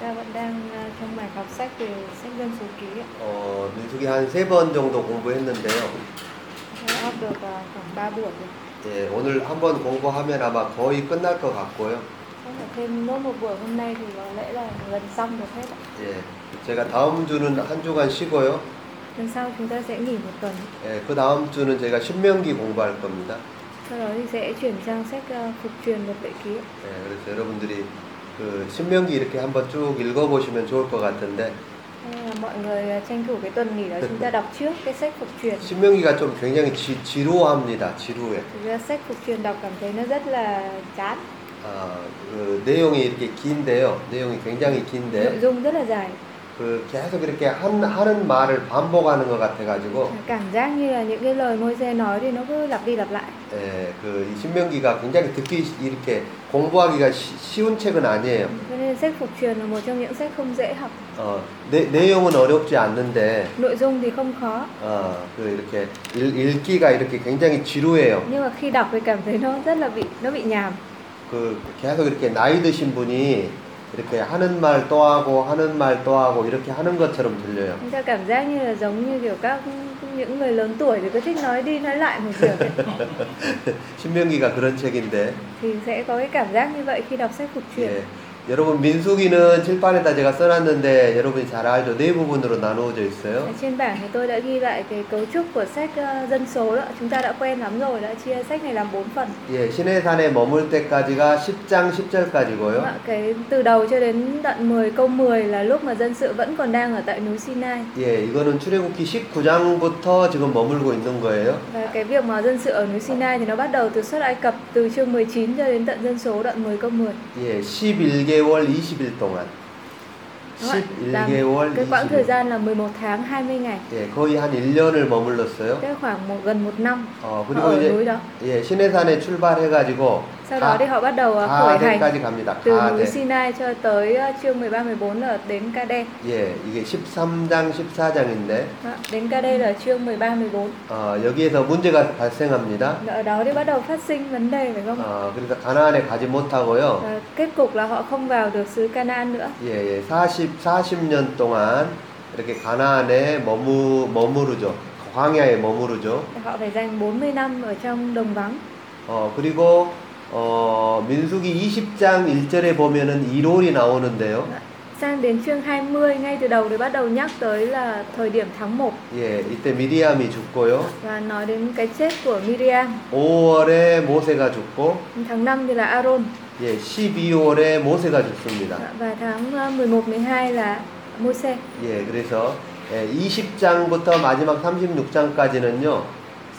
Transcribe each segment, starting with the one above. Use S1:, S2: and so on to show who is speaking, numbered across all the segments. S1: ta vẫn đang à, trong mảng đọc sách về sách dân số ký ạ.
S2: 어, 민숙이 한 세 번 정도 공부했는데요.
S1: Đã học được à, khoảng 3 buổi rồi.
S2: 예, 오늘 한 번 공부하면 아마 거의 끝날 것 같고요.
S1: Chắc là thêm nốt một buổi hôm nay thì có lẽ là gần xong được hết ạ.
S2: 예, 제가 다음 주는 한 주간 쉬고요.
S1: Lần sau chúng ta sẽ nghỉ một tuần.
S2: 예, 그 다음 주는 제가 신명기 공부할 겁니다.
S1: Sau đó thì sẽ chuyển sang sách à, phục truyền luật lệ ký. ạ.
S2: 예, 그래서 여러분들이 그 신명기 이렇게 한번 쭉 읽어보시면 좋을 것 같은데
S1: Nên là mọi người à, tranh thủ cái tuần nghỉ đó chúng ta đọc trước cái sách phục truyền.
S2: 신명기가 좀 굉장히 지, 지루합니다. 지루해.
S1: Thực ra sách phục truyền đọc cảm thấy nó rất là chán,
S2: 아, 그 내용이 이렇게 긴데요. 내용이 굉장히
S1: nội
S2: 긴데
S1: dung rất là dài.
S2: 그 계속 이렇게 한, 하는 말을 반복하는 것 같아가지고
S1: Cảm giác như là những cái lời môi dê nói thì nó cứ lặp đi lặp lại.
S2: 예, 그이 신명기가 굉장히 듣기 쉬- 이렇게 공부하기가 쉬, 쉬운 책은 아니에요.
S1: Cho nên sách phục truyền là một trong những sách không dễ học.
S2: 어, 내, 내용은 어렵지 않는데
S1: Nội dung thì không khó,
S2: 어, 그 이렇게 읽, 기가 이렇게 굉장히 지루해요.
S1: nhưng mà khi đọc thì cảm thấy nó rất là bị nó bị nhàm.
S2: 그 계속 이렇게 나이 드신 분이 이렇게 하는 말 또 하고 하는 말 또 하고 이렇게 하는 것처럼 들려요.
S1: Chúng ta cảm giác như là giống như kiểu các những người lớn tuổi thì cứ thích nói đi nói lại một kiểu ấy.
S2: 신명기가 그런 책인데
S1: thì sẽ có cái cảm giác như vậy khi đọc sách phục truyền.
S2: 예. 여러분 민수기는 칠판에다 제가 써놨는데 여러분이 잘 알죠? 네 부분으로 나누어져
S1: Ở
S2: 있어요.
S1: trên bảng thì tôi đã ghi lại cái cấu trúc của sách ờ, dân số đó, chúng ta đã quen lắm rồi, đã chia sách này làm 4 phần.
S2: 예, 신의 산에 머물 때까지가 10장 10절까지고요.
S1: Ạ, Cái từ đầu cho đến tận 10 câu 10 là lúc mà dân sự vẫn còn đang ở tại núi Sinai.
S2: 예, 이거는 출애굽기 19장부터 지금 머물고 있는 거예요.
S1: Và cái việc mà dân sự ở núi Sinai thì nó bắt đầu từ xuất Ai Cập từ chương 19 cho đến tận dân số đoạn 10 câu 10.
S2: 예, 11개월 20일 동안. 어,
S1: Đúng ạ, là
S2: 11개월
S1: cái quãng thời
S2: 20일.
S1: gian là 11 tháng 20 ngày,
S2: 예, 거의 한 1년을 머물렀어요.
S1: tức là khoảng một, gần một năm
S2: 네. 어,
S1: họ
S2: 그리고
S1: ở núi
S2: 이제
S1: đó.
S2: 예, 신의 산에 출발해 가지고
S1: Sau đó thì họ bắt đầu à, khởi hành
S2: 가데까지 갑니다. 네.
S1: từ núi
S2: 가데.
S1: Sinai cho tới à, chương 13 14 là đến Kade.
S2: 예, 이게 13장 14장인데
S1: Đó, Đến Kade là chương 13 14.
S2: 어, 여기에서 문제가 발생합니다.
S1: Ở đó thì bắt đầu phát sinh vấn đề phải không? ạ?
S2: 어, 네. 그래서 가나안에 가지 못하고요.
S1: Và kết cục là họ không vào được xứ Canaan nữa.
S2: 예, 예, 40 40년 동안 이렇게 가나안에 머무 머무르죠. 광야에 머무르죠.
S1: Họ phải dành 40 năm ở trong đồng vắng.
S2: 어, 그리고 어, 민수기 20장 1절에 보면은 이롤이 나오는데요.
S1: Sang đến chương 20 ngay từ đầu thì bắt đầu nhắc tới là thời điểm tháng 1
S2: 예, 이때 미디암이 죽고요.
S1: và nói đến cái chết của Miriam.
S2: 5월에 모세가 죽고
S1: Tháng 5 thì là Aaron
S2: 예, 12월에 모세가 죽습니다.
S1: và tháng ờ, 11 12 là Môi-se.
S2: 예, 그래서 예, 20장부터 마지막 36장까지는요.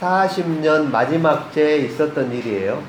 S2: 40년 마지막 째에 있었던 일이에요.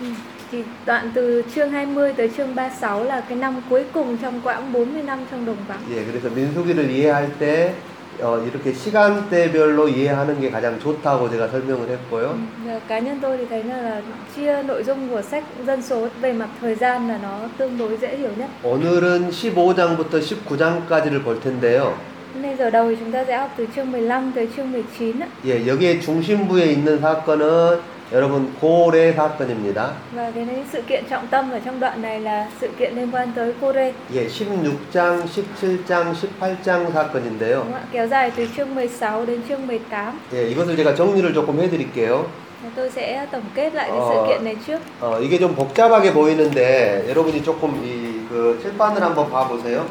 S1: Ừ. Thì đoạn từ chương 20 tới chương 36 là cái năm cuối cùng trong quãng 40 năm trong đồng vắng.
S2: 예, 그래서 민수기를 이해할 때 어, 이렇게 시간대별로 이해하는 게 가장 좋다고 제가 설명을
S1: Ừ.
S2: 했고요.
S1: Và Cá nhân tôi thì thấy là, là chia nội dung của sách dân số về mặt thời gian là nó tương đối dễ hiểu nhất.
S2: 오늘은 15장부터 19장까지를 볼 텐데요.
S1: Nên giờ đầu thì chúng ta sẽ học từ chương 15 tới chương 19 ạ.
S2: 예, 여기에 중심부에 있는 사건은 여러분 고래 사건입니다.
S1: Và cái đấy, sự kiện trọng tâm ở trong đoạn này là sự kiện liên quan tới cô Rê.
S2: 예, 16장, 17장, 18장
S1: Đúng
S2: 사건인데요.
S1: không ạ? Kéo dài từ chương 16 đến chương 18.
S2: 예, 이것을 제가 정리를 조금 해드릴게요.
S1: Và tôi sẽ tổng kết lại cái
S2: Ờ.
S1: sự kiện này trước.
S2: 어, 이게 좀 복잡하게 보이는데 여러분이 조금 이 그 칠판을 한번 봐보세요.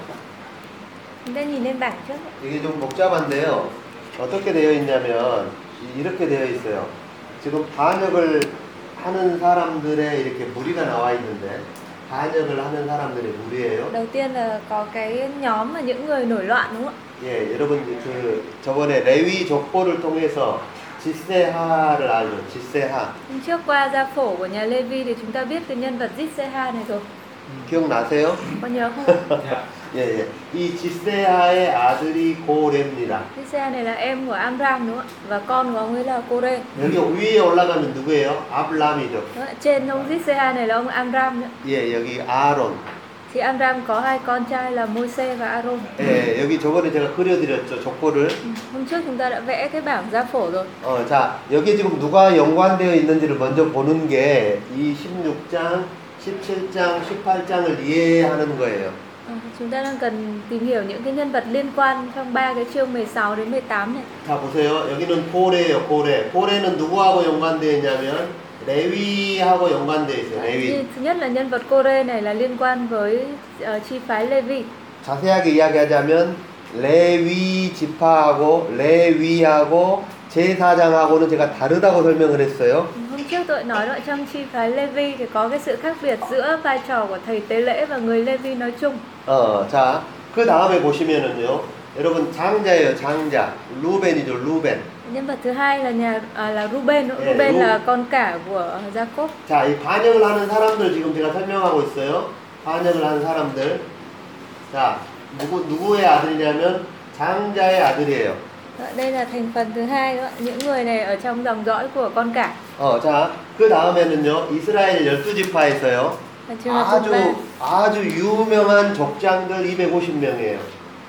S1: Chúng ta nhìn lên bảng trước. ạ.
S2: 이게 좀 복잡한데요. 어떻게 되어 있냐면 이- 이렇게 되어 있어요. 지금 반역을 하는 사람들의 이렇게 무리가 나와 있는데 반역을 하는 사람들의 무리예요.
S1: Đầu tiên là có cái nhóm là những người nổi loạn đúng không ạ?
S2: 예, 여러분 그 저번에 레위 족보를 통해서 지세하를 알죠. 지세하
S1: Hôm Trước qua gia phổ của nhà Lê Vi thì chúng ta biết cái nhân vật Zitseha này rồi.
S2: 기억나세요?
S1: Có nhớ không? ạ?
S2: 예, 예. 이 지세하의 아들이 고레입니다.
S1: Zitseha này là em của Amram đúng không ạ? Và con của ông ấy là cô Rê.
S2: 여기 위에 올라가면 누구예요? 아브람이죠.
S1: Đúng không ạ? Trên ông Zitseha này là ông Amram nữa.
S2: 예, 여기 아론.
S1: Thì Amram có hai con trai là Môi-se và Aaron.
S2: 예, 여기 저번에 제가 그려드렸죠. 족보를.
S1: Ừ, Hôm trước chúng ta đã vẽ cái bảng gia phổ rồi.
S2: 어, 자, 여기에 지금 누가 연관되어 있는지를 먼저 보는 게 이 16장, 17장, 18장을 이해하는 거예요.
S1: Ờ, chúng ta đang cần tìm hiểu những cái nhân vật liên quan trong ba cái chương 16 đến 18 này.
S2: 자 보세요. 여기는 고래예요. 고래. 고래는 누구하고 연관되어 있냐면 레위하고 연관되어 있어요.
S1: Như
S2: 레위.
S1: thứ nhất là nhân vật Cô-rê này là liên quan với ờ, chi phái Lê-vi.
S2: 자세하게 이야기하자면 레위 지파하고 레위하고 제사장하고는 제가 다르다고 설명을 했어요.
S1: Hôm trước tôi đã nói là trong chi phái Lê-vi thì có cái sự khác biệt giữa vai trò của thầy tế lễ và người Lê-vi nói chung.
S2: 어, 자, 그 다음에 보시면은요. 여러분 장자예요, 장자. 루벤이죠, 루벤.
S1: Nhân vật thứ hai là nhà à, là Ruben.
S2: Ừ,
S1: Ruben
S2: Ru-
S1: là con cả của Jacob.
S2: 자, 이 반역을 하는 사람들 지금 제가 설명하고 있어요. 반역을 하는 사람들. 자, 누구 누구의 아들이냐면 장자의 아들이에요.
S1: Đó, Đây là thành phần thứ hai đó. Những người này ở trong dòng dõi của con cả.
S2: 어, 자, 그 다음에는요. 이스라엘 열두 지파에서요.
S1: Và trường hợp thứ ba
S2: 아주 아주 유명한 족장들 250명이에요.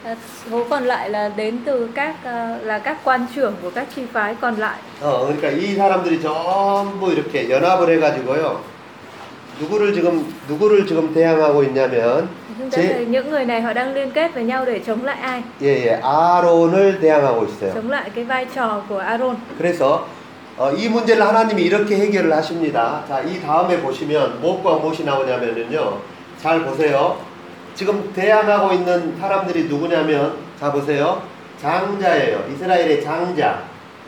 S1: à, số còn lại là đến từ các à, là các quan trưởng của các chi phái còn lại.
S2: 어, 그러니까 이 사람들이 전부 이렇게 연합을 해가지고요. 누구를 지금 누구를 지금 대항하고 있냐면
S1: Chúng ta thấy
S2: 제
S1: những người này họ đang liên kết với nhau để chống lại ai?
S2: 예, 예, 아론을 대항하고 있어요.
S1: Chống lại cái vai trò của Aaron.
S2: 그래서 어, 이 문제를 하나님이 이렇게 해결을 하십니다. 자, 이 다음에 보시면 무엇과 무엇이 나오냐면요. 잘 보세요. 지금 대항하고 있는 사람들이 누구냐면 자 보세요. 장자예요. 이스라엘의 장자.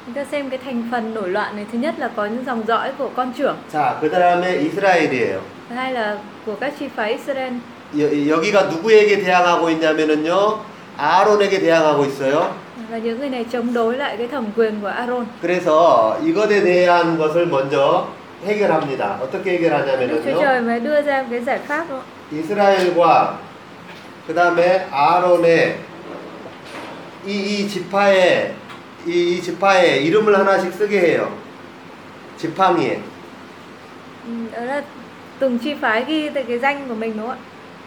S1: Chúng ta xem cái thành phần nổi loạn này thứ nhất là có những dòng dõi của con trưởng,
S2: 자, 그다음에 이스라엘이에요.
S1: thứ hai là của các chi phái Israel
S2: 여, 여기가 누구에게 대항하고 있냐면은요. 아론에게 대항하고 있어요.
S1: và những người này chống đối lại cái thẩm quyền của Aaron.
S2: 그래서 이것에 대한 것을 먼저 해결합니다. 어떻게
S1: Đức Chúa
S2: 해결하냐면은요.
S1: Trời mới đưa ra cái giải pháp đúng không?
S2: 이스라엘과 그 다음에 아론의 이, 이 지파의 이, 이 지파의 이름을 하나씩 쓰게 해요. 지팡이에.
S1: Ừ, Đó là từng chi phái ghi tại cái danh của mình đúng không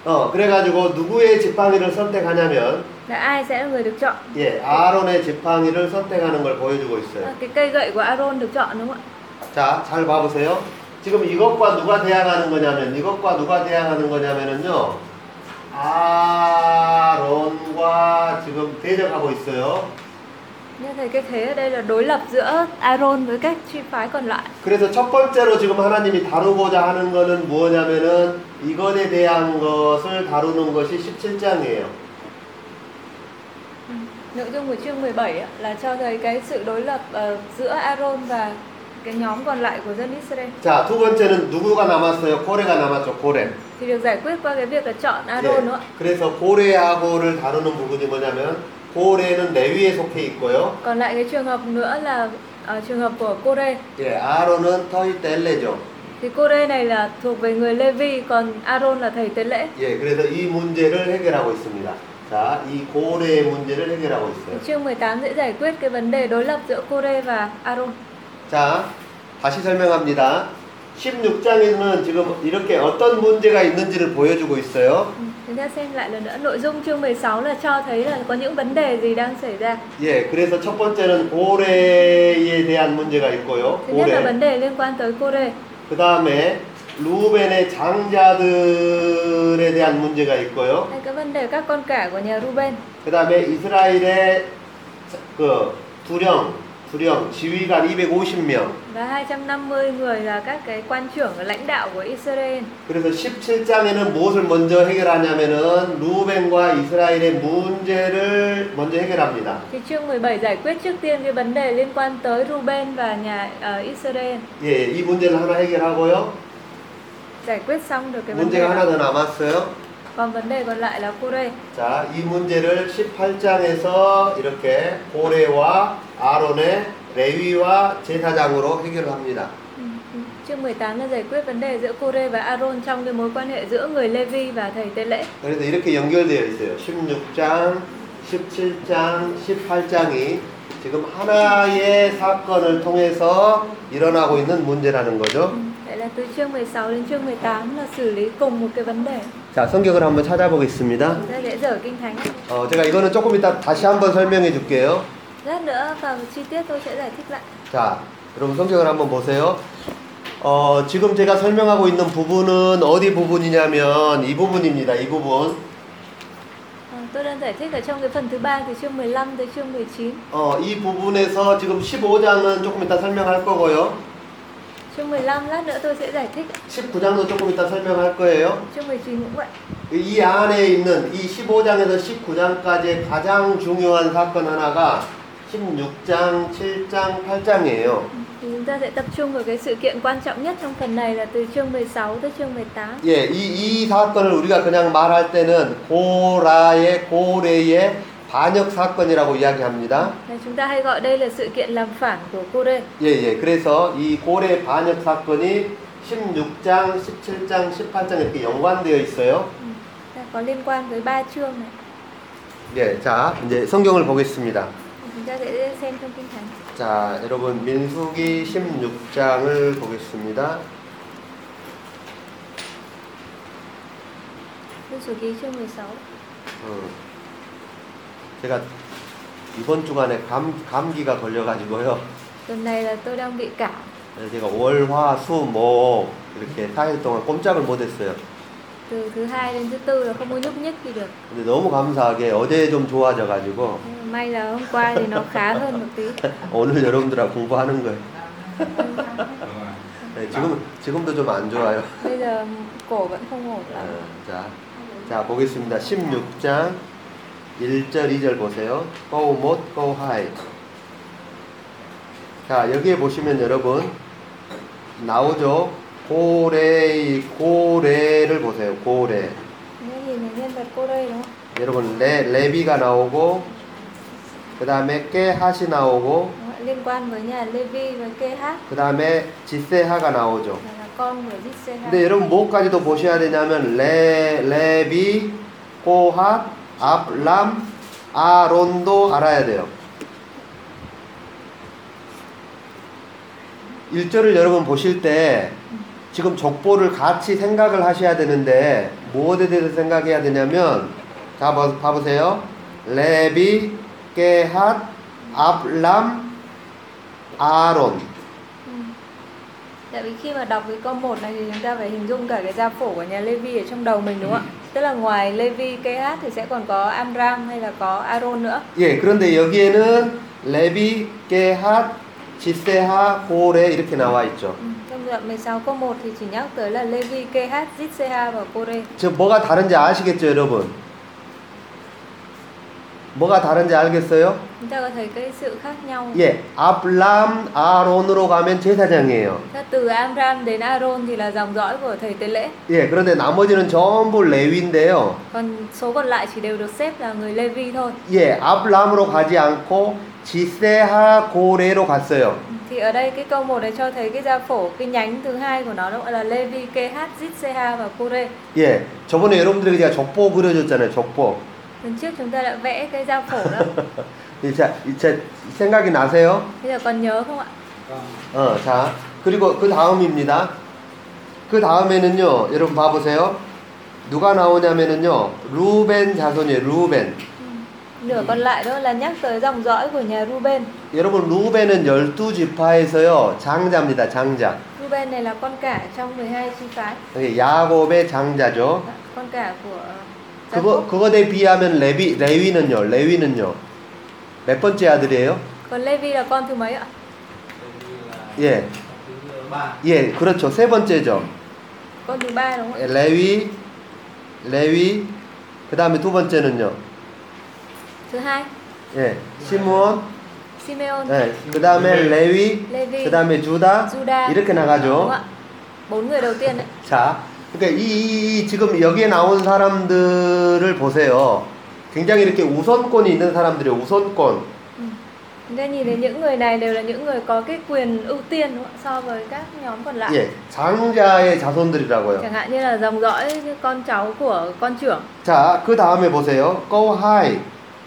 S2: 어 그래가지고 누구의 지팡이를 선택하냐면
S1: ạ? Là ai sẽ là người được chọn?
S2: 예 아론의 지팡이를 선택하는 걸 보여주고
S1: À,
S2: 있어요.
S1: Cái cây gậy của Aaron được chọn đúng không ạ?
S2: 자 잘 봐보세요. 지금 이것과 누가 대항하는 거냐면 이것과 누가 대항하는 거냐면은요 아론과 지금 대적하고 있어요.
S1: Như thầy cái thế ở đây là đối lập giữa Aaron với các chi phái còn lại.
S2: 그래서 첫 번째로 지금 하나님이 다루고자 하는 것은 무엇냐면은 이것에 대한 것을 다루는 것이 17장이에요.
S1: Nội dung của chương 17 ạ, là cho thấy cái sự đối lập ờ, giữa Aaron và cái nhóm còn lại của dân Israel.
S2: 자, 두 번째는 누구가 남았어요? 고래가 남았죠, 고래. 예.
S1: Thì được giải quyết qua cái việc là chọn
S2: Dạ.
S1: Aaron đúng không ạ?
S2: 그래서 고래하고를 다루는 부분이 뭐냐면 고래는 레위에 속해 있고요.
S1: Còn lại cái trường hợp nữa là ờ, trường hợp của Cô-rê.
S2: 예, 아론은 터이 뗄레죠.
S1: Thì Cô-rê này là thuộc về người Lê-vi, còn Aaron là thầy tế lễ.
S2: 예, 그래서 이 문제를 해결하고 있습니다. 자, 이 고래의 문제를 해결하고
S1: Thì
S2: 있어요.
S1: chương 18 sẽ giải quyết cái vấn đề đối lập giữa Cô-rê và Aaron.
S2: 자, 다시 설명합니다. 16장에는 지금 이렇게 어떤 문제가 있는지를 보여주고 있어요.
S1: Ừ, Chúng ta xem lại lần nữa, nội dung chương 16 là cho thấy là có những vấn đề gì đang xảy ra.
S2: 예, 그래서 첫 번째는 고래에 대한 문제가 있고요.
S1: Thứ nhất là
S2: 고래.
S1: vấn đề liên quan tới Cô-rê.
S2: 그 다음에 루벤의 장자들에 대한 문제가 있고요.
S1: Hay cái vấn đề các con cả của nhà Ruben.
S2: 그 다음에 이스라엘의 그 두령, 두령, 지휘관 250명.
S1: và 250 người là các cái quan trưởng và lãnh đạo của Israel.
S2: 그래서 17장에는 무엇을 먼저 해결하냐면은 루벤과 이스라엘의 문제를 먼저 해결합니다.
S1: Thì chương 17 giải quyết trước tiên cái vấn đề liên quan tới Ruben và nhà ờ, Israel.
S2: 예, 이 문제를 하나 해결하고요.
S1: Giải quyết xong được cái vấn đề
S2: 문제가 하나
S1: đó.
S2: 더 남았어요.
S1: Còn vấn đề còn lại là Kure.
S2: 자, 이 문제를 18장에서 이렇게 고래와 아론의 레위와 제사장으로 해결을 합니다.
S1: Chương 18 là giải quyết vấn đề giữa Kure và Aaron trong cái mối quan hệ giữa người Levi và thầy tế lễ.
S2: 그래서 이렇게 연결되어 있어요. 16장, 17장, 18장이 지금 하나의 사건을 통해서 일어나고 있는 문제라는
S1: Ừ,
S2: 거죠.
S1: Vậy là từ chương 16 đến chương 18 là xử lý cùng một cái vấn đề.
S2: 자, 성경을 한번 찾아보겠습니다.
S1: Chúng ta dễ dở kinh thánh.
S2: 어, 제가 이거는 조금 이따 다시 한번 설명해 줄게요.
S1: Lát nữa vào chi tiết tôi sẽ giải thích lại.
S2: 자, 여러분 성경을 한번 보세요. 어, 지금 제가 설명하고 있는 부분은 어디 부분이냐면 이 부분입니다. 이 부분.
S1: Ờ, Tôi đang giải thích ở trong cái phần thứ ba từ chương 15 tới chương 19.
S2: 어, 이 부분에서 지금 15장은 조금 이따 설명할 거고요.
S1: Chương 15 lát nữa tôi sẽ giải thích.
S2: 19장도 조금 이따 설명할 거예요.
S1: Chương 19 cũng vậy.
S2: 이 안에 있는 이 15장에서 19장까지의 가장 중요한 사건 하나가 16장, 7장, 8장이에요.
S1: Thì chúng ta sẽ tập trung vào cái sự kiện quan trọng nhất trong phần này là từ chương 16 tới chương 18.
S2: 예, 이, 이 사건을 우리가 그냥 말할 때는 고라의 고래의 반역 사건이라고 이야기합니다.
S1: Và chúng ta hay gọi đây là sự kiện làm phản của cô đây.
S2: 예, 예. 그래서 이 고래 반역 사건이 16장, 17장, 18장 이렇게 연관되어 있어요.
S1: Ừ, Có liên quan với ba chương này.
S2: 예, 자, 이제 성경을 보겠습니다.
S1: Chúng ta sẽ xem trong kinh thánh.
S2: 자, 여러분 민수기 16장을 보겠습니다.
S1: Chương sử ký chương 16.
S2: 음, 제가 이번 주간에 감, 감기가 걸려가지고요.
S1: Tuần này là tôi đang bị cảm.
S2: 네, 제가 월, 화, 수, 목 이렇게 4일 동안 꼼짝을 못했어요.
S1: Từ thứ hai đến thứ tư là không có nhúc nhích gì được.
S2: 근데 너무 감사하게 어제 좀 좋아져가지고
S1: Nhưng mà may là hôm qua thì nó khá hơn một tí.
S2: 오늘 여러분들하고 공부하는 거예요.
S3: Rồi.
S2: 네, 지금, 지금도 좀 안 좋아요.
S1: Bây giờ cổ vẫn không ổn lắm.
S2: 어, 자, 자 보겠습니다. 16장 1절 2절 보세요. Go 못 go high. 자 여기에 보시면 여러분 나오죠. 고래 고래를 보세요. 고래.
S1: Nghe nhìn này nhân vật cô đây đúng không?
S2: 여러분 레 레비가 나오고 그 다음에 깨하시 나오고
S1: Đúng ạ, Liên quan với nhà Levi và KH
S2: 그 다음에 지세하가 나오죠.
S1: là, là con của Jitseha.
S2: 근데 여러분 무엇까지도 보셔야 되냐면 레, 레비, 고핫, 압람, 아론도 알아야 돼요. 1절을 여러분 보실 때 지금 족보를 같이 생각을 하셔야 되는데 무엇에 대해서 생각해야 되냐면 자 봐- 봐보세요. 레비, 게핫, 압람, 아론
S1: Ừ. Tại vì khi mà đọc cái câu 1 này thì chúng ta phải hình dung cả cái gia phổ của nhà Levi ở trong đầu mình đúng không ạ? Tức là ngoài Levi, KH thì sẽ còn có Amram hay là có Aaron nữa.
S2: 예, 그런데 여기에는 레비, 게핫, 지세하, 고레 이렇게 나와 있죠.
S1: Ừ. Trong đoạn 16 câu 1 thì chỉ nhắc tới là Levi, KH, Jitseha và Kore.
S2: 저 뭐가 다른지 아시겠죠, 여러분? 뭐가 다른지 알겠어요?
S1: Chúng ta có thấy cái sự khác nhau.
S2: 예, 압람, 아론으로 가면 제사장이에요.
S1: Các từ Amram đến Aaron thì là dòng dõi của thầy tế lễ.
S2: 예, 그런데 나머지는 전부 레위인데요.
S1: Còn số còn lại chỉ đều được xếp là người Levi thôi.
S2: 예, 압람으로 가지 않고 지세하, 고레로 갔어요.
S1: Thì ở đây cái câu 1 này cho thấy cái gia phổ, cái nhánh thứ hai của nó nó gọi là Levi, KH, Jitseha và Kore.
S2: 예, 저번에 여러분들에게 제가 족보 그려줬잖아요, 족보.
S1: Lần trước chúng ta đã vẽ cái gia phổ đó.
S2: 이제, 이제 생각이 나세요?
S1: Bây giờ còn nhớ không ạ?
S3: Con
S2: 어, 자, 그리고 그 다음입니다. 그 다음에는요, 여러분 봐보세요. 누가 나오냐면은요, 루벤 자손이에요, 루벤.
S1: Nửa còn lại đó là nhắc tới dòng dõi của nhà Ruben.
S2: 여러분, 루벤은 12지파에서요, 장자입니다, 장자.
S1: Ruben này là con cả trong 12 chi phái, Dạ,
S2: 이게 야곱의 장자죠.
S1: con cả của ờ, gia
S2: 그거,
S1: phổ.
S2: 그거에 비하면 레비, 레위는요, 레위는요. 몇 번째 아들이에요?
S1: Còn Levi là con thứ mấy ạ?
S3: tôi như là
S2: 예,
S3: thứ ba
S2: 예, 그렇죠. 세 번째죠.
S1: Con thứ ba đúng không
S2: 예,
S1: ạ?
S2: 레위, 레위, 그 다음에 두 번째는요.
S1: Thứ hai,
S2: 예, 시므온,
S1: Simeon,
S2: 네, 그 다음에 레위,
S1: Levi,
S2: 그 다음에 주다,
S1: Judah. đúng
S2: 이렇게
S1: không
S2: 나가죠.
S1: ạ? Bốn người đầu tiên đấy.
S2: 자, 그러니까 이, 이- 이 지금 여기에 나온 사람들을 보세요. 굉장히 이렇게 우선권이 있는 사람들이 우선권.
S1: Ừ. Chúng ta nhìn thấy những người này đều là những người có cái quyền ưu tiên đúng không? ạ? so với các nhóm còn lại.
S2: 예, 장자의 자손들이라고요.
S1: Chẳng hạn như là dòng dõi như con cháu của con trưởng.
S2: 자, 그 다음에 보세요. 고하이.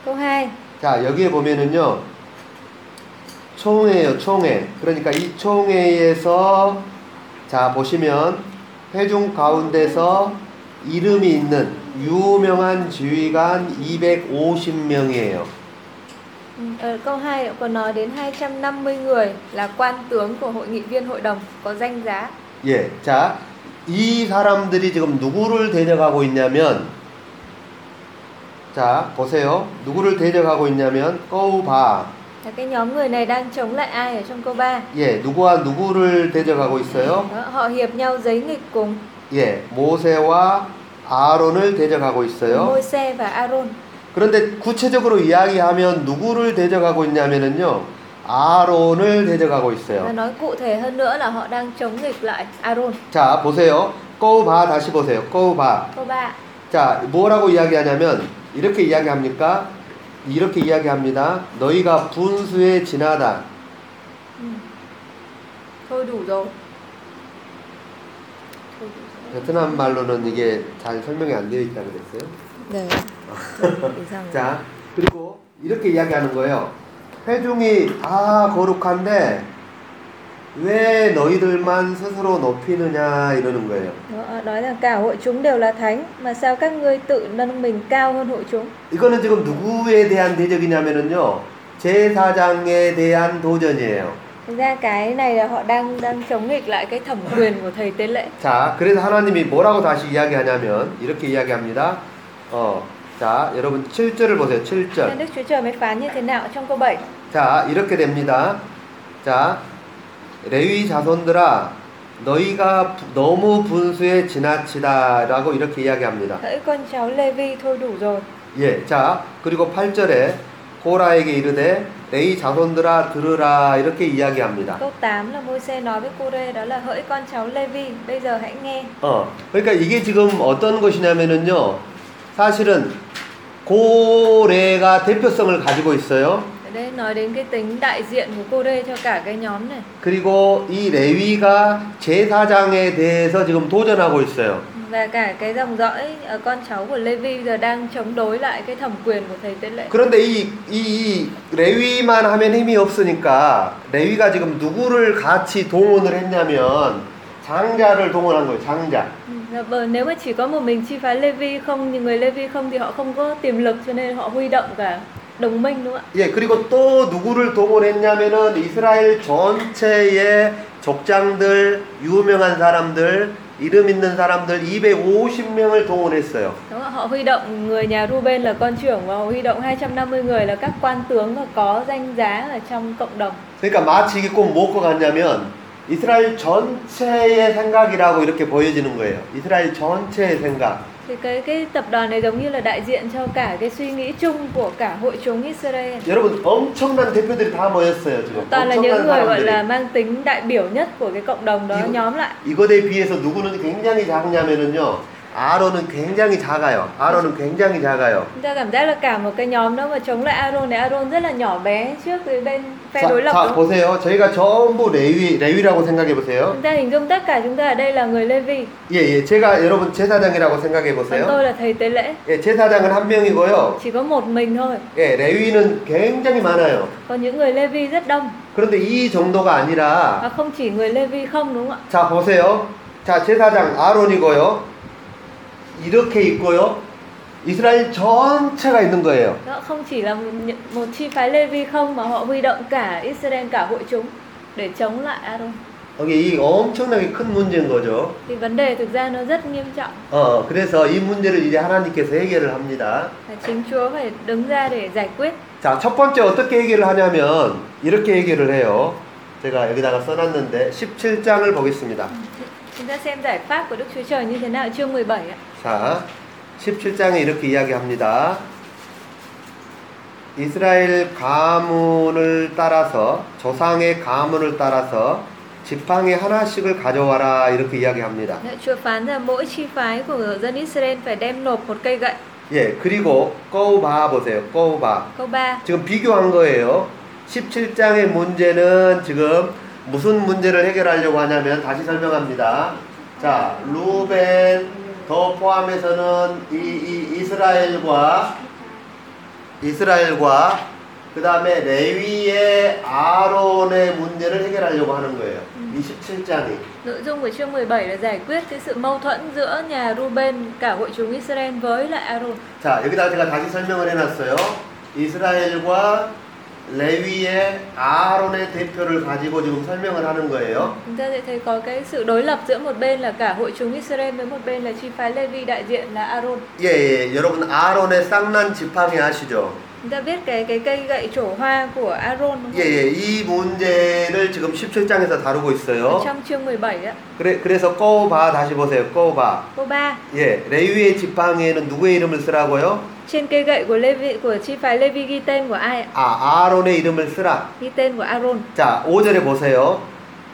S1: Câu 2,
S2: 자, 여기에 보면은요. 총회예요, 총회. 그러니까 이 총회에서 자, 보시면 회중 가운데서 이름이 있는 유명한 지휘관 250명이에요.
S1: Ừ, Ở câu 2 còn nói đến 250 người là quan tướng của hội nghị viên hội đồng có danh giá.
S2: 예. 자, 이 사람들이 지금 누구를 데려가고 있냐면 자, 보세요. 누구를 대적하고 있냐면 꺼우바.
S1: Là cái nhóm người này đang chống lại ai ở trong câu 3?
S2: 예, 누구와 누구를 대적하고 있어요?
S1: Đó, họ hiệp nhau giấy nghịch cùng
S2: 예, 모세와 아론을 대적하고 있어요.
S1: Môi-se và Aaron.
S2: 그런데 구체적으로 이야기하면 누구를 대적하고 있냐면은요. 아론을 대적하고
S1: Và
S2: 있어요.
S1: nói cụ thể hơn nữa là họ đang chống nghịch lại Aaron.
S2: 자, 보세요. 꺼우바 다시 보세요. 꺼우바.
S1: Câu 3.
S2: 자, 뭐라고 이야기하냐면 이렇게 이야기합니까? 이렇게 이야기합니다. 너희가 분수에 지나다.
S1: Ừ. Thôi đủ rồi. Thôi đủ rồi.
S2: 베트남 말로는 이게 잘 설명이 안 되어 있다고 그랬어요.
S1: 네. 이상.
S2: 자, 그리고 이렇게 이야기하는 거예요. 회중이 다 거룩한데 왜 너희들만 스스로 높이느냐 이러는 거예요.
S1: Đó, nói rằng cả hội chúng đều là thánh mà sao các ngươi tự nâng mình cao hơn hội chúng?
S2: 이거는 지금 누구에 대한 대적이냐면은요. 제사장에 대한 도전이에요.
S1: Thực ra cái này là họ đang đang chống nghịch lại cái thẩm quyền của thầy tế lễ.
S2: 자, 그래서 하나님이 뭐라고 다시 이야기하냐면 이렇게 이야기합니다. 어. 자, 여러분 7절을 보세요.
S1: Nên
S2: 7절.
S1: Đức Chúa Trời mới phán như thế nào trong câu 7?
S2: 자, 이렇게 됩니다. 자, 레위 자손들아, 너희가 부- 너무 분수에 지나치다라고 이렇게 이야기합니다.
S1: Hỡi con cháu Lê Vi thôi đủ rồi.
S2: 예, 자, 그리고 8절에 고라에게 이르되 레위 자손들아 들으라 이렇게 이야기합니다.
S1: Câu 8 là môi xe nói với cô Rê đó là hỡi con cháu Lê Vi, bây giờ hãy nghe.
S2: 어, 그러니까 이게 지금 어떤 것이냐면은요, 사실은 고래가 대표성을 가지고 있어요.
S1: Ở đây nói đến cái tính đại diện của cô Rê cho cả cái nhóm này.
S2: 그리고 이 레위가 제사장에 대해서 지금 도전하고 있어요.
S1: Và cả cái dòng dõi ờ, con cháu của Lê Vi giờ đang chống đối lại cái thẩm quyền của thầy tế lễ.
S2: 그런데 이, 이, 이 레위만 하면 힘이 없으니까 레위가 지금 누구를 같이 동원을 했냐면 장자를 동원한 거예요. 장자.
S1: Dạ, vâng, nếu mà chỉ có một mình chi phái Lê Vi không, những người Lê Vi không thì họ không có tiềm lực cho nên họ huy động cả đồng minh đúng không ạ?
S2: 예, 그리고 또 누구를 동원했냐면은 이스라엘 전체의 족장들, 유명한 사람들, 이름 있는 사람들 250명을 동원했어요.
S1: Đúng không? ạ? Họ huy động người nhà Ruben là con trưởng và họ huy động 250 người là các quan tướng và có danh giá ở trong cộng đồng.
S2: 그러니까 마치 이게 꼭 뭐고 같냐면 이스라엘 전체의 생각이라고 이렇게 보여지는 거예요. 이스라엘 전체의 생각.
S1: Thì cái cái tập đoàn này giống như là đại diện cho cả cái suy nghĩ chung của cả hội chúng Israel.
S2: 여러분 엄청난 대표들이 다 모였어요 지금.
S1: Toàn là những
S2: 엄청난
S1: người gọi là
S2: 사람들이.
S1: mang tính đại biểu nhất của cái cộng đồng đó
S2: Ý-
S1: nhóm lại.
S2: 이것에 비해서 누구는 굉장히 작냐면은요. 아론은 굉장히 작아요. 아론은 굉장히 작아요.
S1: Chúng ta cảm giác là cả một cái nhóm đó mà chống lại Aaron này Aaron rất là nhỏ bé trước cái bên phe
S2: 자,
S1: đối lập
S2: 자,
S1: đó.
S2: 보세요. 저희가 전부 레위 레위라고 생각해 보세요.
S1: Chúng ta hình dung tất cả chúng ta ở đây là người Lê Vi,
S2: 예, 예. 제가 여러분 제사장이라고 생각해
S1: còn
S2: 보세요.
S1: tôi là thầy tế lễ,
S2: 예, 제사장은 한 명이고요.
S1: chỉ có một mình thôi.
S2: 예, 레위는 굉장히 많아요.
S1: Còn những người Lê Vi rất đông.
S2: 그런데 이 정도가 아니라
S1: Và À, không chỉ người Lê Vi không đúng không ạ?
S2: 자 보세요. 자 제사장 아론이고요. 이렇게 있고요. 이스라엘 전체가 있는 거예요.
S1: Đó, không chỉ là một, những- một chi phái Lê Vi không mà họ huy động cả Israel cả hội chúng để chống lại Aaron.
S2: 여기 이 엄청나게 큰 문제인 거죠.
S1: Thì vấn đề thực ra nó rất nghiêm trọng
S2: 어 그래서 이 문제를 이제 하나님께서 해결을 합니다.
S1: và chính Chúa phải đứng ra để giải quyết.
S2: 자 첫 번째 어떻게 해결을 하냐면 이렇게 해결을 해요. 제가 여기다가 써놨는데 17장을 보겠습니다.
S1: Chúng ta xem giải pháp của Đức Chúa Trời như thế nào chương 17 ạ.
S2: 자, 17장에 이렇게 이야기합니다. 이스라엘 가문을 따라서 조상의 가문을 따라서 지팡이 하나씩을 가져와라 이렇게 이야기합니다.
S1: Dạ, Chúa phán là mỗi chi phái của dân Israel phải đem nộp một cây gậy.
S2: 예, 그리고 꺼우바 보세요. 꺼우바.
S1: Câu 3
S2: 지금 비교한 거예요. 17장의 문제는 지금 무슨 문제를 해결하려고 하냐면 다시 설명합니다. 자, 루벤 더 포함해서는 이, 이 이스라엘과 이스라엘과 그 다음에 레위의 아론의 문제를 해결하려고 하는 거예요. 이 17장이.
S1: Nội dung của chương 17 là giải quyết cái sự mâu thuẫn giữa nhà Ruben cả hội chúng Israel với lại Aaron.
S2: 자, 여기다가 제가 다시 설명을 해놨어요. 이스라엘과 레위의 아론의 대표를 가지고 지금 설명을 하는 거예요.
S1: Chúng ta sẽ thấy có cái sự đối lập giữa một bên là cả hội chúng Israel với một bên là chi phái Levi đại diện là Aaron.
S2: 예, 예, 여러분 아론의 쌍난 지팡이 아시죠?
S1: Chúng ta biết cái cái cây gậy trổ hoa của Aaron đúng không?
S2: 예, 예, 이 문제를 지금 17장에서 다루고
S1: Ở
S2: 있어요.
S1: trong chương 17 á,
S2: 그래, 그래서 꺼봐 다시 보세요. 꺼봐.
S1: câu 3
S2: 예, 레위의 지팡이에는 누구의 이름을 쓰라고요?
S1: trên cây gậy của Levi của chi phái Levi ghi tên của ai ạ?
S2: 아, 아론의 이름을 쓰라.
S1: Ghi tên của Aaron.
S2: 자, 5절에 보세요.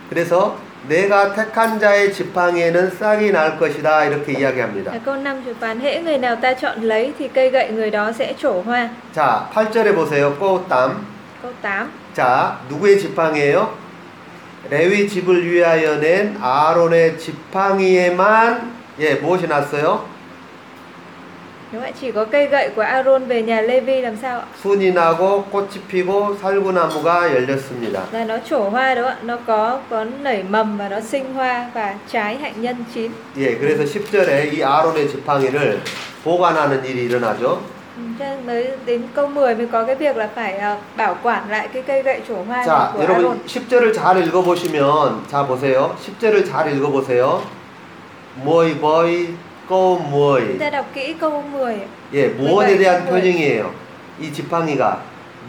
S2: 그래서 내가 택한 자의 지팡이에는 싹이 날 것이다. 이렇게 이야기합니다.
S1: Là câu 5 chữ phán hễ người nào ta chọn lấy thì cây gậy người đó sẽ trổ hoa.
S2: 자, 8절에 보세요. 꼬땀.
S1: Câu 8
S2: 자, 누구의 지팡이에요? 레위 집을 위하여 낸 아론의 지팡이에만 예, 무엇이 났어요?
S1: Nếu ạ chỉ có cây gậy của Aaron về nhà Levi làm sao ạ?
S2: 순이 나고 꽃이 피고 살구나무가 열렸습니다.
S1: Là nó trổ hoa đúng không ạ? Nó có có nảy mầm và nó sinh hoa và trái hạnh nhân chín.
S2: 예, 그래서 10절에 이 아론의 지팡이를 보관하는 일이 일어나죠.
S1: Ừ, Thế mới đến câu 10 mới có cái việc là phải à, bảo quản lại cái cây gậy trổ hoa này
S2: 자,
S1: của Aaron.
S2: 여러분 10절을 잘 읽어 보시면 자 보세요. 10절을 잘 읽어 보세요. 뭐이 뭐이 꼬 뭐이
S1: Chúng ta đọc kỹ câu 10. ạ.
S2: 예, 무엇에
S1: 그러니까
S2: 대한
S1: 이거를-
S2: 표징이에요? 이 지팡이가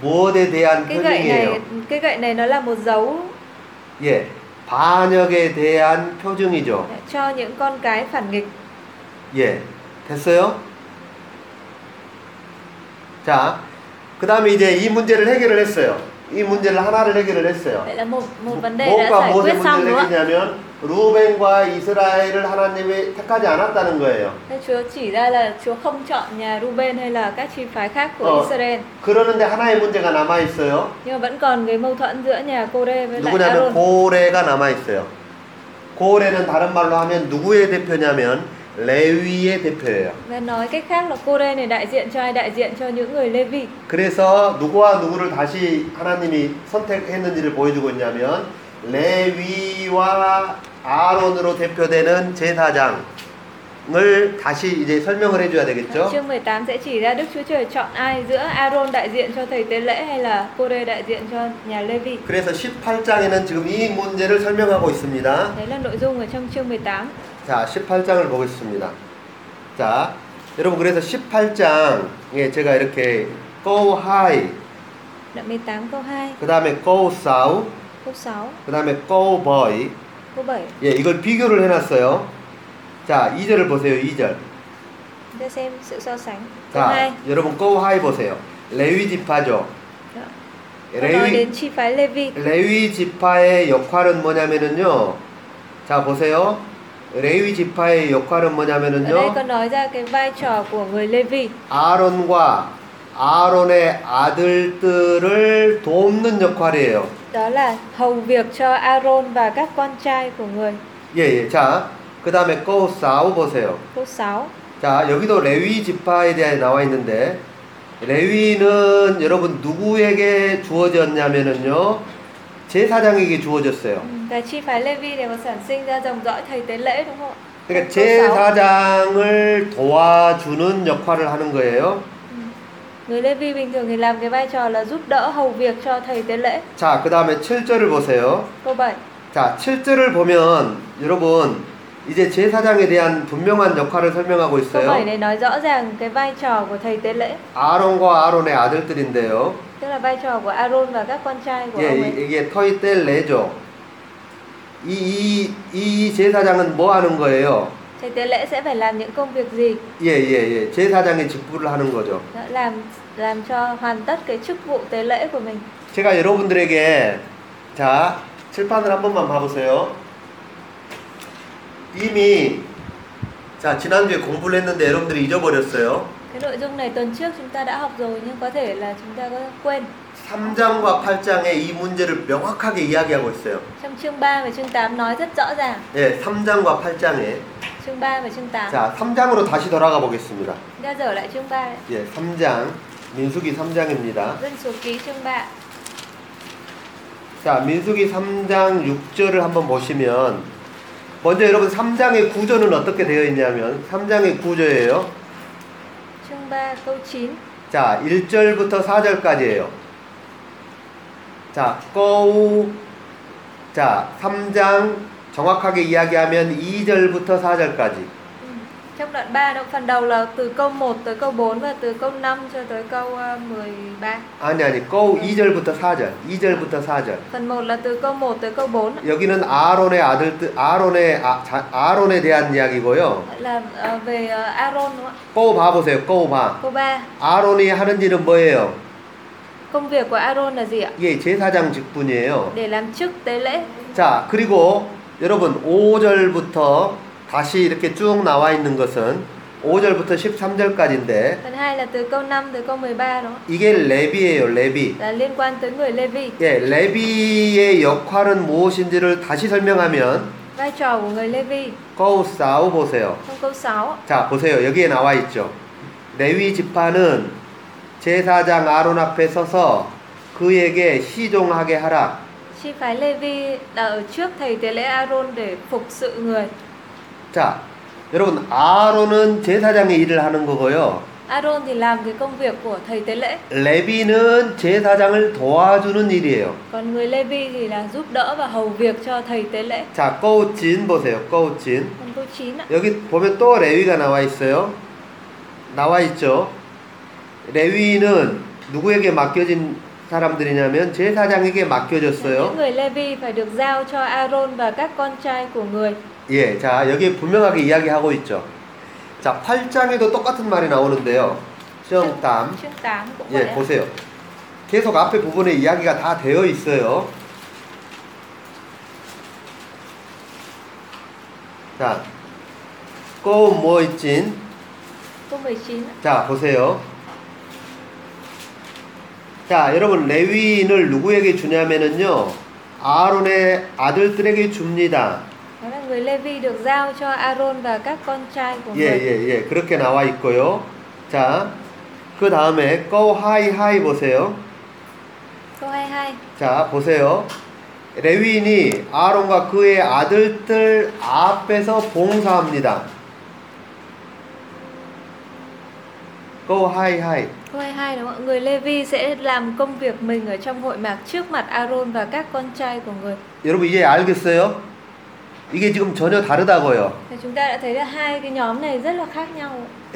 S2: 무엇에 대한
S1: Cái gậy này
S2: 표징이에요?
S1: cái gậy này nó là một dấu
S2: 예, 반역에 대한 표징이죠.
S1: cho những con cái phản nghịch.
S2: 예, 됐어요? 자, 그 다음에 이제 이 문제를 해결을 했어요. 이 문제를 하나를 해결을 했어요.
S1: Vậy là một một vấn đề đã
S2: 무엇과
S1: giải
S2: 무엇의
S1: quyết xong
S2: 문제를
S1: đúng không ạ?
S2: 해결했냐면 루벤과 이스라엘을 하나님이 택하지 않았다는 거예요.
S1: Thế Chúa chỉ ra là Chúa không chọn nhà Ruben hay là các chi phái khác của
S2: Ờ.
S1: Israel.
S2: 그러는데 하나의 문제가 남아 있어요.
S1: Nhưng mà vẫn còn cái mâu thuẫn giữa nhà Cô-rê với lại
S2: 누구냐면
S1: Aaron.
S2: 고레가 남아 있어요. 고레는 다른 말로 하면 누구의 대표냐면 레위의 대표예요.
S1: Và nói cách khác là Cô-rê này đại diện cho ai? Đại diện cho những người Lê-vi.
S2: 그래서 누구와 누구를 다시 하나님이 선택했는지를 보여주고 있냐면 레위와 아론으로 대표되는 제사장을 다시 이제 설명을 해줘야 되겠죠.
S1: Chương 18 sẽ chỉ ra Đức Chúa Trời chọn ai giữa Aaron đại diện cho thầy tế lễ hay là Cô-rê đại diện cho nhà Lê-vi.
S2: 그래서 18장에는 지금 이 문제를 설명하고 있습니다.
S1: Đấy là nội dung ở trong chương 18.
S2: 자, 18장을 보겠습니다. 자, 여러분 그래서 18장에 제가 이렇게 go high,
S1: Đoạn 18 câu 2,
S2: 그 다음에 go south,
S1: câu 6,
S2: 그 다음에 go boy,
S1: câu 7.
S2: 예, 이걸 비교를 해놨어요. 자, 2절을 보세요, 2절.
S1: Chúng ta xem sự so sánh. Câu 2.
S2: 자, 여러분 go high 보세요. 레위 지파죠.
S1: Đó. Nó nói
S2: 레위
S1: đến chi phái Lê-vi.
S2: 레위 지파의 역할은 뭐냐면은요. 자, 보세요. 레위 지파의 역할은
S1: Ở đây
S2: 뭐냐면은요.
S1: con nói ra cái vai trò của người Lê-vi.
S2: 아론과 아론의 아들들을 돕는 역할이에요.
S1: Đó là hầu việc cho Aaron và các con trai của người.
S2: 예, 예. 자, 그다음에 go south 보세요.
S1: Câu 6.
S2: 자, 여기도 레위 지파에 대해 나와 있는데 레위는 여러분 누구에게 주어졌냐면은요. 제사장에게 주어졌어요.
S1: Ừ, Và chi phái Levi này còn sản sinh ra dòng dõi thầy tế lễ đúng không? ạ? Câu 6.
S2: 그러니까 제사장을 도와주는 역할을 하는 거예요.
S1: Người Levi bình thường thì làm cái vai trò là giúp đỡ hầu việc cho thầy tế lễ.
S2: 자, 그다음에 7절을 보세요.
S1: Câu 7.
S2: 자, 7절을 보면 여러분 이제 제사장에 대한 분명한 역할을 설명하고
S1: Câu 7
S2: 있어요.
S1: này nói rõ ràng cái vai trò của thầy tế lễ,
S2: 아론과 아론의 아들들인데요.
S1: tức là vai trò của Aaron và các con trai của
S2: 예,
S1: ông ấy.
S2: 이- 이게 터이텔 레죠. 이, 이, 이 제사장은 뭐 하는 거예요?
S1: Thầy tế lễ sẽ phải làm những công việc gì?
S2: 예, 예, 예. 제사장의 직분을 하는 거죠.
S1: Đó, làm làm cho hoàn tất cái chức vụ tế lễ của mình.
S2: 제가 여러분들에게 자 칠판을 한 번만 봐보세요. 이미 자 지난주에 공부를 했는데 여러분들이 잊어버렸어요.
S1: Cái nội dung này tuần trước chúng ta đã học rồi nhưng có thể là chúng ta có quên.
S2: 3장과 8장에 이 문제를 명확하게 이야기하고 있어요.
S1: Trong chương 3 và chương 8 nói rất rõ ràng.
S2: 예, 3장과 8장에
S1: Chương 3 và chương 8.
S2: 자 3장으로 다시 돌아가 보겠습니다.
S1: Chúng ta dở lại chương 3 đấy.
S2: 예, 3장 민수기 3장입니다.
S1: Dân số ký chương 3.
S2: 자 민수기 3장 6절을 한번 보시면 먼저 여러분 3장의 구조는 어떻게 되어 있냐면 3장의 구조예요.
S1: Chương 3 câu 9.
S2: 자, 1절부터 4절까지예요. 자, 거우. 자, 3장 정확하게 이야기하면 2절부터 4절까지.
S1: Trong đoạn 3 đó, phần đầu là từ câu 1 tới câu 4 và từ câu 5 cho tới câu ờ, 13.
S2: 아니, 아니, 거우 2절부터 4절. 2절부터 4절.
S1: Phần 1 là từ câu 1 tới câu 4 ạ.
S2: 여기는 아론의 아들, 뜻- 아론의, 아, 자, 아론에 대한 이야기고요.
S1: là ờ, về ờ, Aaron đúng không ạ?
S2: 거우 봐보세요, 거우 봐.
S1: Câu 3.
S2: 아론이 하는 일은 뭐예요?
S1: Công việc của Aaron là gì ạ?
S2: 예, 제사장 직분이에요.
S1: Để làm chức tế lễ.
S2: 자, 그리고 여러분 5절부터 다시 이렇게 쭉 나와 있는 것은 5절부터 13절까지인데
S1: Phần 2 là từ câu 5 tới câu 13 đúng không?
S2: 이게 레비예요, 레비.
S1: ạ? Là liên quan tới người Lê Vi.
S2: 예, 레비의 역할은 무엇인지를 다시 설명하면
S1: Vai trò của người Lê Vi
S2: 거우사우 보세요.
S1: trong câu 6 ạ.
S2: 자, 보세요. 여기에 나와 있죠. 레위 지파는 제사장 아론 앞에 서서 그에게 시종하게 하라.
S1: Chi phái Lê Vi là ở trước thầy tế lễ Aaron để phục sự người.
S2: 자, 여러분 아론은 제사장의 일을 하는 거고요.
S1: Aaron thì làm cái công việc của thầy tế lễ,
S2: 레비는 제사장을 도와주는 일이에요.
S1: còn người Lê Vi thì là giúp đỡ và hầu việc cho thầy tế lễ.
S2: 자, 거우진 보세요. 거우진.
S1: Còn câu 9 ạ.
S2: 여기 보면 또 레위가 나와 있어요. 나와 있죠. 레위는 누구에게 맡겨진 사람들이냐면 제사장에게
S1: Những
S2: 맡겨졌어요.
S1: người Lê Vi phải được giao cho Aaron và các con trai của người.
S2: 예, 자, 여기 분명하게 이야기하고 있죠. 자, 8장에도 똑같은 말이 나오는데요. 정담.
S1: Chương 8 cũng vậy.
S2: 예,
S1: ạ.
S2: 보세요. 계속 앞에 부분에 이야기가 다 되어 있어요. 자, 꼬모이진.
S1: Câu 19 ạ.
S2: 자, 보세요. 자, 여러분 레위인을 누구에게 주냐면은요. 아론의 아들들에게 줍니다.
S1: Đó là người Lê Vi được giao cho Aaron và các con trai của
S2: 예,
S1: người.
S2: 예, 예. 그렇게 나와 있고요. 자, 그 다음에 꼬하이 하이 보세요.
S1: Câu 22.
S2: 자 보세요 레위인이 아론과 그의 아들들 앞에서 봉사합니다 Go high high
S1: Câu 22 đúng không ạ? Người Lê Vi sẽ làm công việc mình ở trong hội mạc trước mặt Aaron và các con trai của người.
S2: 여러분 이제 알겠어요? 이게 지금 전혀 다르다고요
S1: Thì chúng ta đã thấy là hai cái nhóm này rất là khác nhau.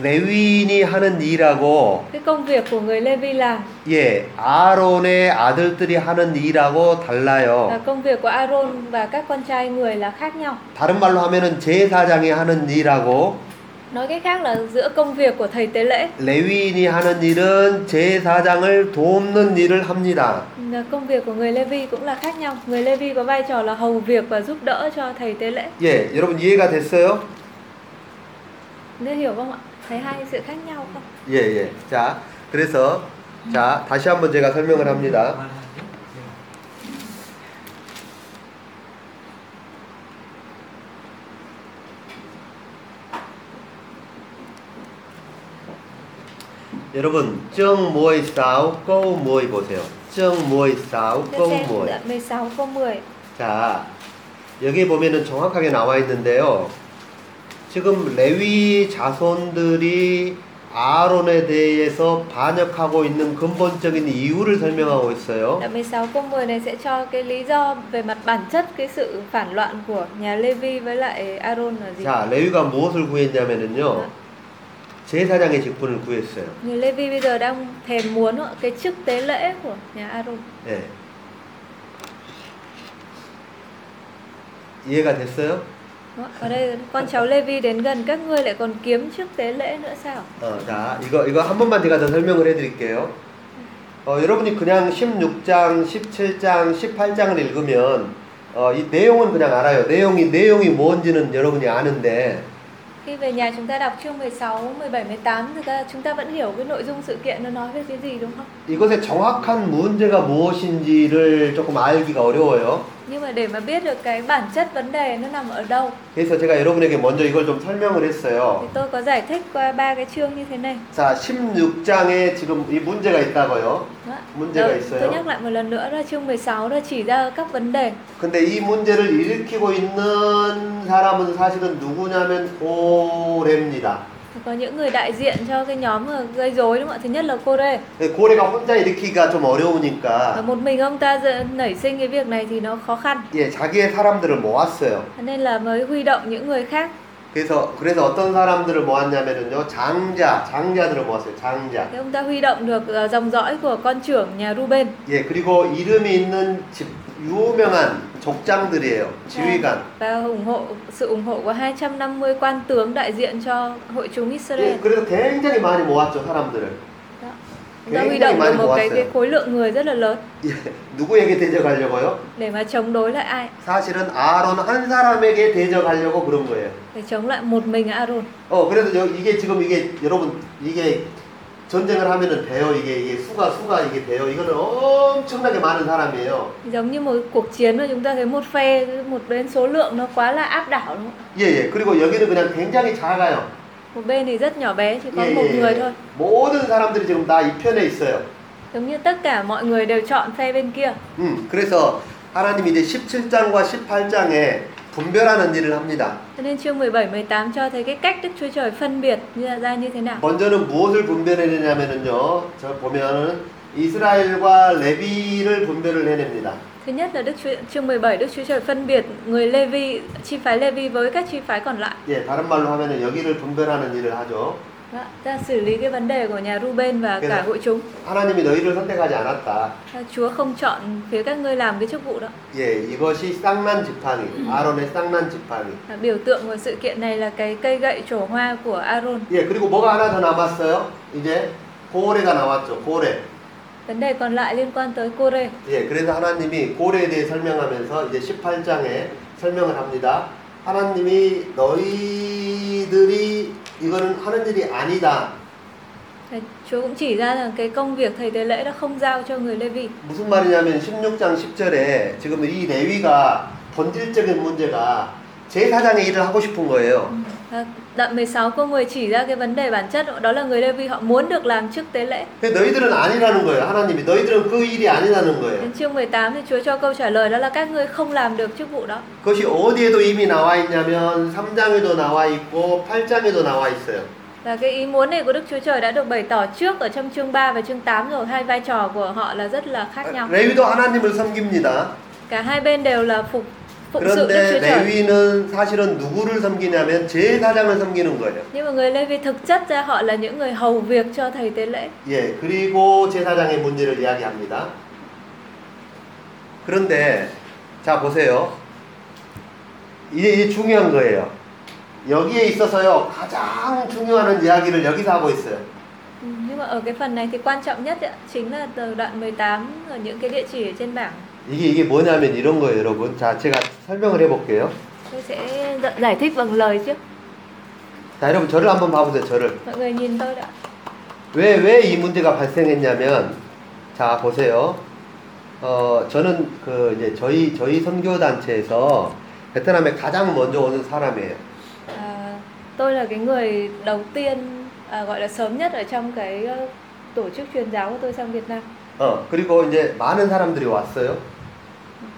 S2: 레위인이 하는 일하고
S1: Cái công việc của người Lê Vi làm
S2: 예 아론의 아들들이 하는 일하고
S1: và
S2: 달라요
S1: công việc của Aaron và các con trai người là khác nhau.
S2: 다른 말로 하면은 제사장이 하는 일하고
S1: Nói cách khác là giữa công việc của thầy tế lễ
S2: 레위인이 하는 일은 제사장을 돕는 일을 합니다
S1: là công việc của người Lê Vi cũng là khác nhau. Người Lê Vi có vai trò là hầu việc và giúp đỡ cho thầy tế lễ.
S2: 예, 여러분 이해가 됐어요?
S1: Nên hiểu không ạ? Thấy hai sự khác nhau không?
S2: 예, 예. 자, 그래서 자, 다시 한번 제가 설명을 합니다. 여러분, 정모이 싸우 꼬우 모이 보세요. 정모이 싸우
S1: Tiếp
S2: 꼬우
S1: xem
S2: 모이.
S1: đoạn 16 câu 10.
S2: 자, 여기 보면은 정확하게 나와 있는데요. 지금 레위 자손들이 아론에 대해서 반역하고 있는 근본적인 이유를 설명하고 있어요.
S1: Đoạn 16 câu 10 này sẽ cho cái lý do về mặt bản chất cái sự phản loạn của nhà Lê Vi với lại Aaron là gì?
S2: 자, 레위가 무엇을 구했냐면은요.
S1: 아.
S2: 제사장의 직분을 구했어요.
S1: Người Lê Vi bây giờ đang thèm muốn ạ, cái chức tế lễ của nhà Aaron.
S2: 예. 이해가 됐어요?
S1: Đó, Ở đây con cháu Lê Vi đến gần các ngươi lại còn kiếm trước tế lễ nữa sao?
S2: 어, 자, 이거 이거 한 번만 제가 더 설명을 해 드릴게요. 어, 여러분이 그냥 16장, 17장, 18장을 읽으면 어, 이 내용은 그냥 알아요. 내용이 내용이 뭔지는 여러분이 아는데
S1: Khi về nhà chúng ta đọc chương 16, 17, 18 thì ta- chúng ta vẫn hiểu cái nội dung sự kiện nó nói về cái gì đúng không?
S2: 이것의 정확한 문제가 무엇인지를 조금 알기가 어려워요.
S1: Nhưng mà để mà biết được cái bản chất vấn đề nó nằm ở đâu
S2: 그래서 제가 여러분에게 먼저 이걸 좀 설명을
S1: thì
S2: 했어요.
S1: tôi có giải thích qua ba cái chương như thế này.
S2: 자, 16장에 지금 이 문제가 있다고요.
S1: Đúng ạ.
S2: 문제가
S1: Rồi,
S2: 있어요?
S1: Tôi nhắc lại một lần nữa là chương 16 đã chỉ ra các vấn đề.
S2: 근데 이 문제를 일으키고 있는 사람은 사실은 누구냐면 고래입니다.
S1: có những người đại diện cho cái nhóm mà gây rối đúng không ạ thứ nhất là cô rê
S2: 예, 고래가 혼자 일으키기가 좀
S1: và
S2: 어려우니까
S1: một mình ông ta dự- nảy sinh cái việc này thì nó khó khăn
S2: 예, 자기의 사람들을 모았어요.
S1: Thế nên là mới huy động những người khác
S2: 그래서 그래서 어떤 사람들을 모았냐면요 장자 장자들을 모았어요 장자
S1: Thế ông ta huy động được ờ, dòng dõi của con trưởng nhà Ruben
S2: 예 그리고 이름이 있는 집 유명한 적장들이에요 지휘관
S1: Vâng. và ủng hộ sự ủng hộ của 250 quan tướng đại diện cho hội chúng Israel.
S2: 예, 그래서 굉장히 많이 모았죠 사람들을
S1: Đó. Ông ta huy
S2: Thế
S1: động
S2: mà
S1: được một cái,
S2: mo았어요.
S1: cái khối lượng người rất là lớn
S2: 예, 누구에게 대적하려고요?
S1: để mà chống đối lại ai?
S2: 사실은 아론 한 사람에게 대적하려고 그런 거예요.
S1: Để chống lại một mình Aaron.
S2: 어 그래서 여- 이게 지금 이게 여러분 이게 전쟁을 하면은 돼요 이게 이게 수가 수가 이게 돼요 이거는 엄청나게 많은 사람이에요.
S1: Giống như một cuộc chiến mà chúng ta thấy một phe một bên số lượng nó quá là áp đảo đúng không?
S2: 예예 그리고 여기는 그냥 굉장히 작아요.
S1: Một bên thì rất nhỏ bé chỉ có
S2: 예,
S1: một
S2: 예,
S1: người
S2: 예.
S1: thôi.
S2: 모든 사람들이 지금 다 이 편에 있어요.
S1: Giống như tất cả mọi người đều chọn phe bên kia.
S2: 음 그래서 하나님이 이제 17장과 18장에 분별하는 일을 합니다.
S1: Cho nên chương 17 18 cho thấy cái cách Đức Chúa Trời phân biệt như là ra như thế nào.
S2: 먼저는 무엇을 분별해 내냐면은요 저 보면은 이스라엘과 레비를 분별을 해냅니다.
S1: Thứ nhất là Đức Chúa, chương 17 Đức Chúa Trời phân biệt người Levi, chi phái Levi với các chi phái còn lại.
S2: 예, 다른 말로 하면은 여기를 분별하는 일을 하죠.
S1: Đó, ta xử lý cái vấn đề của nhà Ruben và
S2: Cái
S1: cả
S2: này.
S1: hội chúng.
S2: 하나님이 너희를 선택하지 않았다.
S1: Ta- Chúa không chọn phía các ngươi làm cái chức vụ đó.
S2: 예, 이것이 쌍난 지팡이, 아론의 쌍난 지팡이.
S1: À, biểu tượng của sự kiện này là cái cây gậy trổ hoa của Aaron.
S2: 예, 그리고 뭐가 하나 더 남았어요? 이제 고래가 나왔죠. 고래.
S1: Vấn đề còn lại liên quan tới Cô-rê.
S2: 예, 그래서 하나님이 고래에 대해 설명하면서 이제 18장에 설명을 합니다. 하나님이 너희들이 이거는 하는 일이 아니다.
S1: Thầy- Chúa cũng chỉ ra rằng cái công việc thầy tế lễ đã không giao cho người Levi.
S2: 무슨 말이냐면 16장 10절에 지금 이 레위가 본질적인 문제가 제사장의 일을 하고 싶은 거예요.
S1: À, đoạn 16 câu 10 chỉ ra cái vấn đề bản chất đó là người Levi họ muốn được làm chức tế lễ.
S2: 근데 너희들은 아니라는 거예요. 하나님이 너희들은 그 일이 아니라는 거예요.
S1: Đến chương 18 thì Chúa cho câu trả lời đó là các ngươi không làm được chức vụ đó.
S2: 그것이 어디에도 이미 나와 있냐면 3장에도 나와 있고 8장에도 나와 있어요.
S1: Và cái ý muốn này của Đức Chúa Trời đã được bày tỏ trước ở trong chương 3 và chương 8 rồi, hai vai trò của họ là rất là khác nhau.
S2: 레위도 하나님을 섬깁니다.
S1: Cả hai bên đều là phục phụng sự Đức
S2: 그런데
S1: Chúa Trời.
S2: 레위는 사실은 누구를 섬기냐면 제사장을 섬기는 거예요.
S1: Nhưng mà người Lê Vi thực chất ra họ là những người hầu việc cho thầy tế lễ.
S2: 예, 그리고 제사장의 문제를 이야기합니다. 그런데 자 보세요. 이게, 이게 중요한 거예요. 여기에 있어서요 가장 중요한 이야기를 여기서 하고 있어요.
S1: Ừ, Nhưng mà ở cái phần này thì quan trọng nhất ấy, chính là từ đoạn 18 ở những cái địa chỉ ở trên bảng.
S2: 이게 이게 뭐냐면 이런 거예요, 여러분. 자 제가 설명을 해볼게요.
S1: Tôi sẽ gi- giải thích bằng lời trước.
S2: 자 여러분 저를 한번 봐보세요. 저를
S1: Mọi người nhìn tôi đã.
S2: 왜 왜 이 문제가 발생했냐면 자 보세요. 어 저는 그 이제 저희 저희 선교 단체에서 베트남에 가장 먼저 오는 사람이에요.
S1: À, tôi là cái người đầu tiên à, gọi là sớm nhất ở trong cái ờ, tổ chức truyền giáo của tôi sang Việt Nam.
S2: 어, 그리고 이제 많은 사람들이 왔어요.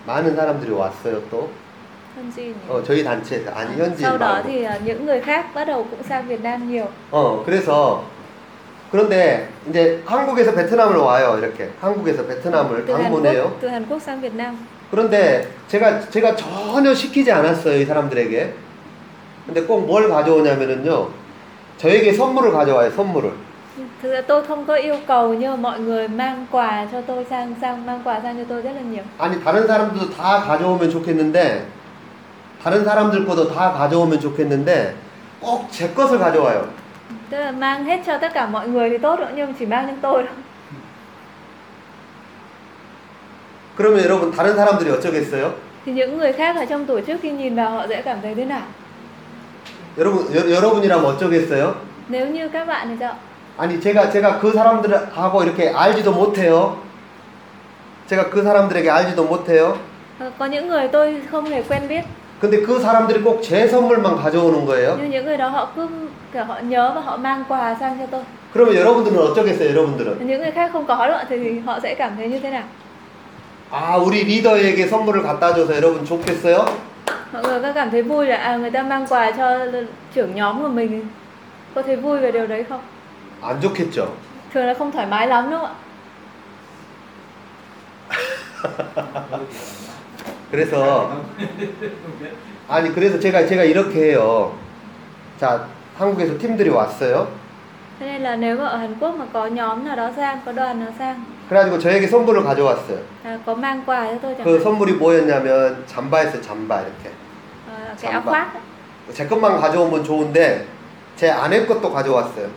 S2: 많은 사람들이 왔어요, 또.
S1: Hơn gì nhỉ?
S2: 어, 저희 단체에서. 아니, 현지인
S1: Sau đó
S2: 말고.
S1: thì à, những người khác bắt đầu cũng sang Việt Nam nhiều.
S2: 어, 그래서. 그런데 이제 한국에서 베트남을 와요, 이렇게. 한국에서 베트남을
S1: Từ Hàn
S2: 방문해요.
S1: Quốc, từ Hàn Quốc sang Việt Nam.
S2: 그런데 제가, 제가 전혀 시키지 않았어요, 이 사람들에게. 근데 꼭 뭘 가져오냐면은요. 저에게 선물을 가져와요, 선물을.
S1: Thực ra tôi không có yêu cầu nhưng mà mọi người mang quà cho tôi sang sang mang quà sang cho tôi rất là nhiều.
S2: 아니, 다른 사람들도 다 가져오면 좋겠는데, 다른 사람들 것도 다 가져오면 좋겠는데, 꼭 제 것을 가져와요.
S1: Tức là mang hết cho tất cả mọi người thì tốt rồi nhưng mà chỉ mang cho tôi thôi.
S2: 그러면 여러분 다른 사람들이 어쩌겠어요?
S1: Thì những người khác ở trong tổ chức khi nhìn vào họ sẽ cảm thấy thế nào?
S2: 여러분 여, 여러분이라면 어쩌겠어요?
S1: Nếu như các bạn thì sao?
S2: 아니 제가 제가 그 사람들하고 이렇게 알지도 못해요. 제가 그 사람들에게 알지도 못해요.
S1: Ờ, Có những người tôi không hề quen biết
S2: 근데 그 사람들이 꼭 제 선물만 가져오는 거예요.
S1: nhưng những người đó họ cứ kiểu họ nhớ và họ mang quà sang cho tôi.
S2: 그러면 여러분들은 어쩌겠어요? 여러분들은
S1: Những người khác không có đó thì họ sẽ cảm thấy như thế nào?
S2: 아 우리 리더에게 선물을 갖다 줘서 여러분 좋겠어요?
S1: mọi người có cảm thấy vui là à, người ta mang quà cho trưởng nhóm của mình Có thấy vui về điều đấy không?
S2: 안 좋겠죠?
S1: Thường là không thoải mái lắm đúng không
S2: 그래서 아니 그래서 제가 제가 이렇게 해요. 자 한국에서 팀들이 왔어요.
S1: ạ? Thế nên là nếu mà ở Hàn Quốc mà có nhóm nào đó sang, có đoàn nào sang
S2: 그래가지고 저에게 선물을 가져왔어요.
S1: à, Có mang quà cho tôi chẳng
S2: 그
S1: hạn
S2: 선물이 뭐였냐면 잠바였어요. 잠바 이렇게.
S1: à, Cái áo
S2: 잠바.
S1: khoác ạ.
S2: 제 것만 가져오면 좋은데 제 아내 것도 가져왔어요.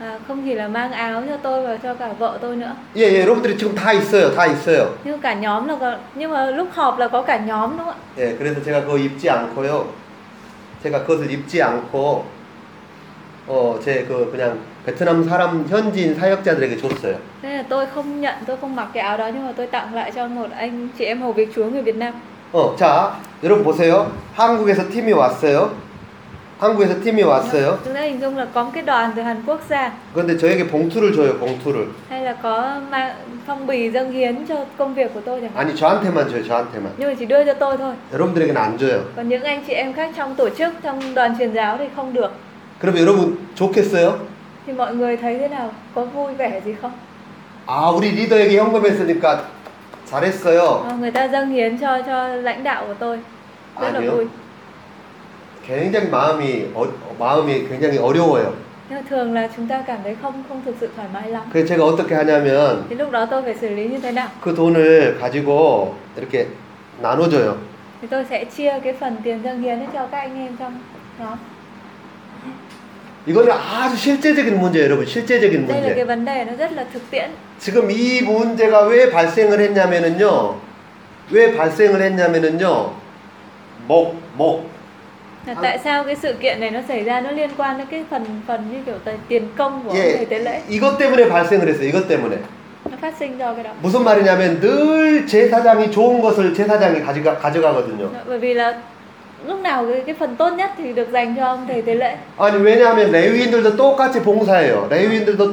S1: à, Không chỉ là mang áo cho tôi và cho cả vợ tôi nữa
S2: 예, 예, 여러분들이 지금 다 있어요. 다 있어요.
S1: Nhưng cả nhóm là có, nhưng mà lúc họp là có cả nhóm đúng không ạ?
S2: 예, 그래서 제가 그거 입지 않고요. 제가 그것을 입지 않고 어, 제 그 그냥 베트남 사람 현지인 사역자들에게 줬어요.
S1: Nên là tôi không nhận, tôi không mặc cái áo đó nhưng mà tôi tặng lại cho một anh chị em hầu việc Chúa người Việt Nam.
S2: 어, 자, 여러분 보세요. 한국에서 팀이 왔어요. 한국에서 팀이 왔어요.
S1: Chúng ta hình dung là có một cái đoàn từ Hàn Quốc sang
S2: 그런데 저에게 봉투를 줘요, 봉투를.
S1: hay là có mang phong bì dâng hiến cho công việc của tôi chẳng hạn.
S2: 아니, 저한테만 줘요, 저한테만.
S1: Nhưng mà chỉ đưa cho tôi thôi.
S2: 여러분들에게는 안 줘요.
S1: Còn những anh chị em khác trong tổ chức, trong đoàn truyền giáo thì không được.
S2: 그럼 여러분 좋겠어요?
S1: Thì mọi người thấy thế nào? Có vui vẻ gì không?
S2: 아, 우리 리더에게 현금했으니까 잘했어요.
S1: À, người ta dâng hiến cho cho lãnh đạo của tôi. Rất là
S2: Ai hiểu.
S1: vui.
S2: 굉장히 마음이 어, 마음이 굉장히 어려워요.
S1: Nhưng mà thường là chúng ta cảm thấy không không thực sự thoải mái lắm.
S2: 그래서 제가 어떻게 하냐면
S1: Thì lúc đó tôi phải xử lý như thế nào?
S2: 그 돈을 가지고 이렇게 나눠줘요.
S1: Thì tôi sẽ chia cái phần tiền dâng hiến ấy cho các anh em trong đó.
S2: 이거는 아주 실제적인 문제예요, 여러분. 실제적인
S1: Đây là
S2: 문제.
S1: cái vấn đề nó rất là thực tiễn.
S2: 지금 이 문제가 왜 발생을 했냐면은요. 왜 발생을 했냐면은요. 목, 목.
S1: Là
S2: À.
S1: tại sao cái sự kiện này nó xảy ra nó liên quan đến cái phần phần như kiểu tài- tiền công của ông
S2: 예.
S1: thầy tế lễ
S2: 이것 때문에 발생을 했어요. 이것 때문에.
S1: nó phát sinh do cái đó.
S2: 무슨 말이냐면 늘 제사장이 좋은 것을 제사장이 가져가, 가져가거든요.
S1: Bởi vì là lúc nào cái, cái phần tốt nhất thì được dành cho ông thầy tế lễ.
S2: 아니 왜냐하면 레위인들도 똑같이 봉사해요. 레위인들도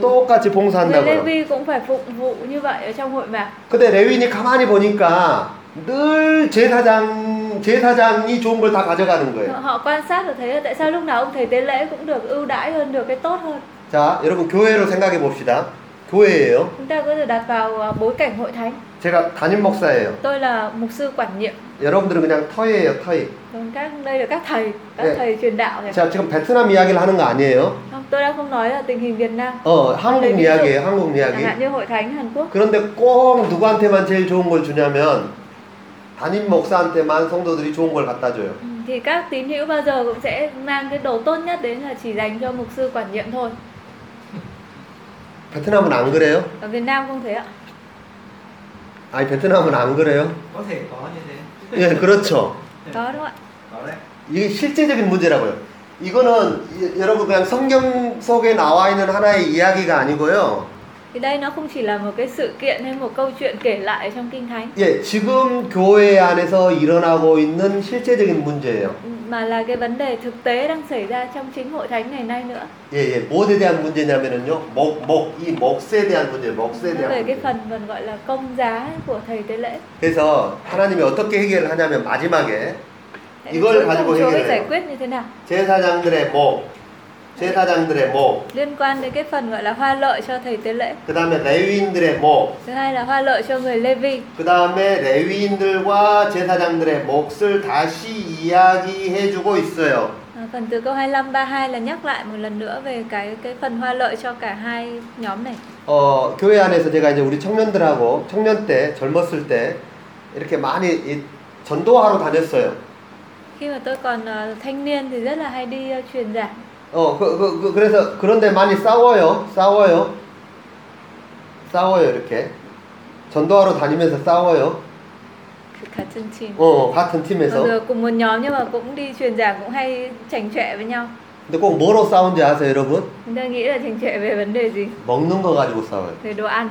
S1: Người
S2: 똑같이
S1: Lê
S2: 봉사한다고요.
S1: Vi cũng phải phục vụ như vậy ở trong hội mạc.
S2: 근데 레위인이 가만히 보니까 늘 제사장 제사장이 좋은 걸 다 가져가는
S1: Họ,
S2: 거예요.
S1: họ quan sát được thấy là tại sao lúc nào ông thầy tế lễ cũng được ưu đãi hơn, được cái tốt hơn.
S2: 자, 여러분 교회로 생각해 봅시다. 교회예요.
S1: Chúng ta có thể đặt vào à, bối cảnh hội thánh.
S2: 제가 담임 목사예요.
S1: Tôi là mục sư quản nhiệm.
S2: 여러분들은 그냥 터예요, 터이.
S1: Còn các đây là các thầy, các
S2: Ê.
S1: thầy truyền đạo này.
S2: 제가 지금 베트남 이야기를 하는 거 아니에요.
S1: Không, tôi đang không nói là tình hình Việt Nam.
S2: 어, 한국 이야기예요, 한국
S1: Chẳng
S2: 이야기.
S1: hạn như hội thánh Hàn Quốc.
S2: 그런데 꼭 누구한테만 제일 좋은 걸 주냐면 담임 목사한테만 성도들이 좋은 걸 갖다 줘요.
S1: Ừ, Thì các tín hữu bao giờ cũng sẽ mang cái đồ tốt nhất đến là chỉ dành cho mục sư quản nhiệm thôi.
S2: 베트남은 안 그래요?
S1: Ở Việt Nam không thế ạ.
S2: 아니 베트남은 안 그래요?
S3: có thể có như thế
S2: 예, 그렇죠.
S1: Có đúng không ạ?
S3: có đấy
S2: 이게 실제적인 문제라고요. 이거는 이- 여러분 그냥 성경 속에 나와 있는 하나의 이야기가 아니고요.
S1: Thì đây nó không chỉ là một cái sự kiện hay một câu chuyện kể lại ở trong kinh thánh
S2: 예, 지금 교회 안에서 일어나고 있는 실제적인 문제예요.
S1: ừ, mà là cái vấn đề thực tế đang xảy ra trong chính hội thánh ngày nay nữa.
S2: 예, 예. 무엇에 대한 문제냐면은요. 목, 목, 이 목세에 대한 문제,
S1: Nó
S2: 목세에
S1: về
S2: 대한
S1: cái
S2: 문제.
S1: phần phần gọi là công giá của thầy tế lễ.
S2: 그래서 하나님이 어떻게 해결을 하냐면 마지막에
S1: Thế
S2: Ý gọi
S1: cuối
S2: là
S1: cùng
S2: 가지고
S1: Chúa
S2: 해결해요.
S1: ấy giải quyết như thế nào?
S2: 제사장들의 목, 제사장들의 목,
S1: Liên quan đến cái phần gọi là hoa lợi cho thầy tế lễ.
S2: 그 다음에 레위인들의 목,
S1: Thứ hai là hoa lợi cho người Lê Vi.
S2: 그 다음에 레위인들과 제사장들의 몫을 다시 이야기해주고 있어요.
S1: À, phần từ câu 25 32 là nhắc lại một lần nữa về cái cái phần hoa lợi cho cả hai nhóm này.
S2: 어, 교회 안에서 제가 이제 우리 청년들하고 청년 때 젊었을 때 이렇게 많이 이, 전도하러 다녔어요.
S1: Khi mà tôi còn ờ, thanh niên thì rất là hay đi ờ, truyền giảng.
S2: 어, 그, 그, 그, 그래서 그런데 많이 싸워요. 싸워요. 싸워요, 이렇게. 전도하러 다니면서 싸워요.
S1: Cả chương trình.
S2: 어, 같은
S1: Mặc
S2: 팀에서.
S1: dù cùng một nhóm nhưng mà cũng đi truyền giảng cũng hay chảnh chọe với nhau.
S2: 근데 꼭 뭐로 싸운지 아세요, 여러분?
S1: Chúng ta nghĩ là chảnh chọe về vấn đề gì?
S2: 먹는 거 가지고 싸워요.
S1: Về đồ ăn.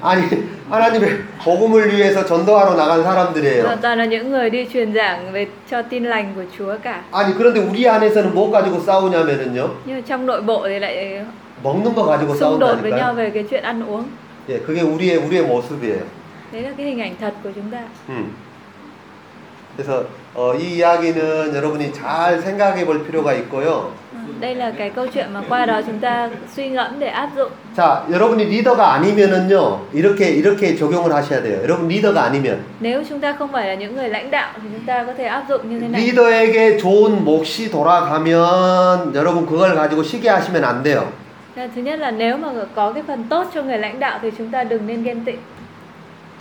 S2: 아니, 하나님의 복음을 위해서 전도하러 나간 사람들이에요.
S1: Hoàn toàn là những người đi truyền giảng về cho tin lành của Chúa cả.
S2: 아니 그런데 우리 안에서는 뭐 가지고 싸우냐면은요
S1: Nhưng mà trong nội bộ thì lại
S2: 먹는 거 가지고
S1: xung đột với nhau
S2: 싸운다니까요.
S1: về cái chuyện ăn uống.
S2: 예, 그게 우리의 우리의 모습이에요.
S1: Đấy là cái hình ảnh thật của chúng ta.
S2: 음. 그래서 어, 이 이야기는 여러분이 잘 생각해 볼 필요가 있고요.
S1: Ừ, Đây là cái câu chuyện mà qua đó chúng ta suy ngẫm để áp dụng.
S2: 자, 여러분이 리더가 아니면은요, 이렇게, 이렇게 적용을 하셔야 돼요. 여러분 리더가 아니면.
S1: Nếu chúng ta không phải là những người lãnh đạo thì chúng ta có thể áp dụng như thế này.
S2: 리더에게 좋은 몫이 돌아가면 여러분 그걸 가지고 시기하시면 안 돼요.
S1: Là Thứ nhất là nếu mà có cái phần tốt cho người lãnh đạo thì chúng ta đừng nên ghen tị.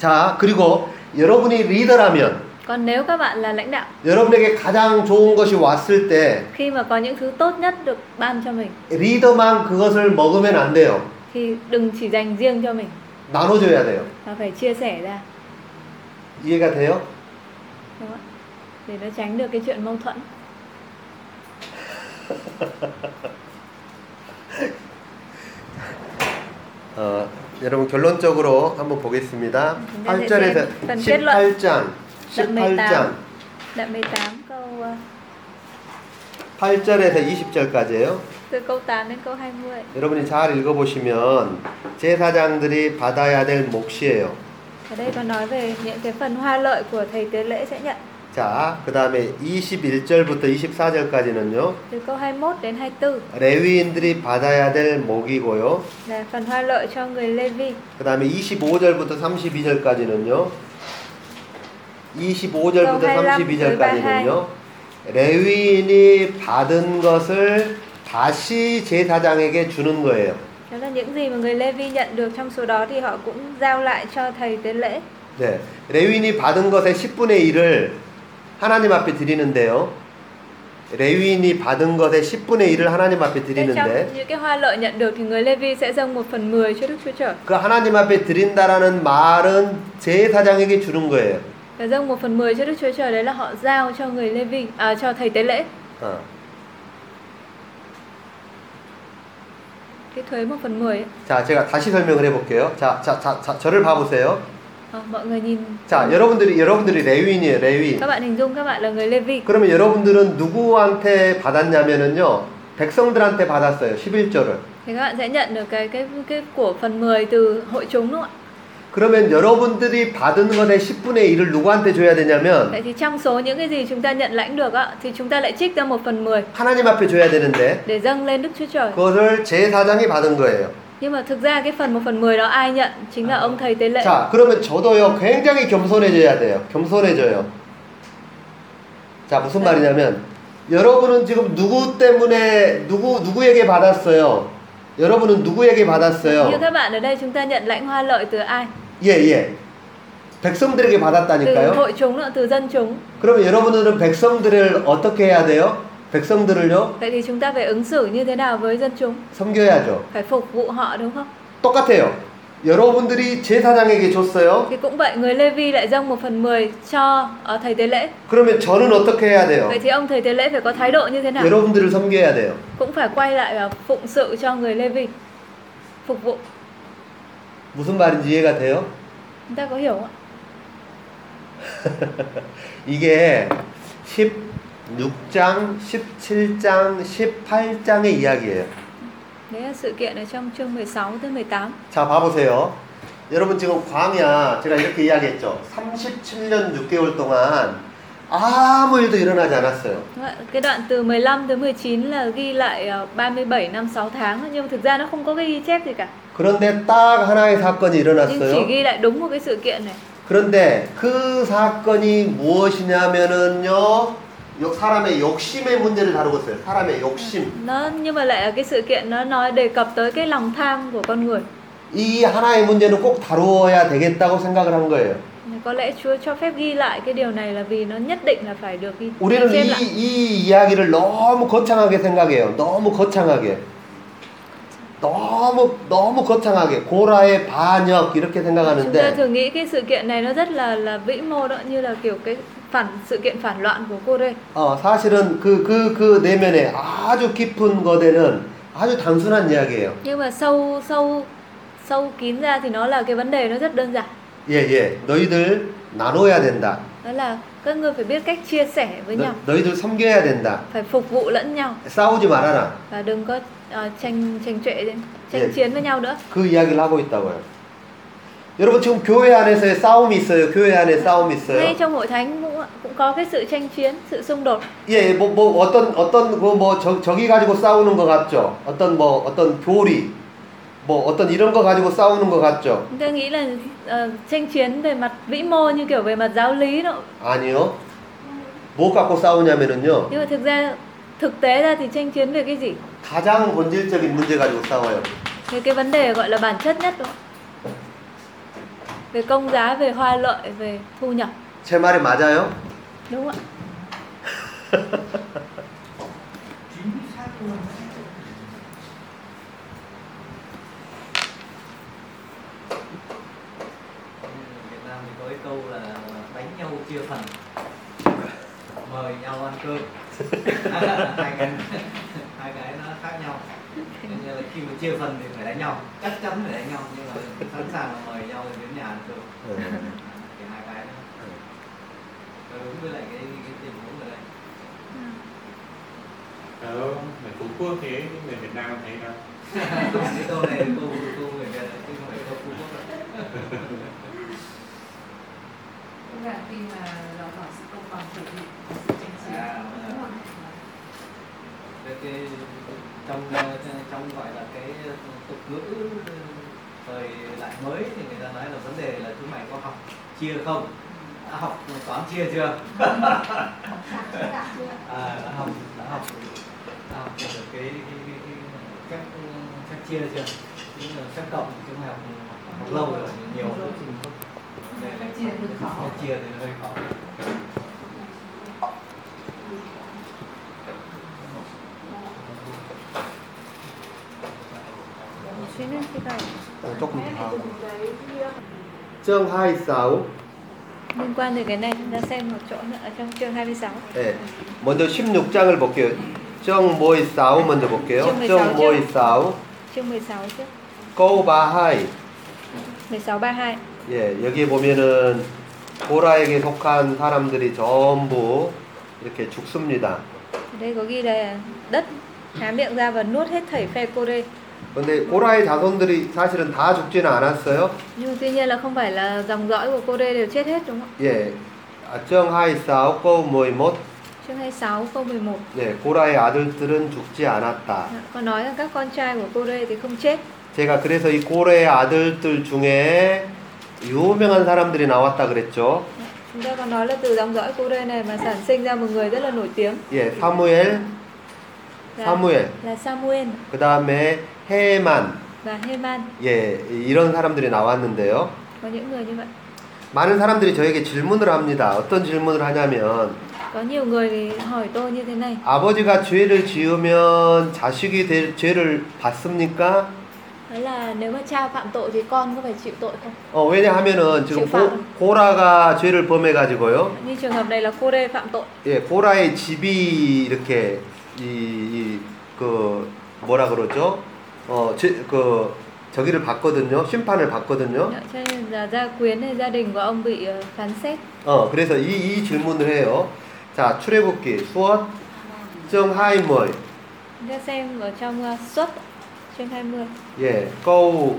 S2: 자, 그리고 여러분이 리더라면
S1: Còn nếu các bạn là lãnh đạo,
S2: 여러분에게 가장 좋은 것이 왔을 때
S1: khi mà có những thứ tốt nhất được ban cho mình
S2: 리더만 그것을 먹으면 안 돼요.
S1: thì đừng chỉ dành riêng cho mình
S2: 나눠줘야 돼요.
S1: mà phải chia sẻ ra,
S2: 이해가 돼요?
S1: đúng không ạ? Để nó tránh được cái chuyện mâu thuẫn.
S2: 어, 여러분 결론적으로 한번 보겠습니다.
S1: 음, 근데
S2: 8절에서
S1: 이제 단 kết
S2: 18장,
S1: 단 메이다.
S2: 18장,
S1: Đoạn 18 câu ờ,
S2: 8절에서 20절까지예요.
S1: từ câu 8 đến câu 20.
S2: 여러분이 잘 읽어보시면 제사장들이 받아야 될 몫이에요.
S1: Ở đây có nói về những cái phần hoa lợi của thầy tế lễ sẽ nhận.
S2: 자, 그 다음에 21절부터 24절까지는요.
S1: Từ câu 21 đến 24
S2: 레위인들이 받아야 될 목이고요.
S1: là phần hoa lợi cho người Lê Vi.
S2: 그 다음에 25절부터 32절까지는요. 25절부터
S1: 그럼 하이람
S2: 32절까지는요. 레위인이 받은 것을 다시 제사장에게 주는 거예요.
S1: Đó là những gì mà người Lê Vi nhận được trong số đó thì họ cũng giao lại cho thầy tế lễ.
S2: 네. 레위인이 받은 것의 10분의 1을 하나님 앞에 드리는데요. 레위인이 받은 것의 10분의 1을 하나님 앞에
S1: Thế
S2: 드리는데
S1: trong những cái hoa lợi nhận được thì người Lê Vi sẽ dâng một phần 10 cho Đức Chúa Trời.
S2: 그 하나님 앞에 드린다라는 말은 제사장에게 주는 거예요.
S1: Và dâng một phần 10 cho Đức Chúa Trời đấy là họ giao cho người Lê Vi, à, cho thầy tế lễ.
S2: 어.
S1: Cái thuế một phần 10 ấy.
S2: 자, 제가 다시 설명을 해볼게요. 자, 자, 자, 자, 저를 봐보세요.
S1: Ờ, mọi người nhìn.
S2: 자, 여러분들이 여러분들이 레위인이에요, 레위인.
S1: Các bạn hình dung các bạn là người Lê Vi.
S2: 그러면 여러분들은 누구한테 받았냐면은요, 백성들한테 받았어요, 11절을.
S1: Thì các bạn sẽ nhận được cái cái cái của phần 10 từ hội chúng đúng không ạ?
S2: 그러면 여러분들이 받은 것의 10분의 1을 누구한테 줘야 되냐면
S1: Vậy thì trong số những cái gì chúng ta nhận lãnh được á, thì chúng ta lại trích ra một phần 10
S2: 하나님 앞에 줘야 되는데
S1: để dâng lên Đức Chúa Trời.
S2: 그것을 제사장이 받은 거예요.
S1: Nhưng mà thực ra cái phần một phần 10 đó ai nhận chính là ông thầy tế lễ.
S2: 자, 그러면 저도요, 굉장히 겸손해져야 돼요. 겸손해져요. 자, 무슨 말이냐면, 여러분은 지금 누구 때문에, 누구, 누구에게 받았어요? 여러분은 누구에게
S1: Như
S2: 받았어요?
S1: các bạn ở đây chúng ta nhận lãnh hoa lợi từ ai?
S2: 예, 예. 백성들에게
S1: Từ
S2: 받았다니까요.
S1: hội chúng nữa, từ dân chúng.
S2: 그러면 여러분들은 백성들을 어떻게 해야 돼요? 백성들을요?
S1: Vậy thì chúng ta phải ứng xử như thế nào với dân chúng?
S2: 섬겨야죠.
S1: Phải phục vụ họ đúng không?
S2: 똑같아요. 여러분들이 제사장에게 줬어요.
S1: Thì cũng vậy, người Lê Vi lại dâng một phần 10 cho ờ, thầy tế lễ.
S2: 그러면 저는 어떻게 해야 돼요?
S1: Vậy thì ông thầy tế lễ phải có thái độ như thế nào?
S2: 여러분들을 섬겨야 돼요.
S1: Cũng phải quay lại và phụng sự cho người Lê Vi. Phục vụ.
S2: 무슨 말인지 이해가 돼요?
S1: Chúng ta có hiểu không ạ?
S2: 이게 16장, 17장, 18장의 이야기예요.
S1: Đấy là sự kiện ở trong chương 16 tới 18.
S2: 자, 봐보세요. 여러분 지금 광야 제가 이렇게 이야기했죠. 37년 6개월 동안 아무 일도 일어나지 않았어요.
S1: Đúng Vâng ạ. Cái đoạn từ 15 tới 19 là ghi lại ờ, 37 năm 6 tháng nhưng mà thực ra nó không có cái ghi chép gì cả.
S2: 그런데 딱 하나의 사건이
S1: Nhưng chỉ
S2: 일어났어요.
S1: ghi lại đúng một cái sự kiện này.
S2: 그런데 그 사건이 무엇이냐면은요. 욕- 사람의 욕심의 문제를 다루고 있어요. 사람의 욕심.
S1: Nó nhưng mà lại là cái sự kiện nó nói đề cập tới cái lòng tham của con người.
S2: 이 하나의 문제는 꼭 다루어야 되겠다고 생각을 한 거예요.
S1: Có lẽ Chúa cho phép ghi lại cái điều này là vì nó nhất định là phải được ghi
S2: 우리는
S1: chép
S2: 이,
S1: lại.
S2: 이 이야기를 너무 거창하게 생각해요. 너무 거창하게. 너무 너무 거창하게 고라의 반역 이렇게
S1: Chúng ta
S2: 생각하는데
S1: thường nghĩ cái sự kiện này nó rất là là vĩ mô đó như là kiểu cái phản sự kiện phản loạn của cô đây.
S2: 어, 사실은 그 그 그 내면에 아주 깊은 거대는 아주 단순한 이야기예요.
S1: Nhưng mà sâu sâu sâu kín ra thì nó là cái vấn đề nó rất đơn giản.
S2: 예, 예. 너희들 나눠야 된다.
S1: Đó là các ngươi phải biết cách chia sẻ với nhau,
S2: 너, 희들 섬겨야 된다.
S1: phải phục vụ lẫn nhau
S2: 싸우지 말아라.
S1: và đừng có ờ, tranh tranh trệ tranh
S2: Yes.
S1: chiến với nhau nữa.
S2: 그 이야기를 하고 있다고요. 여러분 지금 교회 안에서의 싸움이 있어요. 교회 안에 싸움이
S1: ngay
S2: 있어요.
S1: trong hội thánh cũng cũng có cái sự tranh chiến sự xung đột
S2: 예, 뭐, 뭐 어떤 어떤 그 뭐 저기 가지고 싸우는 것 같죠. 어떤 뭐 어떤 교리, 뭐 어떤 이런 거 가지고 싸우는 것 같죠.
S1: chúng tôi nghĩ là ờ, tranh chiến về mặt vĩ mô như kiểu về mặt giáo lý đó
S2: Vâng. 아니요. 뭐 갖고 싸우냐면은요.
S1: nhưng mà thực ra thực tế ra thì tranh chiến về cái gì
S2: 가장 본질적인 문제 가지고 싸워요.
S1: về cái vấn đề gọi là bản chất nhất đó về công giá về hoa lợi về thu nhập
S2: 제 말이 맞아요?
S1: đúng không ạ
S3: Việt Nam thì có cái câu là đánh nhau chia phần mời nhau ăn cơm hai cái hai cái nó khác nhau Nên là khi mà chia phần thì phải đánh nhau chắc chắn phải đánh nhau nhưng mà sẵn sàng là mời nhau đến nhà ăn cơm
S2: 네.
S3: thì hai cái đó Và đúng với lại cái cái tình huống ở đây
S4: ở Ờ, người Phú Quốc thế người Việt Nam thấy là
S3: cái câu này là câu câu người Việt chứ không phải câu Phú Quốc đâu.
S5: Tức là khi mà nó bảo sự công bằng của vị sự tranh chiến
S3: À,
S5: đúng
S3: à.
S5: không?
S3: cái, cái trong ờ, trong gọi là cái tục ngữ thời đại mới thì người ta nói là vấn đề là chúng mày có học chia không đã học toán chia chưa à, đã học đã học đã học được cái, cái, cái, cái cách cách chia chưa nhưng mà cách cộng thì chúng mày học, học lâu rồi nhiều rồi
S5: Cách chia hơi khó.
S3: cách chia thì hơi khó
S2: 조금 다. 정하이 싸움.
S1: liên quan đến cái này chúng ta xem một chỗ nữa ở trong chương 26
S2: 예. 먼저 16장을 볼게요. 정모이 싸움 먼저 볼게요. 정모이 싸움.
S1: chương 16 trước
S2: 고바하이.
S1: 16 32
S2: 예, 여기 보면은 고라에게 속한 사람들이 전부 이렇게 죽습니다.
S1: ở đây có ghi là đất há miệng ra và nuốt hết thảy phe cô đây
S2: 근데 고라의 자손들이 사실은 다 죽지는 않았어요.
S1: nhưng mà tuy nhiên là không phải là dòng dõi của cô đây đều chết hết đúng không
S2: 예, 정하이 싸움 고모이 못.
S1: chương 26 câu 11
S2: 예, 고라의 아들들은 죽지 않았다.
S1: có nói là các con trai của cô đây thì không chết
S2: 제가 그래서 이 고래의 아들들 중에 유명한 사람들이 나왔다 그랬죠.
S1: chúng ta có nói là từ dòng dõi cô đây này mà sản sinh ra một người rất là nổi tiếng
S2: 예, 사무엘,
S1: là,
S2: 사무엘.
S1: là Samuel
S2: 그 다음에 헤만,
S1: và Heman
S2: 예, 이런 사람들이 나왔는데요.
S1: có những người như vậy
S2: 많은 사람들이 저에게 질문을 합니다. 어떤 질문을 하냐면
S1: có nhiều người thì hỏi tôi như thế này
S2: 아버지가 죄를 지으면 자식이 될 죄를 받습니까?
S1: đó là nếu mà cha phạm tội thì con có phải chịu tội không
S2: 어, 왜냐하면은 지금
S1: 죄송.
S2: 고, 라가 죄를 범해가지고요.
S1: như trường hợp này là cô đây phạm tội
S2: 예, 고라의 집이 이렇게 이 그 뭐라 그러죠? 어, 죄, 그 저기를 받거든요. 심판을 받거든요.
S1: Đó, Dạ, cho nên là gia quyến hay gia đình của ông bị ờ, phán xét
S2: 어, 그래서 이, 이 질문을 해요. 자, 출애굽기 수원 정하이몰
S1: chúng ta xem ở trong ờ, xuất chương 20
S2: 예, 거우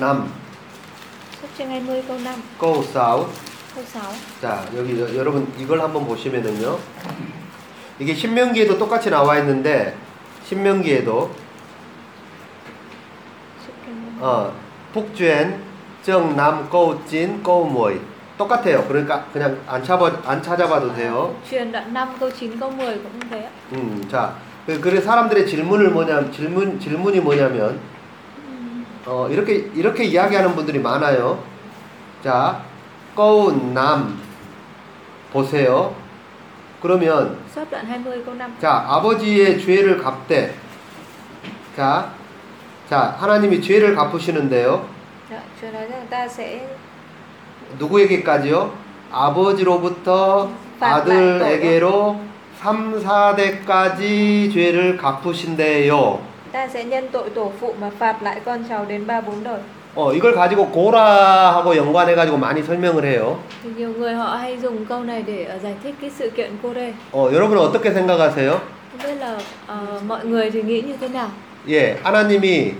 S2: 남,
S1: xuất chương 20 câu 5
S2: 거우 사우.
S1: câu 6
S2: 자, 여기 여, 여러분 이걸 한번 보시면은요. 이게 신명기에도 똑같이 나와 있는데 신명기에도
S1: xuất chương 20.
S2: 어, 북주엔 정남 거우진 거우모이 똑같아요. 그러니까 그냥 안 찾아 안 찾아봐도 돼요.
S1: truyền đoạn 5 câu 9 câu 10 cũng như thế ạ.
S2: 음, 자, 그- 그래서 사람들의 질문을 뭐냐면 질문 질문이 뭐냐면 어 이렇게 이렇게 이야기하는 분들이 많아요. 자, 거운남 보세요. 그러면
S1: xuất đoạn 20 câu 5
S2: 자 아버지의 죄를 갚되 자, 자 하나님이 죄를 갚으시는데요.
S1: Đó, Chúa nói rằng ta sẽ
S2: 누구에게까지요? 아버지로부터 아들에게로 3, 4대까지 죄를 갚으신대요.
S1: ta sẽ nhân tội tổ phụ mà phạt lại con cháu đến ba bốn đời.
S2: 어, 이걸 가지고 고라하고 연관해가지고 많이 설명을 해요.
S1: Thì nhiều người họ hay dùng câu này để ờ, giải thích cái sự kiện cô đây.
S2: 어, 여러분은 어떻게 생각하세요?
S1: Không biết là ờ, mọi người thì nghĩ như thế nào?
S2: 예, 하나님이 예,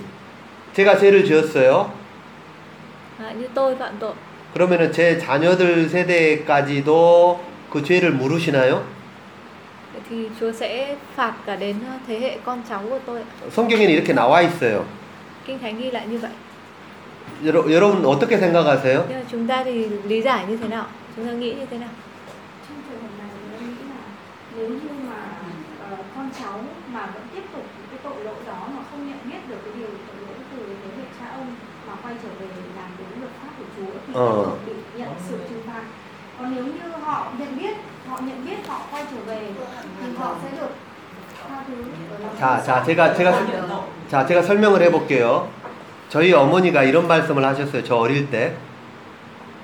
S2: 제가 죄를 지었어요.
S1: à, như tôi phạm tội
S2: 그러면은 제 자녀들 세대까지도 그 죄를 물으시나요?
S1: vậy thì Chúa sẽ phạt cả đến ờ, thế hệ con cháu của tôi ạ.
S2: 성경에는 이렇게 나와 있어요.
S1: kinh thánh ghi lại như vậy
S2: 여러- 여러분 어떻게 생각하세요?
S1: nhưng mà chúng ta thì lý giải như thế nào chúng ta nghĩ như thế nào
S6: trong trường hợp này thì em nghĩ là nếu như mà ờ, con cháu mà vẫn tiếp tục cái tội lỗi đó mà không nhận biết được cái điều tội lỗi từ thế hệ cha ông mà quay trở về làm đúng luật pháp của Chúa thì
S2: Ờ.
S6: họ bị nhận sự trừng phạt còn nếu như họ nhận biết họ nhận biết họ quay trở về thì họ sẽ được tha thứ ở lòng
S2: 자,
S6: thương
S2: 자,
S6: xót.
S2: 아, 제가 제가
S3: Không nhận tội.
S2: 자, 제가 설명을 해볼게요. 저희 어머니가 이런 말씀을 하셨어요. 저 어릴 때.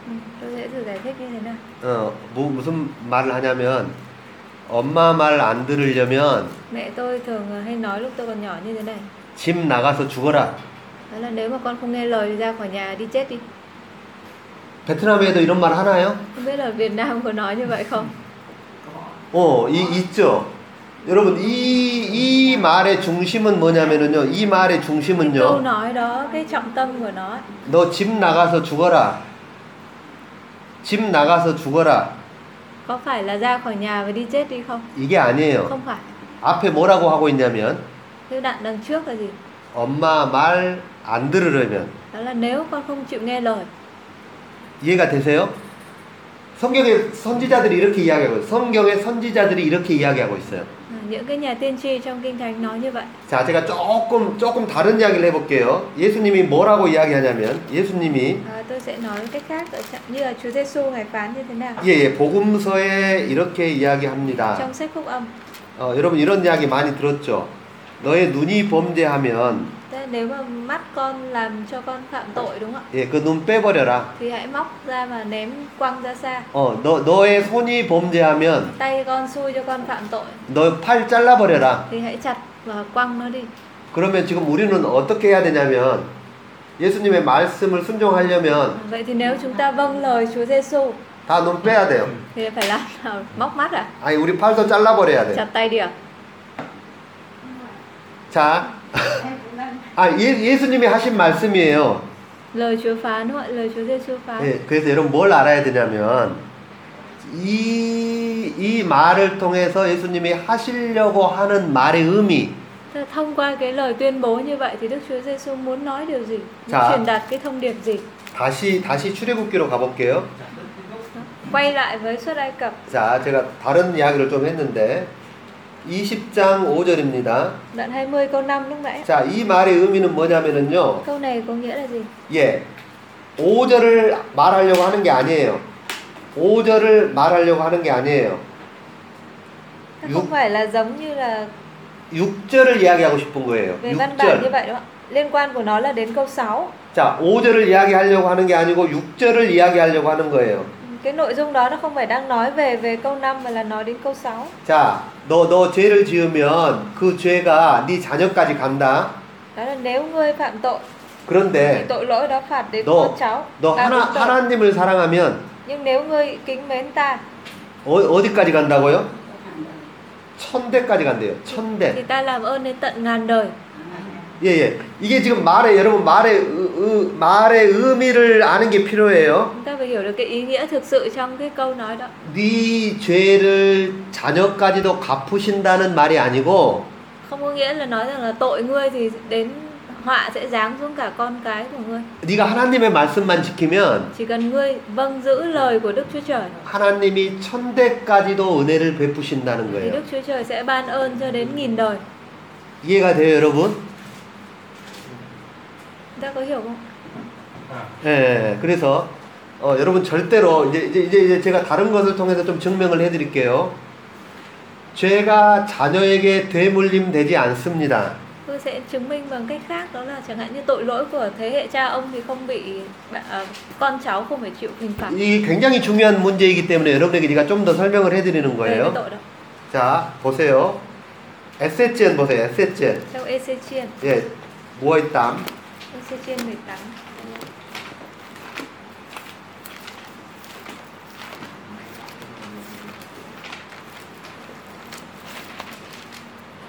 S1: ừ, tôi sẽ thử giải thích như thế nào
S2: 어, 뭐, 무슨 말을 하냐면, 엄마 말 안 들으려면
S1: mẹ tôi thường ờ, hay nói lúc tôi còn nhỏ như thế này
S2: 집 나가서 죽어라.
S1: đó là nếu mà con không nghe lời thì ra khỏi nhà đi chết đi
S2: 베트남에도 이런 말 하나요?
S1: không biết là Việt Nam có nói như vậy không
S2: 어, 이, 있죠. 여러분, 이, 이 말의 중심은 뭐냐면은요, 이 말의
S1: cái câu
S2: 중심은요,
S1: nói đó cái trọng tâm của nó ấy,
S2: 너 집 나가서 죽어라. 집 나가서 죽어라.
S1: có phải là ra khỏi nhà và đi chết đi không
S2: 이게 아니에요.
S1: không phải
S2: 앞에 뭐라고 하고 있냐면,
S1: thế đoạn đằng trước là gì
S2: 엄마 말 안 들으려면.
S1: đó là nếu con không chịu nghe lời
S2: 이해가 되세요? 성경의 선지자들이 이렇게 이야기하고 있어요. 성경의 선지자들이 이렇게 이야기하고 있어요.
S1: À, những cái nhà tiên tri trong kinh thánh nói như vậy
S2: 자, 제가 조금 조금 다른 이야기를 해볼게요. 예수님이 뭐라고 이야기하냐면 예수님이
S1: à, tôi sẽ nói cách khác ở trạng- như là Chúa Giêsu ngài phán như thế nào
S2: 예, 예 복음서에 이렇게 이야기합니다.
S1: trong sách Phúc Âm
S2: 어, 여러분 이런 이야기 많이 들었죠. 너의 눈이 범죄하면
S1: Thế là nếu mà mắt con làm cho con phạm tội đúng không
S2: 예, 그 눈 빼버려라.
S1: ạ thì hãy móc ra mà ném quăng ra xa
S2: 어, 너 너의 손이 범죄하면
S1: tay con xui cho con phạm tội
S2: 너 팔 잘라버려라.
S1: thì hãy chặt và quăng nó đi
S2: 그러면 지금 우리는 어떻게 해야 되냐면 예수님의 말씀을 순종하려면
S1: À, vậy thì nếu chúng ta vâng lời Chúa Giêsu
S2: 다 눈 빼야 돼요.
S1: thì phải làm nào móc mắt à
S2: 아니 우리 팔도 잘라버려야 돼.
S1: chặt tay đi à
S2: 자,
S5: em cũng đang
S2: 아 예, 예수님이 하신 말씀이에요.
S1: lời Chúa phán đúng không ạ lời Chúa Giêsu phán
S2: 예, 그래서 여러분 뭘 알아야 되냐면 이, 이 말을 통해서 예수님이 하시려고 하는 말의 의미.
S1: Thế là thông qua cái lời tuyên bố như vậy thì Đức Chúa Giêsu muốn nói điều gì muốn
S2: Dạ.
S1: truyền đạt cái thông điệp gì
S2: 다시 다시 출애굽기로 가볼게요.
S1: quay lại với xuất Ai Cập
S2: 자, 제가 다른 이야기를 좀 했는데 20장 5절입니다.
S1: đoạn 20 câu 5 lúc nãy
S2: 자, 이 말의 의미는 뭐냐면은요.
S1: câu này có nghĩa là gì
S2: 예. 5절을 말하려고 하는 게 아니에요. 5절을 말하려고 하는 게 아니에요.
S1: Thế
S2: Lúc-
S1: không phải là giống như là
S2: 6절을 이야기하고 싶은 거예요.
S1: về văn bản như
S2: 6절.
S1: vậy đúng không ạ liên quan của nó là đến câu 6
S2: 자, 5절을 이야기하려고 하는 게 아니고 6절을 이야기하려고 하는 거예요.
S1: cái nội dung đó nó không phải đang nói về về câu 5 mà là nói đến câu 6
S2: 자, 너, 너 죄를 지으면 그 죄가 네 자녀까지 간다.
S1: đó là nếu ngươi phạm tội thì
S2: 그런데
S1: tội lỗi đó phạt đến
S2: Đồ.
S1: con cháu
S2: 너
S1: ta
S2: 하나,
S1: đúng tội.
S2: 하나님을 사랑하면
S1: nhưng nếu ngươi kính mến ta
S2: 어, 어디까지 간다고요? 천대까지 간대요. 천대.
S1: thì ta làm ơn đến tận ngàn đời
S2: 예, 예. 이게 지금 말의 여러분 말의 의- 의- 말의 의미를 아는 게 필요해요.
S1: chúng ta phải hiểu được cái ý nghĩa thực sự trong cái câu nói đó
S2: 네 죄를 자녀까지도 갚으신다는 말이 아니고
S1: không có nghĩa là nói rằng là tội ngươi thì đến họa sẽ giáng xuống cả con cái của ngươi
S2: 네가 하나님의 말씀만 지키면
S1: chỉ cần ngươi vâng giữ lời của đức chúa trời
S2: 하나님이 천대까지도 은혜를
S1: thì
S2: 베푸신다는
S1: đức
S2: 거예요.
S1: chúa trời sẽ ban ơn cho đến nghìn đời
S2: 이해가 돼요, 여러분?
S1: chúng ta có hiểu không
S4: à,
S2: 예. 그래서 어, 여러분 절대로 이제 이제 이제 이제 제가 다른 것을 통해서 좀 증명을 해 드릴게요. 죄가 자녀에게 되물림 되지 않습니다.
S1: tôi sẽ chứng minh bằng cách khác đó là chẳng hạn như tội lỗi của thế hệ cha ông thì không bị bạn- à, con cháu không phải chịu hình phạt
S2: 이 굉장히 중요한 문제이기 때문에 여러분에게 제가 좀 더 설명을
S1: về
S2: 해드리는
S1: cái
S2: 거예요.
S1: tội đó
S2: 자, 보세요. 에세첸 보세요. 에세첸.
S1: theo Ezechiel
S2: 예, 모아있담.
S1: Ezechiel 18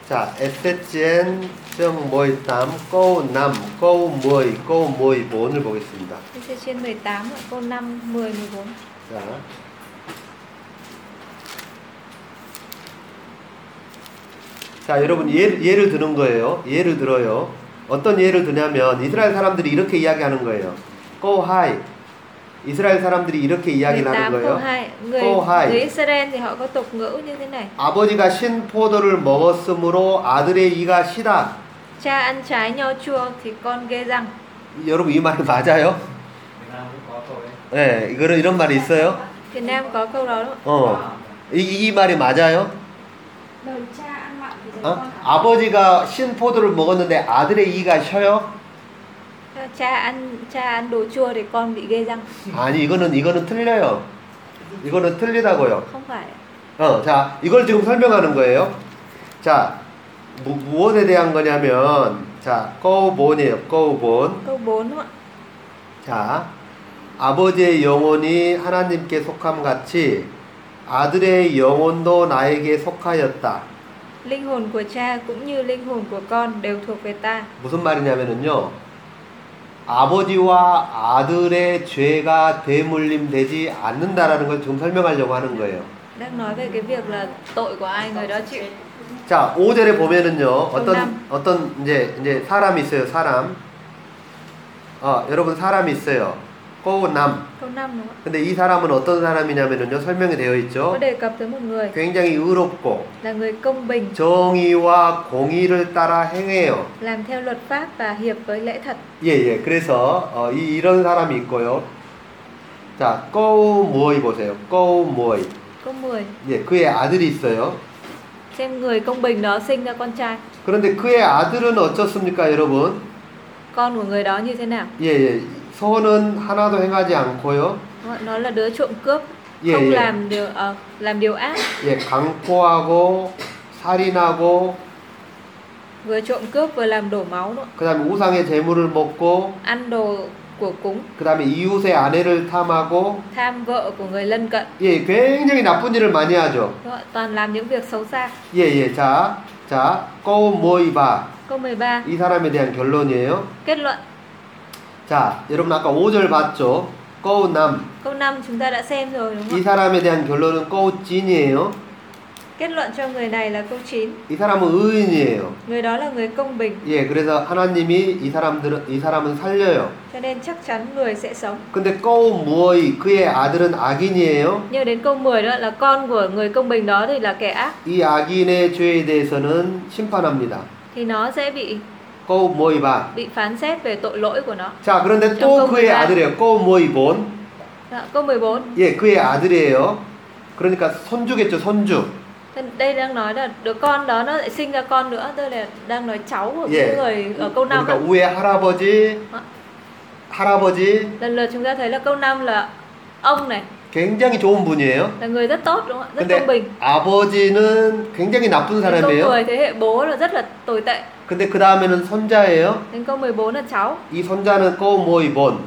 S2: 자, SHN.158 câu 5, câu 10, câu 14을 뭐 보겠습니다.
S1: Thế sẽ trên 18 ạ, câu 5, 10, 14
S2: 자. 자, 여러분 예, 예를 드는 거예요. 예를 들어요. 어떤 예를 드냐면 이스라엘 사람들이 이렇게 이야기하는 거예요. Go high. 이스라엘 사람들이 이렇게 이야기를 하는
S1: 18 câu
S2: 거예요.
S1: 2 Người,
S2: Câu hai.
S1: người Israel thì họ có tục ngữ như thế này
S2: 아버지가 신 포도를 먹었으므로 아들의 이가 시다.
S1: Cha ăn trái nho chua thì con ghê răng
S2: 여러분 이 말이 맞아요?
S3: Việt Nam cũng có câu đấy
S2: 예, 이거는 이런 말이 있어요.
S1: Việt Nam có câu đó đúng không?
S2: 어, 이, 이- 이 말이 맞아요?
S6: đời cha ăn mặn thì đời
S2: 어?
S6: con ăn
S2: 아버지가 신 포도를 먹었는데 아들의 이가 쉬어요?
S1: Cha ăn cha ăn đồ chua thì con bị ghê răng
S2: 아니 이거는 이거는 틀려요. 이거는 틀리다고요.
S1: Không phải ạ.
S2: 어, 자 이걸 지금 설명하는 거예요. 자 무, 무엇에 대한 거냐면 자 거우본이에요. 거우본.
S1: Câu 4 đúng không ạ?
S2: 자, 아버지의 영혼이 하나님께 속함 같이 아들의 영혼도 나에게 속하였다.
S1: Linh hồn của cha cũng như linh hồn của con đều thuộc về ta.
S2: 무슨 말이냐면은요. 아버지와 아들의 죄가 대물림되지 않는다라는 걸 지금 설명하려고 하는 거예요.
S1: Đang nói về cái việc là tội của ai người đó chịu.
S2: 자, 5절에 보면은요. 어떤
S1: 정답.
S2: 어떤 이제 이제 사람이 있어요. 사람. 어, 여러분 사람이 있어요. 꼬남.
S1: Câu 5 đúng không ạ?
S2: 근데 이 사람은 어떤 사람이냐면은요. 설명이 되어
S1: Có
S2: 있죠.
S1: đề cập tới một người
S2: 굉장히 의롭고
S1: là người công bình,
S2: 정의와 공의를 따라 행해요.
S1: làm theo luật pháp và hiệp với lẽ thật.
S2: 예, 예. 그래서 어, 이, 이런 사람이 있고요. 자, 꼬우모이 보세요. 꼬우모이.
S1: Câu 10.
S2: 예, 그의 아들이 있어요.
S1: Xem người công bình đó sinh ra con trai.
S2: 그런데 그의 아들은 어떻습니까, 여러분?
S1: Con của người đó như thế nào?
S2: 예, 예. 선은 하나도 행하지 않고요.
S1: Đúng không ạ? Nó là đứa trộm cướp,
S2: 예,
S1: không
S2: 예.
S1: làm điều ờ, làm điều ác,
S2: 예, 강포하고 살인하고
S1: vừa trộm cướp vừa làm đổ máu nữa.
S2: 그다음에 우상의 재물을 먹고
S1: Ăn đồ của cúng,
S2: 그다음에 이웃의 아내를 탐하고
S1: tham vợ của người lân cận.
S2: 예, 굉장히 나쁜 일을 많이 하죠.
S1: Đúng không ạ? Toàn làm những việc xấu xa.
S2: 예, 예. 자, 자, 꼬우모이바.
S1: Câu 13.
S2: 이 사람에 대한 결론이에요.
S1: Kết luận
S2: 자, 여러분 아까 5절 봤죠? 꺼우남.
S1: Câu 5 chúng ta đã xem rồi đúng không? ạ?
S2: 이 사람에 대한 결론은 꺼우진이에요.
S1: Kết luận cho người này là câu 9.
S2: 이 사람은 의인이에요.
S1: Người đó là người công bình,
S2: 예, 그래서 하나님이 이 사람들은 이 사람은 살려요.
S1: cho nên chắc chắn người sẽ sống.
S2: 근데 꺼우무어이 그의 아들은 악인이에요.
S1: Nhưng đến câu 10 đó là con của người công bình đó thì là kẻ ác
S2: 이 악인의 죄에 대해서는 심판합니다.
S1: thì nó sẽ bị
S2: 꺼우무어이바.
S1: bị phán xét về tội lỗi của nó.
S2: 자, 그런데
S1: 잠깐만요.
S2: 또 그의 아들이에요. 꺼우무어이본.
S1: Đó, câu 14.
S2: 예, 그의 아들이에요. 그러니까 선주겠죠, 선주.
S1: Thế Đây đang nói là đứa con đó nó lại sinh ra con nữa, tức là đang nói cháu của
S2: 예.
S1: cái người ở câu 5.
S2: 그러니까 우의 할아버지,
S1: 아.
S2: 할아버지
S1: Lần lượt chúng ta thấy là câu 5 là ông này
S2: 굉장히 좋은 분이에요.
S1: là người rất tốt đúng không ạ? Rất
S2: 근데
S1: công bình.
S2: 아버지는 굉장히
S1: Đến câu
S2: 나쁜 사람이에요.
S1: 10 thế hệ bố là rất là tồi tệ.
S2: 근데 그 다음에는 손자예요.
S1: Đến câu 14 là cháu.
S2: 이 손자는 꼬모이본.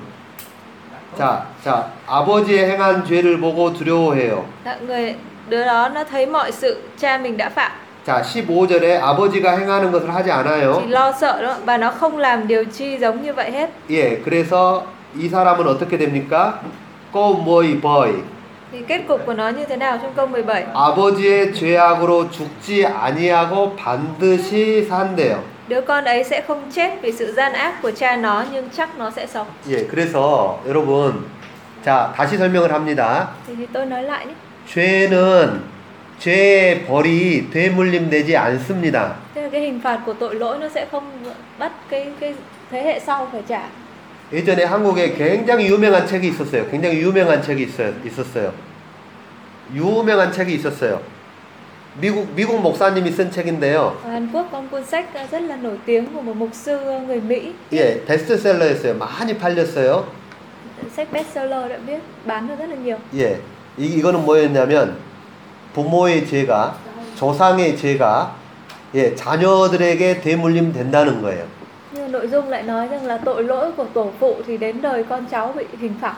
S2: 자, 자, 아버지의 행한 죄를 보고 두려워해요.
S1: Dạ, người đứa đó nó thấy mọi sự cha mình đã phạm
S2: 자, 15절에 아버지가 행하는 것을 하지
S1: thì
S2: 않아요.
S1: lo sợ đó và nó không làm điều chi giống như vậy hết
S2: 예, 그래서 이 사람은 어떻게 됩니까? 뭐 꼬모이보이.
S1: thì kết cục của nó như thế nào trong câu 17
S2: 아버지의 죄악으로 죽지 아니하고 반드시 산대요.
S1: đứa con ấy sẽ không chết vì sự gian ác của cha nó nhưng chắc nó sẽ sống
S2: 예, 그래서 여러분, 자, 다시 설명을 합니다.
S1: thì, thì tôi nói lại nhé
S2: 죄는 죄의 벌이 되물림되지 않습니다.
S1: tức là cái hình phạt của tội lỗi nó sẽ không bắt cái cái thế hệ sau phải trả
S2: 예전에 한국에 굉장히 유명한 책이 있었어요. 굉장히 유명한 책이 있어요. 있었어요. 유명한 책이 있었어요. 미국 미국 목사님이 쓴 책인데요.
S1: ở Hàn Quốc có một cuốn sách rất là nổi tiếng của một mục sư người Mỹ
S2: 예, 베스트셀러였어요. 많이 팔렸어요.
S1: sách bestseller đã biết bán được rất là nhiều
S2: 예. 이, 이거는 뭐였냐면 부모의 죄가 조상의 죄가 예, 자녀들에게 되물림 된다는 거예요.
S1: nhưng nội dung lại nói rằng là tội lỗi của tổ phụ thì đến đời con cháu bị hình phạt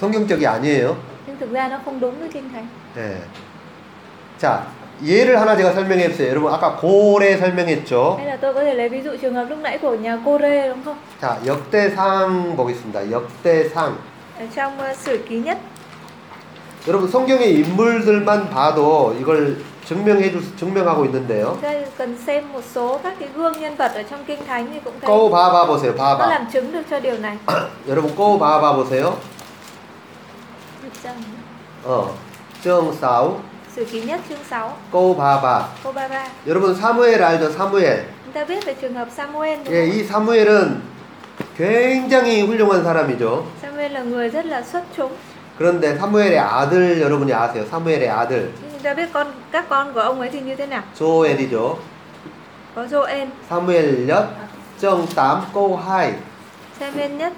S2: 성경적이 아니에요.
S1: nhưng thực ra nó không đúng với kinh thánh
S2: 예. 네. 자, 예를 하나 제가 설명해 봤어요. 여러분 아까 고래 설명했죠.
S1: Hay là tôi có thể lấy ví dụ trường hợp lúc nãy của nhà cô Rê đúng không?
S2: 자, 역대상 보겠습니다. 역대상.
S1: Ở trong ờ, sử ký nhất
S2: 여러분 성경의 인물들만 봐도 이걸 증명해 줄 수- 증명하고 있는데요.
S1: chúng ta cần xem một số các cái gương nhân vật ở trong kinh thánh thì cũng thấy
S2: 꼬 봐봐 보세요.
S1: nó
S2: 봐봐.
S1: làm chứng được cho điều này.
S2: 여러분 꼬 봐봐 보세요.
S1: Được chưa?
S2: 어. 정사우
S1: Sử ký nhất chương 6,
S2: 꼬 봐봐.
S1: cô ba ba.
S2: 여러분 사무엘 알죠? 사무엘.
S1: Chúng ta biết về trường hợp Samuel đúng
S2: 예,
S1: không?
S2: 이 사무엘은 굉장히 훌륭한 사람이죠.
S1: Samuel là người rất là xuất chúng.
S2: 그런데 사무엘의 아들 여러분이 아세요? 사무엘의 아들
S1: Nhưng chúng ta biết con các con của ông ấy thì như thế nào?
S2: 조엘이죠.
S1: Có Joel,
S2: 사무엘 엿 정땀 꼬하이.
S1: Samuel nhất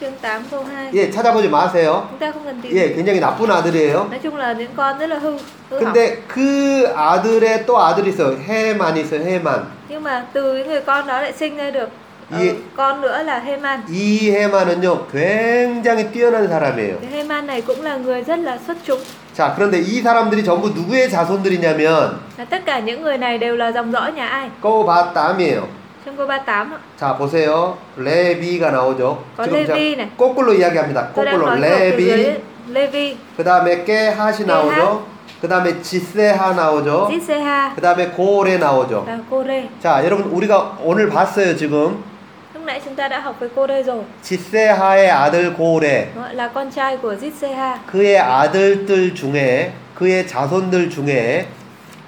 S1: chương 8 câu 2.
S2: 예, 찾아보지 마세요.
S1: Chúng ta không cần tìm.
S2: 예, 굉장히 나쁜 아들이에요.
S1: Nói chung là những con rất là hư, hư hỏng.
S2: 근데 그 아들의 또 아들이 있어요. 해만 있어요. 해만.
S1: Nhưng mà từ cái người con đó lại sinh ra được ờ,
S2: Ý-
S1: con nữa là Heman.
S2: 이 해만은요. 굉장히 뛰어난 사람이에요.
S1: Cái Heman này cũng là người rất là xuất chúng.
S2: 자, 그런데 이 사람들이 전부 누구의 자손들이냐면
S1: Và tất cả những người này đều là dòng dõi nhà ai?
S2: 꼬바땀이에요.
S1: Trong câu 38 ạ.
S2: 자, 보세요. 레비가 나오죠.
S1: 어,
S2: 제가
S1: 레비네.
S2: 거꾸로 이야기합니다.
S1: Tôi đang
S2: 거꾸로
S1: nói ngược từ dưới
S2: 레비.
S1: Levi,
S2: 그다음에 깨하시 나오죠. 그다음에 지세하 나오죠.
S1: Ziseha
S2: 그다음에 고레 나오죠.
S1: và Kore.
S2: 자, 여러분 우리가 오늘 봤어요, 지금.
S1: Lúc nãy chúng ta đã học với Kore rồi.
S2: 지세하의 아들 고레.
S1: Đúng không ạ? Là con trai của Ziseha.
S2: 그의 아들들 중에 그의 자손들 중에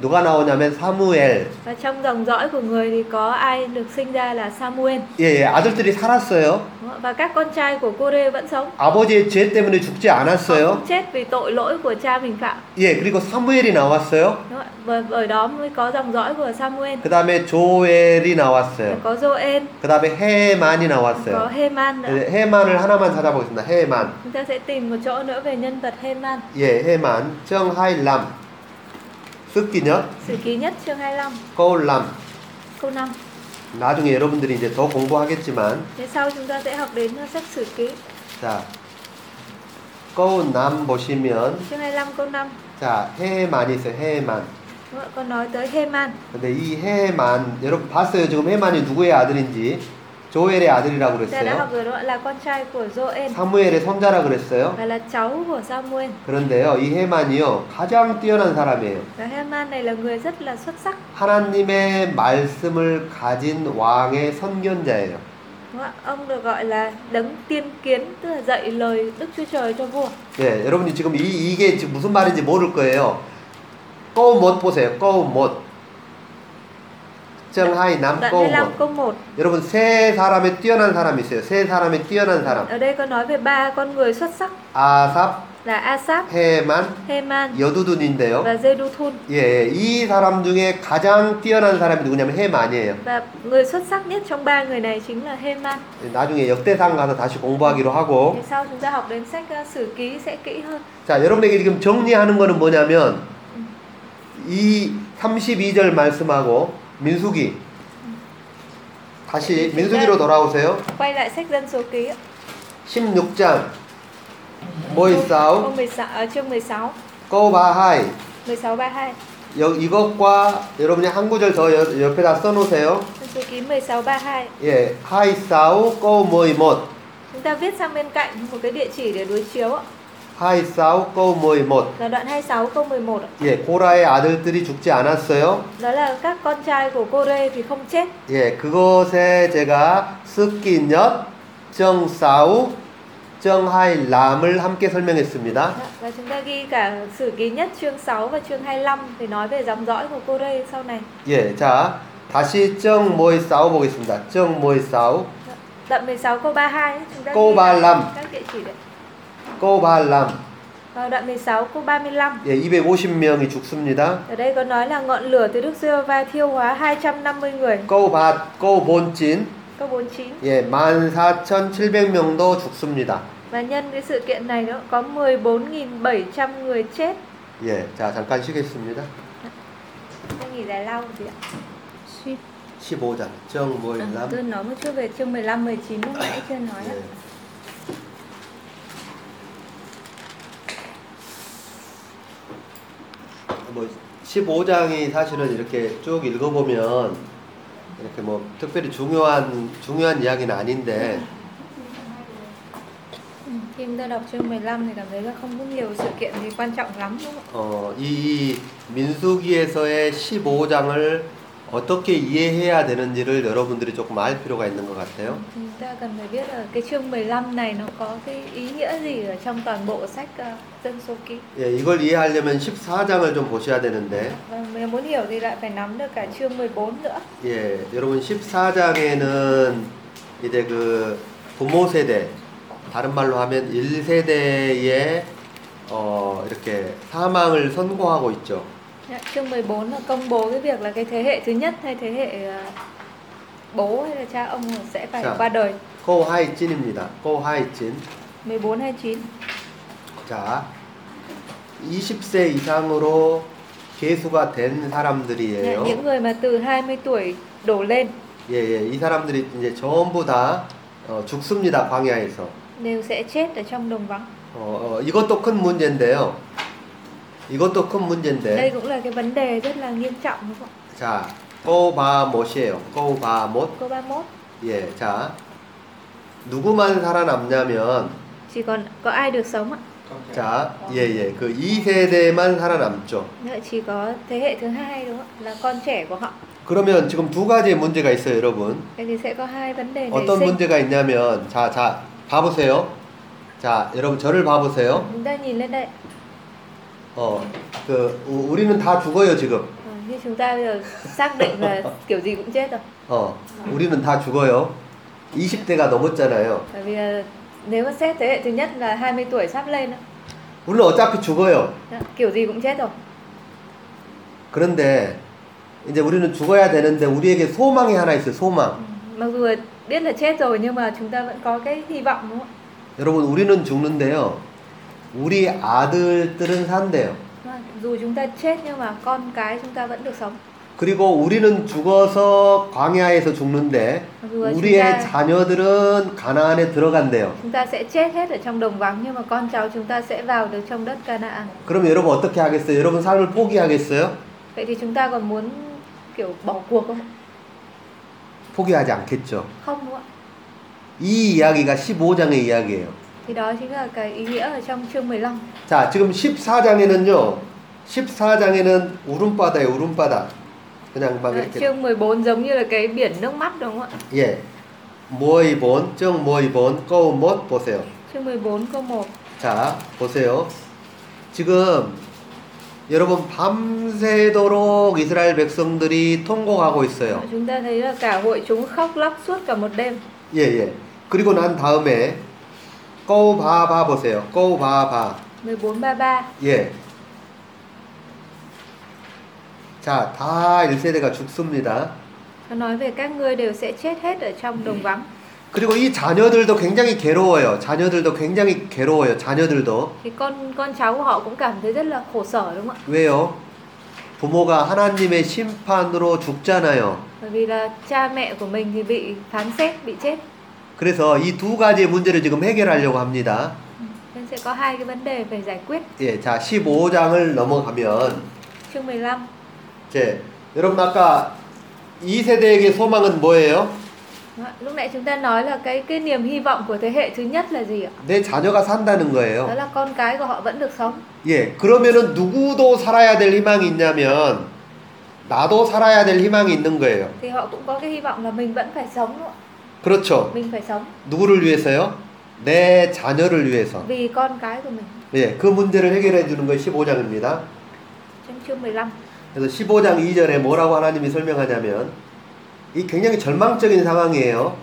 S2: 누가 나오냐면 사무엘.
S1: Và trong dòng dõi của người thì có ai được sinh ra là Samuel.
S2: 예, 예, 아들들이 살았어요.
S1: Đúng không ạ? Và các con trai của Kore vẫn sống.
S2: 아버지의 죄 때문에 죽지
S1: Họ
S2: 않았어요.
S1: không chết vì tội lỗi của cha mình phạm.
S2: 예, 그리고 사무엘이 나왔어요.
S1: Đúng không ạ? Và bởi đó mới có dòng dõi của Samuel.
S2: 그다음에
S1: Và
S2: 조엘이 나왔어요.
S1: có Joel,
S2: 그다음에 해만이
S1: có
S2: 나왔어요.
S1: Heman nữa.
S2: 네, 해만을 하나만 찾아보겠습니다. 해만.
S1: Chúng ta sẽ tìm một chỗ nữa về nhân vật Heman.
S2: 예, 해만. 정하일람. 습기녀,
S1: Sử ký nhất chương 25,
S2: 거울람.
S1: câu 5.
S2: 나중에 여러분들이 이제 더 공부하겠지만
S1: Thế sau chúng ta sẽ học đến sách sử ký
S2: 자, 거울남 보시면
S1: chương 25 câu 5.
S2: 자, 해만이 있어요. 해만.
S1: Đúng không ạ? Con nói tới Heman.
S2: 근데 이 해만 여러분 봤어요. 지금 해만이 누구의 아들인지 조엘의 아들이라고
S1: Chúng ta đã học
S2: 그랬어요.
S1: rồi đó là con trai của Joel
S2: 사무엘의 손자라 그랬어요.
S1: và là cháu của Samuel.
S2: 그런데요, 이 해만이요 가장 뛰어난 사람이에요.
S1: Và Heman này là người rất là xuất sắc.
S2: 하나님의 말씀을 가진 왕의 선견자예요.
S1: Đúng không ạ? Ông được gọi là đấng tiên kiến, tức là dạy lời Đức Chúa Trời cho vua.
S2: 예, 여러분이 지금 이, 이게 지금 무슨 말인지 모를 거예요. 꼬못 보세요. 꼬못. 정하이 남
S1: Đoạn 25
S2: 꼬못.
S1: câu 1.
S2: 여러분 세 사람의 뛰어난 사람이 있어요. 세 사람의 뛰어난 사람.
S1: Ở đây có nói về ba con người xuất sắc
S2: 아삽,
S1: là Asap,
S2: 해만,
S1: Heman
S2: 여두둔인데요.
S1: và Jeduthun.
S2: 예, 이 사람 중에 가장 뛰어난 사람이 누구냐면 해만이에요.
S1: Và người xuất sắc nhất trong ba người này chính là Heman.
S2: 나중에 역대상 가서 다시 공부하기로 하고.
S1: Thì sau chúng ta học đến sách uh, sử ký sẽ kỹ hơn.
S2: 자, 여러분에게 지금 정리하는 거는 뭐냐면 이 32절 말씀하고 민수기 다시 민수기로 돌아오세요.
S1: Quay lại sách dân số ký ạ.
S2: 16장 모이사우
S1: Câu 16, à, chương 16,
S2: 꼬바하이
S1: 16 32.
S2: 여, 이것과 여러분이 한 구절 더 옆- 옆에다 써놓으세요.
S1: Dân số ký 16 32.
S2: 예, 하이사우 꼬모이못
S1: Chúng ta viết sang bên cạnh một cái địa chỉ để đối chiếu ạ.
S2: 하이사우 꼬모이못
S1: Là đoạn 26 câu 11 ạ.
S2: 예, 고라의 아들들이 죽지 않았어요.
S1: Đó là các con trai của cô Rê thì không chết.
S2: 예, 그것에 제가 스키넛, 정사우, 정하일람을 함께 설명했습니다.
S1: Và chúng ta ghi cả sử ký nhất chương 6 và chương 25 để nói về dòng dõi của cô Rê sau này.
S2: 예, 자 다시 정모이사우 보겠습니다. 정모이사우,
S1: Đoạn 16 câu 32 ấy, chúng ta
S2: Câu
S1: ghi cả
S2: 35.
S1: các địa chỉ đấy.
S2: 꼬발람,
S1: Và Ờ, đoạn 16 câu 35
S2: 예, 250명이 죽습니다.
S1: ở đây có nói là ngọn lửa từ Đức giê va thiêu hóa 250 người.
S2: 꼬밭, 꼬본진,
S1: Câu 49
S2: 예, 14,700명도 죽습니다.
S1: Và nhân cái sự kiện này nữa có 14.700 người chết.
S2: 예, 자 잠깐 쉬겠습니다.
S1: Anh nghỉ giải lao một tí ạ.
S2: 15장 정모일람.
S1: tôi nói một chút về chương 15, 19 lúc nãy chưa nói ạ.
S2: 예. 뭐 15장이 사실은 이렇게 쭉 읽어보면 이렇게 뭐 특별히 중요한 중요한 이야기는 아닌데
S1: Ừ, Khi chúng ta đọc chương 15 thì cảm thấy là không có nhiều sự kiện gì quan trọng lắm đúng không
S2: 어, 이, 이 민수기에서의 15장을 어떻게 이해해야 되는지를 여러분들이 조금 알 필요가 있는 것 같아요.
S1: ạ? Chúng ta cần phải biết là cái chương 15 này nó có cái ý nghĩa gì ở trong toàn bộ sách ờ, dân số ký.
S2: 예, 이걸 이해하려면 14장을 좀 보셔야 되는데,
S1: Và nếu muốn hiểu thì lại phải nắm được cả chương 14 nữa.
S2: 예, 여러분 14장에는 이제 그 부모 세대, 다른 말로 하면 1세대의 어, 이렇게 사망을 선고하고 있죠.
S1: Dạ, chương 14 là công bố cái việc là cái thế hệ thứ nhất hay thế hệ ờ, bố hay là cha ông sẽ phải
S2: Dạ.
S1: qua đời.
S2: 코하이진입니다. 코하이진.
S1: 14 29.
S2: 자, 20세 이상으로 개수가 된
S1: Dạ,
S2: 네, 사람들이에요.
S1: những người mà từ 20 tuổi đổ lên
S2: 예, 예, 이 사람들이 이제 전부 다 어, 죽습니다. 광야에서.
S1: đều sẽ chết ở trong đồng vắng.
S2: 어, 어, 이것도 큰 문제인데요. 네, 이것도 큰
S1: Đây
S2: 문제인데.
S1: cũng là cái vấn đề rất là nghiêm trọng đúng không?
S2: 자, 꼬바못이에요. 꼬바못.
S1: Câu 31
S2: 예, 자. 누구만 살아남냐면
S1: chỉ còn có ai được sống ạ?
S3: Con trai.
S2: 자, 예, 예. 그 2세대만 살아남죠.
S1: Dạ, Chỉ có thế hệ thứ hai đúng không? ạ? Là con trẻ của họ.
S2: 그러면 지금 두 가지의 문제가 있어요, 여러분.
S1: Vậy thì sẽ có hai vấn đề nảy
S2: 어떤
S1: sinh.
S2: 문제가 있냐면 자, 자, 봐보세요. 자, 여러분 저를 봐보세요.
S1: Chúng ta nhìn lên đây.
S2: 어, 그 우- 우리는 다 죽어요 지금.
S1: Ờ, Như chúng ta bây giờ xác định là kiểu gì cũng chết rồi.
S2: 어, 우리는 다 죽어요. 20대가 넘었잖아요.
S1: Bởi vì là nếu mà xét thế hệ thứ nhất là 20 tuổi sắp lên á,
S2: 우리는 어차피 죽어요.
S1: đó, kiểu gì cũng chết rồi.
S2: 그런데 이제 우리는 죽어야 되는데 우리에게 소망이 하나 있어요. 소망.
S1: Mặc dù là biết là chết rồi nhưng mà chúng ta vẫn có cái hy vọng đúng không ạ?
S2: 여러분 우리는 죽는데요. 우리 아들들은 산대요.
S1: Đúng rồi, Dù chúng ta chết nhưng mà con cái chúng ta vẫn được sống.
S2: 그리고 우리는 죽어서 광야에서 죽는데
S1: Mặc dù là chúng
S2: 우리의
S1: ta
S2: 자녀들은 가나안에 들어간대요.
S1: chúng ta sẽ chết hết ở trong đồng vắng nhưng mà con cháu chúng ta sẽ vào được trong đất Canaan.
S2: 그럼 여러분 어떻게 하겠어요? 여러분 삶을 포기하겠어요?
S1: Vậy thì chúng ta còn muốn kiểu bỏ cuộc không? ạ?
S2: 포기하지 않겠죠.
S1: Không đúng không ạ?
S2: 이 이야기가 15장의 이야기예요.
S1: Thì đó chính là cái ý nghĩa ở trong chương 15.
S2: 자, 지금 14장에는요. 14장에는 울음바다예요, 울음바다. 그냥 막
S1: Đúng rồi,
S2: 이렇게
S1: Chương 14 giống như là cái biển nước mắt đúng không ạ?
S2: 예. 모이본, 정 모이본, 꼬못 보세요.
S1: Chương 14 câu 1.
S2: 자, 보세요. 지금 여러분 밤새도록 이스라엘 백성들이 통곡하고 있어요.
S1: Chúng ta thấy là cả hội chúng khóc lóc suốt cả một đêm.
S2: 예, 예. 그리고 난 다음에 꼬바바 보세요. 꼬바바.
S1: 1433
S2: 예. 자, 다 1세대가 죽습니다.
S1: nó nói về các ngươi đều sẽ chết hết ở trong đồng vắng.
S2: 그리고 이 자녀들도 굉장히 괴로워요. 자녀들도 굉장히 괴로워요. 자녀들도.
S1: Thì con con cháu của họ cũng cảm thấy rất là khổ sở đúng không ạ?
S2: 왜요? 부모가 하나님의 심판으로 죽잖아요.
S1: Bởi vì là cha mẹ của mình thì bị phán xét, bị chết.
S2: 그래서 이 두 가지의 문제를 지금 해결하려고 합니다.
S1: Nên sẽ có hai cái vấn đề phải giải quyết.
S2: 예, 자, 15장을 넘어가면
S1: Chương 15.
S2: 이제 여러분 아까 이세대에게 소망은 뭐예요?
S1: Đúng không ạ? Lúc nãy chúng ta nói là cái cái niềm hy vọng của thế hệ thứ nhất là gì ạ?
S2: 내 자녀가 산다는 거예요.
S1: Đó là con cái của họ vẫn được sống.
S2: 예, 그러면은 누구도 살아야 될 희망이 있냐면 나도 살아야 될 희망이 있는 거예요.
S1: Thì họ cũng có cái hy vọng là mình vẫn phải sống đúng không ạ?
S2: 그렇죠.
S1: Mình phải sống
S2: 누구를 위해서요? 내 자녀를 위해서.
S1: vì con cái của mình.
S2: 예, 그 문제를 해결해 주는 것이 15장입니다.
S1: Trong chương 15.
S2: 그래서 15장 2절에 뭐라고 하나님이 설명하냐면 이 굉장히 절망적인 상황이에요.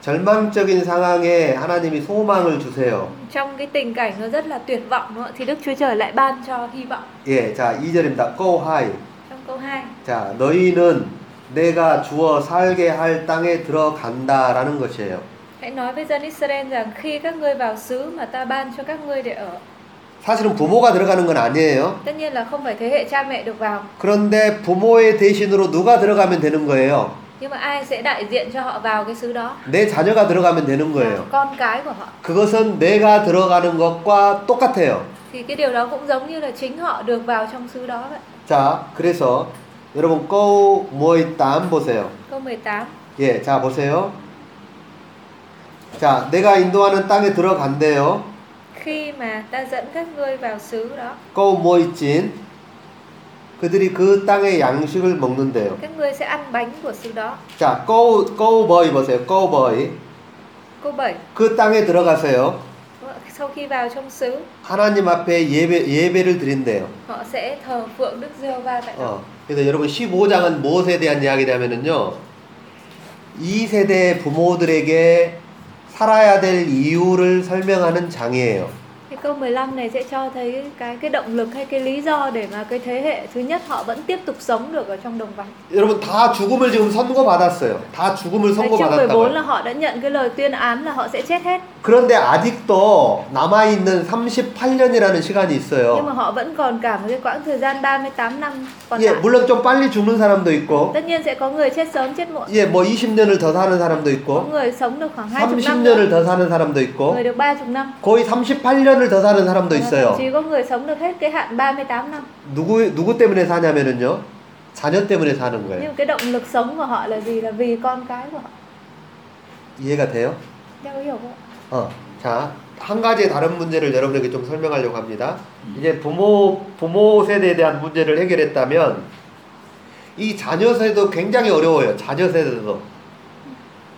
S2: 절망적인 상황에 하나님이 소망을 주세요.
S1: Trong cái tình cảnh nó rất là tuyệt vọng đúng không ạ? Thì Đức Chúa Trời lại ban cho hy vọng.
S2: 예, 자, 2절입니다. Go high.
S1: Trong câu 2
S2: 자, 너희는 내가 주어 살게 할 땅에 들어간다라는 것이에요.
S1: Hãy nói với dân Israel rằng khi các ngươi vào xứ mà ta ban cho các ngươi để ở
S2: 사실은 부모가 들어가는 건 아니에요.
S1: Tất nhiên là không phải thế hệ cha mẹ được vào
S2: 그런데 부모의 대신으로 누가 들어가면 되는 거예요?
S1: Nhưng mà ai sẽ đại diện cho họ vào cái xứ đó
S2: 내 자녀가 들어가면 되는
S1: là
S2: 거예요.
S1: Con cái của họ
S2: 그것은 내가 들어가는 것과 똑같아요.
S1: Thì cái điều đó cũng giống như là chính họ được vào trong xứ đó vậy
S2: 자, 그래서 여러분 꺼우 모이땀 보세요.
S1: Câu 18
S2: 예, 자 보세요. 자, 내가 인도하는 땅에 들어간대요.
S1: Khi mà ta dẫn các ngươi vào xứ đó
S2: 꺼우 모이진 그들이 그 땅의 양식을 먹는데요.
S1: Các ngươi sẽ ăn bánh của xứ đó
S2: 자, 꺼우 꺼우 보이 보세요. 꺼우 보이
S1: Câu 7
S2: 그 땅에 들어가세요.
S1: Sau khi vào trong xứ
S2: 하나님 앞에 예배 예배를 드린대요.
S1: Họ sẽ thờ phượng Đức giê va tại đó
S2: 어, 그래서 여러분 15장은 무엇에 대한 이야기냐면은요. 이 세대 부모들에게 살아야 될 이유를 설명하는 장이에요.
S1: Cái câu 15 này sẽ cho thấy cái cái động lực hay cái lý do để mà cái thế hệ thứ nhất họ vẫn tiếp tục sống được ở trong đồng vắng.
S2: 여러분 다 죽음을 지금 선고받았어요. 다 죽음을
S1: Đấy, chương 14 là
S2: 선고받았다고요.
S1: họ đã nhận cái lời tuyên án là họ sẽ chết hết.
S2: 그런데 아직도 남아 있는 38년이라는 시간이
S1: Nhưng mà
S2: 있어요.
S1: họ vẫn còn cả một cái quãng thời gian 38 năm còn
S2: 예,
S1: lại.
S2: 물론 좀 빨리 죽는 사람도 있고
S1: Tất nhiên sẽ có người chết sớm chết muộn.
S2: 예, 뭐 20년을 더 사는 사람도
S1: Có
S2: 있고
S1: người sống được khoảng 20 năm. nữa.
S2: 30년을 더 사는 사람도 있고
S1: Người được 30 năm.
S2: 거의 38년을 더 사는
S1: Và
S2: 사람도
S1: Thậm
S2: 있어요.
S1: chí có người sống được hết cái hạn 38 năm.
S2: 누구 누구 때문에 사냐면은요. 자녀 때문에 사는
S1: Nhưng
S2: 거예요.
S1: mà cái động lực sống của họ là gì? Là vì con cái của họ.
S2: 이해가 돼요?
S1: Theo có hiểu không?
S2: 어. 자, 한 가지 다른 문제를 여러분에게 좀 설명하려고 합니다. 이제 부모 부모 세대에 대한 문제를 해결했다면 이 자녀 세대도 굉장히 어려워요. 자녀 세대도.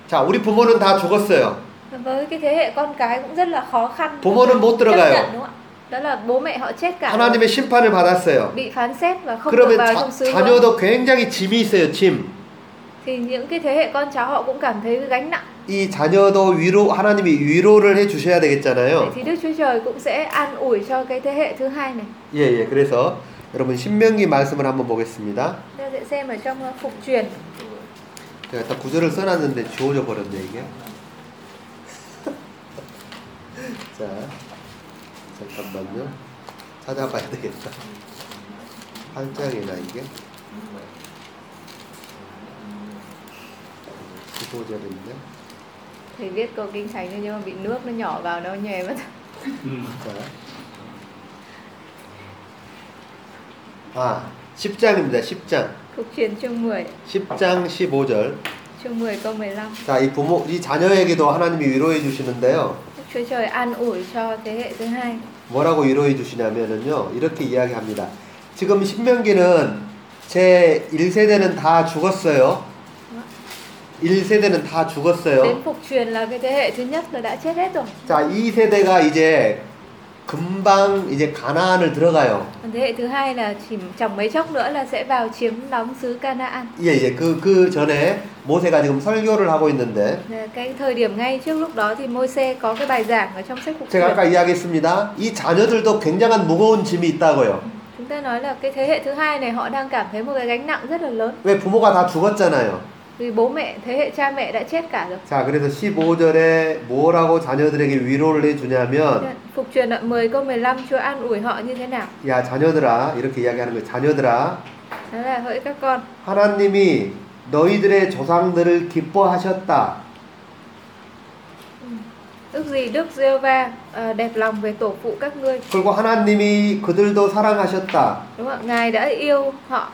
S2: 자, 우리 부모는 다 죽었어요.
S1: Với cái thế hệ con cái cũng rất là khó khăn.
S2: 부모는 못
S1: Chấp nhận
S2: 들어가요.
S1: đúng không ạ? Đó là bố mẹ họ chết cả. rồi.
S2: 하나님의 심판을 받았어요.
S1: bị phán xét và không được
S2: 그러면
S1: vào
S2: 자,
S1: trong xứ Hoa.
S2: 자녀도 굉장히 짐이 있어요, 짐.
S1: thì những cái thế hệ con cháu họ cũng cảm thấy gánh nặng
S2: 이 자녀도 위로 하나님이 위로를 해
S1: vậy
S2: 주셔야 되겠잖아요.
S1: thì Đức Chúa Trời cũng sẽ an ủi cho cái thế hệ thứ hai này
S2: 예, 예. 그래서 여러분 신명기 말씀을 한번 보겠습니다.
S1: ta sẽ xem ở trong uh, phục truyền
S2: 제가 딱 구절을 써놨는데 지워져 버렸네 이게. 자, 잠깐만요. 찾아봐야 되겠다. 한 장이나 이게. 15절인데.
S1: thầy viết câu kinh thánh thôi nhưng mà bị nước nó nhỏ vào nó nhòe mất
S2: 자. 아, 10장입니다. 10장.
S1: phục truyền chương 10
S2: 10장 15절.
S1: chương 10 câu 15
S2: 자, 이 부모, 이 자녀에게도 하나님이 위로해 주시는데요.
S1: Đức Chúa Trời an ủi cho thế hệ thứ hai
S2: 뭐라고 위로해 주시냐면은요. 이렇게 이야기합니다. 지금 신명기는 제 1세대는 다 죽었어요. 1세대는 다
S1: đến
S2: 죽었어요.
S1: phục truyền là cái thế hệ thứ nhất là đã chết hết rồi
S2: 자, 2세대가 이제 금방 이제 가나안을 들어가요.
S1: còn thế hệ thứ hai là chỉ chẳng mấy chốc nữa là sẽ vào chiếm đóng xứ Canaan
S2: 예, 예. 그, 그 전에 모세가 지금 설교를 하고 있는데,
S1: Và Ờ, cái thời điểm ngay trước lúc đó thì Môi-se có cái bài giảng ở trong sách phục truyền
S2: 제가 아까 이야기했습니다. 이 자녀들도 굉장한 무거운 짐이 있다고요.
S1: Chúng ta nói là cái thế hệ thứ hai này họ đang cảm thấy một cái gánh nặng rất là lớn
S2: 왜 부모가 다 죽었잖아요.
S1: vì bố mẹ, thế hệ cha mẹ đã chết cả rồi.
S2: 자, 그래서 15절에 뭐라고 자녀들에게 위로를 해주냐면,
S1: Phục truyền đoạn 10 câu 15 Chúa an ủi họ như thế nào?
S2: 야, 자녀들아, 이렇게 이야기하는 거예요. 자녀들아,
S1: Đó là hỡi các con,
S2: 하나님이 너희들의 조상들을 기뻐하셨다.
S1: ước gì Đức Giê-hô-va ờ, đẹp lòng về tổ phụ các ngươi.
S2: 그리고 하나님이 그들도 사랑하셨다.
S1: Đúng không? ạ? Ngài đã yêu họ.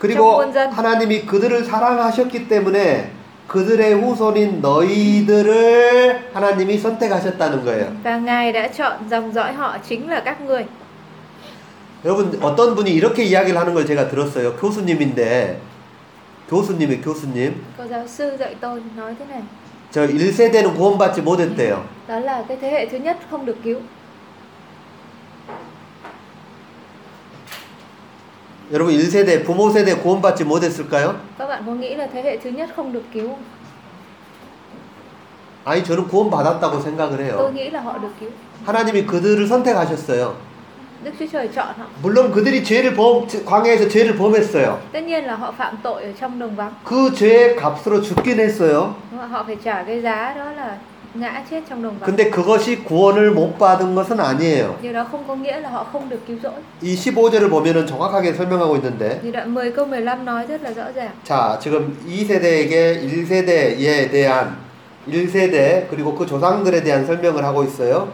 S2: 그리고
S1: 참 본전.
S2: 하나님이 그들을 사랑하셨기 때문에 그들의 후손인 너희들을 하나님이 선택하셨다는 거예요.
S1: Và Ngài đã chọn dòng dõi họ chính là các ngươi.
S2: 여러분 어떤 분이 이렇게 이야기를 하는 걸 제가 들었어요. 교수님인데 교수님이 교수님
S1: Cô giáo sư dạy tôi nói thế này.
S2: 저 1세대는 구원받지 못했대요.
S1: Đó là cái thế hệ thứ nhất không được cứu.
S2: 여러분 1세대 부모 세대 구원받지 못했을까요?
S1: Các bạn có nghĩ là thế hệ thứ nhất không được cứu không?
S2: 아니 저는 구원받았다고 생각을
S1: Tôi
S2: 해요.
S1: nghĩ là họ được cứu.
S2: 하나님이 그들을 선택하셨어요.
S1: Đức Chúa Trời chọn họ.
S2: 물론 그들이 죄를 범 광야에서 죄를 범했어요.
S1: Tất nhiên là họ phạm tội ở trong đồng vắng.
S2: 그 죄의 값으로 죽긴 했어요.
S1: Đúng không? Họ phải trả cái giá đó là ngã chết trong đồng vắng.
S2: 근데 그것이 구원을 못 받은 것은 아니에요.
S1: Điều đó không có nghĩa là họ không được cứu rỗi.
S2: 이 15절을 보면은 정확하게 설명하고 있는데
S1: Thì đoạn 10 câu 15 nói rất là rõ ràng.
S2: 자, 지금 2세대에게 1세대에 대한 1세대 그리고 그 조상들에 대한 설명을 하고 있어요.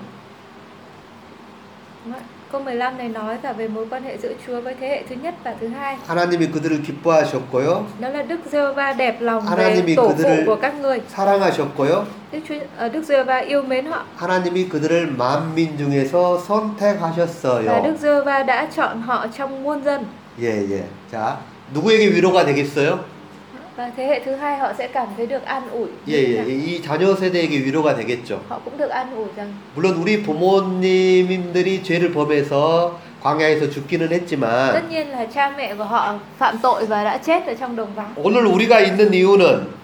S1: Đúng không? ạ? Câu 15 này nói cả về mối quan hệ giữa Chúa với thế hệ thứ nhất và thứ hai.
S2: 하나님이 그들을 기뻐하셨고요.
S1: Đó là Đức giê va đẹp lòng về
S2: 하나님이
S1: tổ phụ
S2: 그들을
S1: của các người.
S2: 사랑하셨고요.
S1: Đức Chúa ờ, Đức giê va yêu mến họ
S2: 하나님이 그들을 만민 중에서
S1: và Đức
S2: 선택하셨어요.
S1: giê va đã chọn họ trong muôn dân.
S2: 예, 예. 자, 누구에게 위로가 되겠어요?
S1: Và Vâng, thế hệ thứ hai họ sẽ cảm thấy được an ủi. Dạ.
S2: 예, 예.
S1: 네.
S2: 이 자녀 세대에게 위로가 되겠죠.
S1: Họ cũng được an ủi rằng
S2: 물론 우리 부모님들이 죄를 범해서 광야에서 죽기는
S1: tất
S2: 했지만
S1: nhiên là cha mẹ của họ phạm tội và đã chết ở trong đồng vắng.
S2: 오늘 우리가 있는 이유는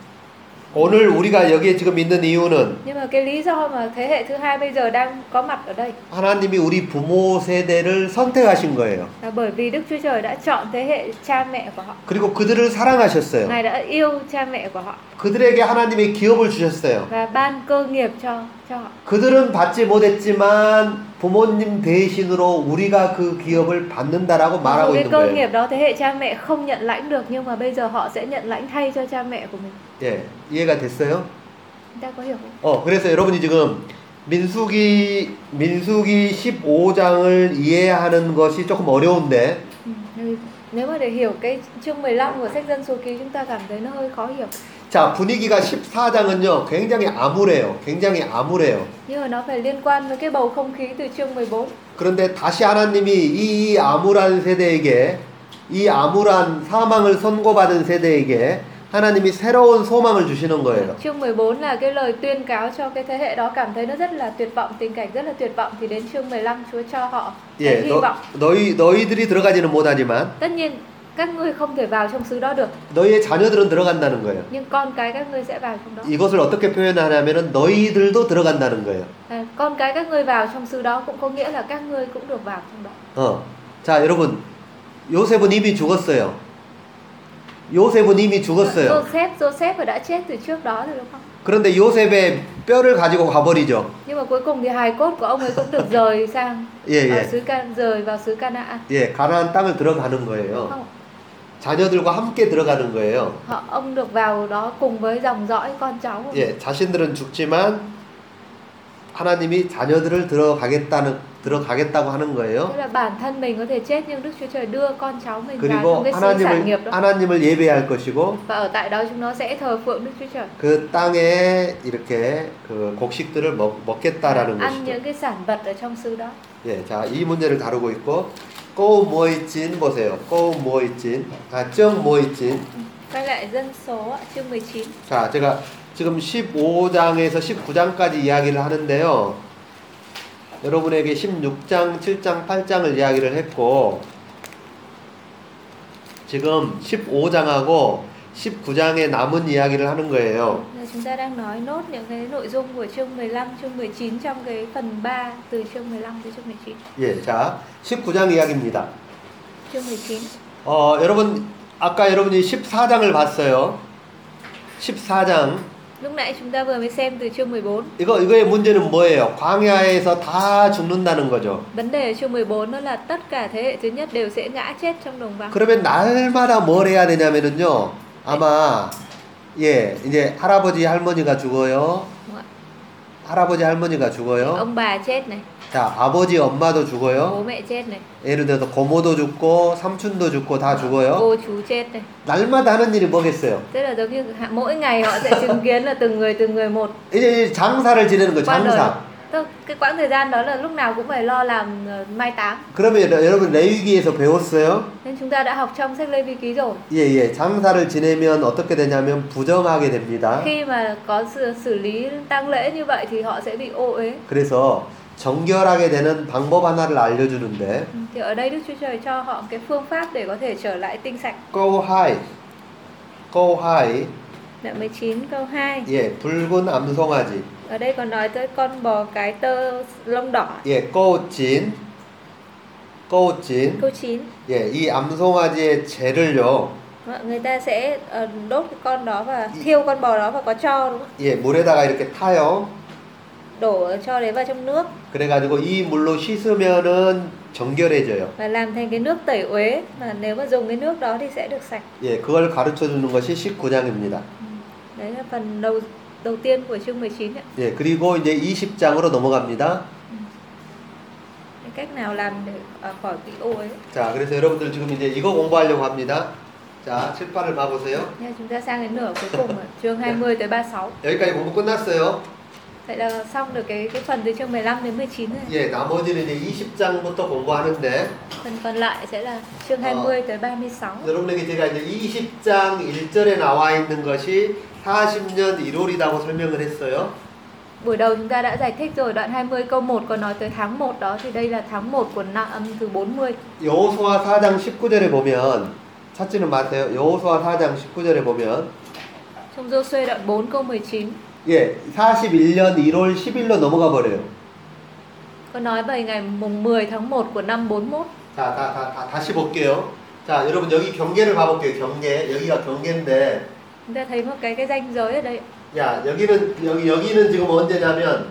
S2: 오늘 우리가 여기에 지금 있는 이유는
S1: Nhưng mà cái lý do mà thế hệ thứ hai bây giờ đang có mặt ở đây
S2: 하나님이 우리 부모 세대를 선택하신 거예요.
S1: là bởi vì Đức Chúa Trời đã chọn thế hệ cha mẹ của họ.
S2: 그리고 그들을 사랑하셨어요.
S1: Ngài đã yêu cha mẹ của họ
S2: 그들에게 하나님의 기업을 주셨어요.
S1: và ban cơ nghiệp cho cho họ.
S2: 그들은 받지 못했지만 부모님 대신으로 우리가 그 기업을 받는다라고
S1: Mặc
S2: 말하고
S1: dù cái
S2: 있는
S1: cơ
S2: 거예요.
S1: nghiệp đó thế hệ cha mẹ không nhận lãnh được nhưng mà bây giờ họ sẽ nhận lãnh thay cho cha mẹ của mình.
S2: 예, 이해가 됐어요?
S1: Chúng ta có hiểu không?
S2: 어, 그래서 여러분이 지금 민수기 민수기 15장을 이해하는 것이 조금 어려운데
S1: Ừ. Nếu- Nếu mà để hiểu cái chương 15 của sách dân số ký chúng ta cảm thấy nó hơi khó hiểu.
S2: 자, 분위기가 14장은요. 굉장히 암울해요. 굉장히 암울해요.
S1: Nhưng mà nó phải liên quan với cái bầu không khí từ chương 14.
S2: 그런데 다시 하나님이 이, 이 암울한 세대에게 이 암울한 사망을 선고받은 세대에게 하나님이 새로운 소망을 주시는 거예요.
S1: Chương 14 là cái lời tuyên cáo cho cái thế hệ đó cảm thấy nó rất là tuyệt vọng, tình cảnh rất là tuyệt vọng thì đến chương 15 Chúa cho họ cái
S2: 예,
S1: hy
S2: 너,
S1: vọng.
S2: 너희 너희들이 들어가지는 못하지만
S1: Tất nhiên các ngươi không thể vào trong xứ đó được,
S2: 너희의 자녀들은 들어간다는 거예요.
S1: nhưng con cái các ngươi sẽ vào trong đó.
S2: 이것을 어떻게 표현하냐면은 너희들도 들어간다는 거예요.
S1: À, con cái các ngươi vào trong xứ đó cũng có nghĩa là các ngươi cũng được vào trong đó.
S2: 어. 자, 여러분. 요셉은 이미 죽었어요. 요셉은 이미 죽었어요.
S1: Joseph, Joseph đã chết từ trước đó rồi đúng không?
S2: 그런데 요셉의 뼈를 가지고 가버리죠.
S1: Nhưng mà cuối cùng thì hài cốt của ông ấy cũng được rời sang
S2: 예,
S1: ở
S2: 예.
S1: xứ Can rời vào xứ Canaan.
S2: 예, 가나안 땅을 들어가는
S1: Đúng
S2: 거예요.
S1: không?
S2: 자녀들과 함께 들어가는 거예요.
S1: Họ ông được vào đó cùng với dòng dõi con cháu. của mình.
S2: 예, 자신들은 죽지만 하나님이 자녀들을 들어가겠다는 들어가겠다고 하는 거예요.
S1: Tức là bản thân mình có thể chết nhưng Đức Chúa Trời đưa con cháu mình vào
S2: 그리고
S1: trong cái sự sản nghiệp
S2: 하나님을
S1: đó.
S2: 하나님을 예배할 것이고
S1: Và ở tại đó chúng nó sẽ thờ phượng Đức Chúa Trời.
S2: 그 땅에 이렇게 그 곡식들을 먹, 먹겠다라는
S1: Ăn
S2: 것이죠.
S1: những cái sản vật ở trong xứ đó.
S2: 예, 자, 이 문제를 다루고 있고 꼬우 모이진 보세요. 꼬우 모이진. 아, 쩡 모이진.
S1: Quay lại dân số ạ, chương 19.
S2: 자, 제가 지금 15장에서 19장까지 이야기를 하는데요. 여러분에게 16장, 7장, 8장을 이야기를 했고, 지금 15장하고 19장의 남은 이야기를 하는 거예요.
S1: Giờ chúng ta đang nói nốt những cái nội dung của chương 15, chương 19 trong cái phần 3 từ chương 15 tới chương 19.
S2: 예, 자, 19장 이야기입니다.
S1: Chương 19.
S2: 어, 여러분, 아까 여러분이 14장을 봤어요. 14장.
S1: Lúc nãy chúng ta vừa mới xem từ chương 14.
S2: 이거, 이거의 문제는 뭐예요? 광야에서 다 죽는다는 거죠.
S1: Vấn đề ở chương 14 đó là tất cả thế hệ thứ nhất đều sẽ ngã chết trong đồng vắng.
S2: 그러면 날마다 뭘 해야 되냐면은요. 아마 예 이제 할아버지 할머니가 죽어요.
S1: Đúng không ạ?
S2: 할아버지 할머니가 죽어요.
S1: Ông bà chết này,
S2: 자 아버지 엄마도
S1: bố
S2: 죽어요.
S1: mẹ chết này,
S2: 예를 들어서 고모도 죽고 삼촌도 죽고 다 죽어요.
S1: cô chú chết này.
S2: 날마다 하는 일이 뭐겠어요?
S1: Tức là giống như hạ- mỗi ngày họ sẽ chứng kiến là từng người từng người một
S2: 이제 장사를 지내는 거예요.
S1: qua đời.
S2: 장사.
S1: Tức cái quãng thời gian đó là lúc nào cũng phải lo làm ờ, mai táng.
S2: 그러면 여러- 여러분 레위기에서 배웠어요?
S1: Nên chúng ta đã học trong sách Lê Vi Ký rồi.
S2: 예예 장사를 지내면 어떻게 되냐면 부정하게 됩니다.
S1: Khi mà có sự xử lý tang lễ như vậy thì họ sẽ bị ô uế.
S2: 그래서 정결하게 되는 방법 하나를 알려주는데
S1: Ừ, Thì ở đây Đức Chúa Trời cho họ cái phương pháp để có thể trở lại tinh sạch.
S2: Go high. Go high.
S1: Đoạn 19 câu 2.
S2: 예, 붉은 암송아지.
S1: Ở đây còn nói tới con bò cái tơ lông đỏ.
S2: 예, 꼬우진. 꼬우진.
S1: Câu 9.
S2: 예, 이 암송아지의 재를요.
S1: Người ta sẽ ờ, đốt cái con đó và thiêu con bò đó và có cho đúng không?
S2: 예, 물에다가 이렇게 타요.
S1: Đổ cho đấy vào trong nước
S2: 그래 가지고 이 물로 씻으면은 정결해져요.
S1: và làm thành cái nước tẩy uế mà nếu mà dùng cái nước đó thì sẽ được sạch.
S2: 예, 그걸 가르쳐 주는 것이 19장입니다.
S1: Đấy là phần đầu đầu tiên của chương 19 ạ.
S2: 예, 그리고 이제 20장으로 넘어갑니다.
S1: cách nào làm để à, khỏi bị ô ấy
S2: 자, 그래서 여러분들 지금 이제 이거 공부하려고 합니다. 자, 칠판을 봐보세요.
S1: nha chúng ta sang đến nửa cuối cùng rồi, chương 20 tới 36
S2: 여기까지 공부 끝났어요.
S1: vậy là xong được cái cái phần từ chương 15 đến 19 rồi
S2: 예, 나머지는 이제 20장부터 공부하는데
S1: phần còn lại sẽ là chương
S2: Ờ.
S1: 20 tới 36
S2: 여러분에게 제가 이제 20장 1절에 나와 있는 것이 40년 1월이라고 설명을 했어요.
S1: Buổi đầu chúng ta đã giải thích rồi đoạn 20 câu 1 còn nói tới tháng 1 đó thì đây là tháng 1 của năm âm thứ 40.
S2: 여호수아 4장 19절에 보면 찾지는 마세요. 여호수아 4장 19절에 보면
S1: Trong Giô-suê đoạn 4 câu 19
S2: 예, 41년 1월 10일로 넘어가 버려요.
S1: có nói về ngày mùng 10 tháng 1 của năm 41.
S2: 자, 다, 다, 다, 다시 볼게요. 자, 여러분 여기 경계를 봐볼게요. 경계. 여기가 경계인데
S1: Chúng ta thấy một cái cái ranh giới ở đây.
S2: 야, 여기는 여기 여기는 지금 언제냐면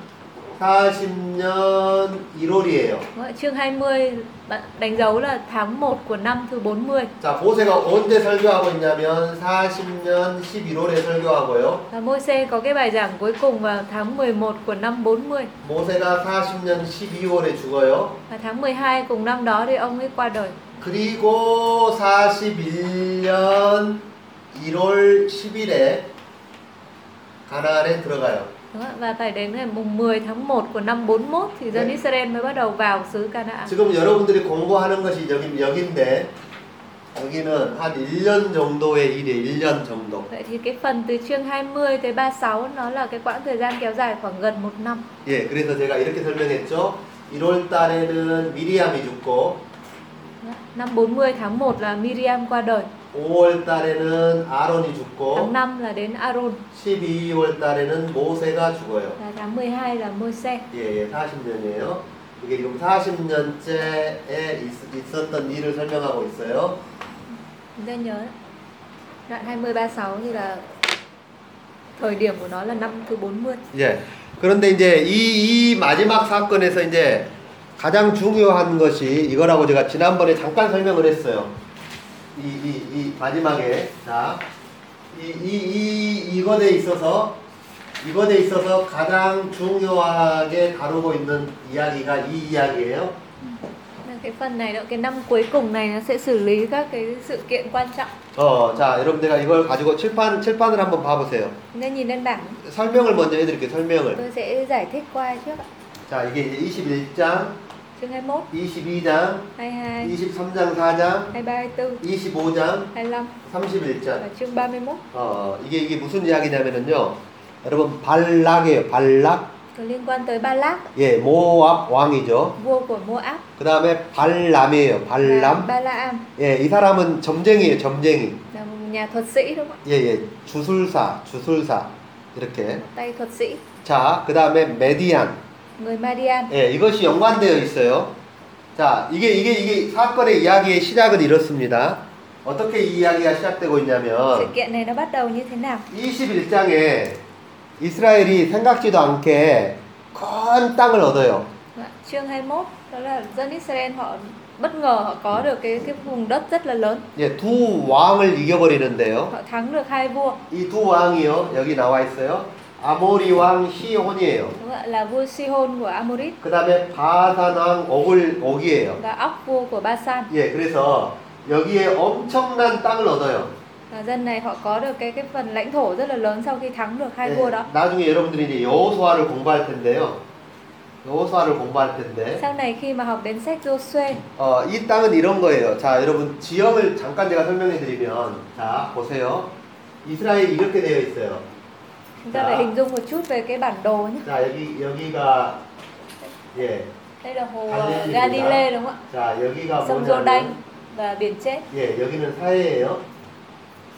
S2: 40년 1월이에요.
S1: Đúng ạ, Chương 20 bạn đánh dấu là tháng 1 của năm thứ 40.
S2: 자, 모세가 언제 설교하고 있냐면 40년 11월에 설교하고요.
S1: Và Môi-se có cái bài giảng cuối cùng vào tháng 11 của năm 40
S2: 모세가 40년 12월에 죽어요.
S1: và tháng 12 cùng năm đó thì ông ấy qua đời.
S2: 그리고 41년 1월 10일에 가나안에 들어가요.
S1: Đúng ạ? Và phải đến ngày mùng 10 tháng 1 của năm 41 thì dân
S2: Đấy.
S1: Israel mới bắt đầu vào xứ Canaan.
S2: 지금 여러분들이 공부하는 것이 여기 여기인데 여기는 한 1년 정도의 일이에요. 1년 정도.
S1: Vậy thì cái phần từ chương 20 tới 36 nó là cái quãng thời gian kéo dài khoảng gần một năm.
S2: 예, 그래서 제가 이렇게 설명했죠. 1월 달에는 미리암이 죽고
S1: Năm 40 tháng 1 là Miriam qua đời,
S2: 5월 달에는 아론이
S1: tháng
S2: 죽고
S1: 5 là đến Aaron
S2: 12월 달에는 모세가 죽어요.
S1: và tháng 12 là Môi-se.
S2: 예, 예, 40년이에요. 이게 지금 40년째에 있었던 일을 설명하고 있어요.
S1: Chúng ta nhớ đoạn 20 36 thì là thời điểm của nó là năm thứ 40.
S2: 예. 그런데 이제 이, 이 마지막 사건에서 이제 가장 중요한 것이 이거라고 제가 지난번에 잠깐 설명을 했어요. 이, 이, 이 마지막에. 자, 이, 이, 이, 이것에 있어서, 이것에 있어서 가장 중요하게 다루고 있는 이야기가 이 이야기예요.
S1: Là cái phần này đó, cái năm cuối cùng này nó sẽ xử lý các cái sự kiện quan trọng.
S2: 어, 자, 여러분 내가 이걸 가지고 칠판, 칠판을 한번 봐보세요.
S1: Chúng ta nhìn lên bảng,
S2: 설명을 먼저 해드릴게요, 설명을.
S1: tôi sẽ giải thích qua trước ạ.
S2: 자, 이게 이제 21장,
S1: Chương 21,
S2: 22장,
S1: 22,
S2: 23장, 4장,
S1: 23, 24,
S2: 25장,
S1: 25
S2: 31장.
S1: và chương 31.
S2: 어, 이게 이게 무슨 이야기냐면은요. 여러분 발락이에요. 발락.
S1: Có liên quan tới Ba Lác,
S2: 예, 모압 왕이죠.
S1: vua của Moab
S2: 그다음에 발람이에요.
S1: và
S2: 발람.
S1: Ba Laam
S2: 예, 이 사람은 점쟁이에요. 점쟁이.
S1: là một nhà thuật sĩ đúng không
S2: 예, 예. 주술사, 주술사. 이렇게.
S1: ạ? Tay thuật sĩ,
S2: 자, 그다음에 메디안.
S1: người Madian.
S2: 예, 이것이 연관되어 있어요. 자, 이게 이게 이게 사건의 이야기의 시작은 이렇습니다. 어떻게 이 이야기가 시작되고
S1: Sự
S2: 있냐면
S1: kiện này nó bắt đầu như thế nào?
S2: 21장에 이스라엘이 생각지도 않게 큰 땅을 얻어요.
S1: Đúng Vâng ạ. Chương 21 đó là dân Israel họ bất ngờ họ có được cái cái vùng đất rất là lớn.
S2: 예, 두 왕을 이겨버리는데요.
S1: Họ thắng được hai vua,
S2: 이 두 왕이요, 여기 나와 있어요. 아모리 왕 시혼이에요.
S1: đúng không ạ? Là vua Sihon của Amorit
S2: 그 다음에 바산 왕 오글 오기예요.
S1: và óc vua của Basan.
S2: 예, 그래서 여기에 엄청난 땅을 얻어요.
S1: Và dân này họ có được cái cái phần lãnh thổ rất là lớn sau khi thắng được hai
S2: 예,
S1: vua đó.
S2: 나중에 여러분들이 이제 여호수아를 공부할 텐데요. 여호수아를 공부할 텐데
S1: Sau này khi mà học đến sách Joshua
S2: 어, 이 땅은 이런 거예요. 자, 여러분 지형을 잠깐 제가 설명해 드리면 자, 보세요. 이스라엘이 이렇게 되어 있어요.
S1: chúng ta
S2: Dạ.
S1: phải hình dung một chút về cái bản đồ nhé.
S2: 자, 여기 여기가 예.
S1: Đây là hồ
S2: Galilee
S1: ờ,
S2: Dạ,
S1: Galilee đúng không
S2: 자, 여기가
S1: ạ? Sông
S2: 뭐냐면
S1: Jordan và biển chết.
S2: 예, 여기는 사해예요.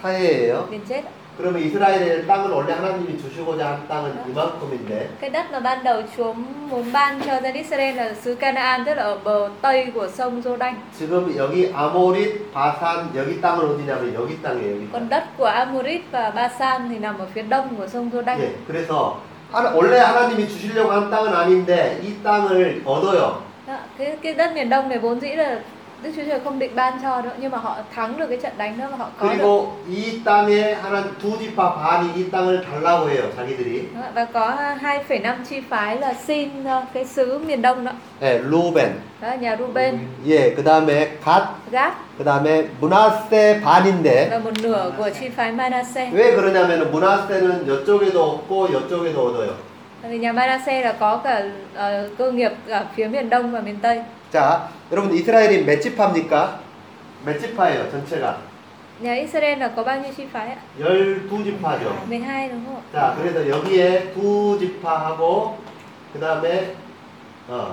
S2: 사해예요.
S1: Biển chết.
S2: 그러면 이스라엘의 땅은 원래 하나님이 주시고자 한 땅은 이만큼인데
S1: Cái đất mà ban đầu Chúa muốn ban cho dân Israel là xứ Canaan tức là ở bờ tây của sông Jordan.
S2: 지금 여기 아모릿, 바산 여기 땅은 어디냐면 여기 땅이에요. 여기 땅.
S1: Còn đất của Amorit và Basan thì nằm ở phía đông của sông Jordan.
S2: 예, 그래서 하나- 원래 하나님이 주시려고 한 땅은 아닌데 이 땅을 얻어요.
S1: Đó, cái cái đất miền đông này vốn dĩ là Đức Chúa Trời không định ban cho nữa nhưng mà họ thắng được cái trận đánh đó và họ có được
S2: 그리고 이 땅에 하나 두 지파 반이 이 땅을 달라고 해요, 자기들이.
S1: Đúng ạ, và có 2,5 chi phái là xin ờ, cái xứ miền Đông đó,
S2: 예, 루벤.
S1: đó là nhà Ruben,
S2: 예, 그 다음에 갓,
S1: Gad
S2: 그 다음에 문하세 반인데
S1: và một nửa của chi phái Manasseh.
S2: 왜 그러냐면 문하세는 이쪽에도 없고 이쪽에도 얻어요.
S1: Tại vì nhà Manasseh là có cả ờ, cơ nghiệp ở phía miền Đông và miền Tây.
S2: 자, 여러분 이스라엘이 몇 지파입니까? 몇 지파예요, 전체가?
S1: Nhà Israel là có bao nhiêu chi phái ạ?
S2: 12지파죠.
S1: 12 đúng không ạ?
S2: 자, 그래서 여기에 두 지파하고 그 다음에 어,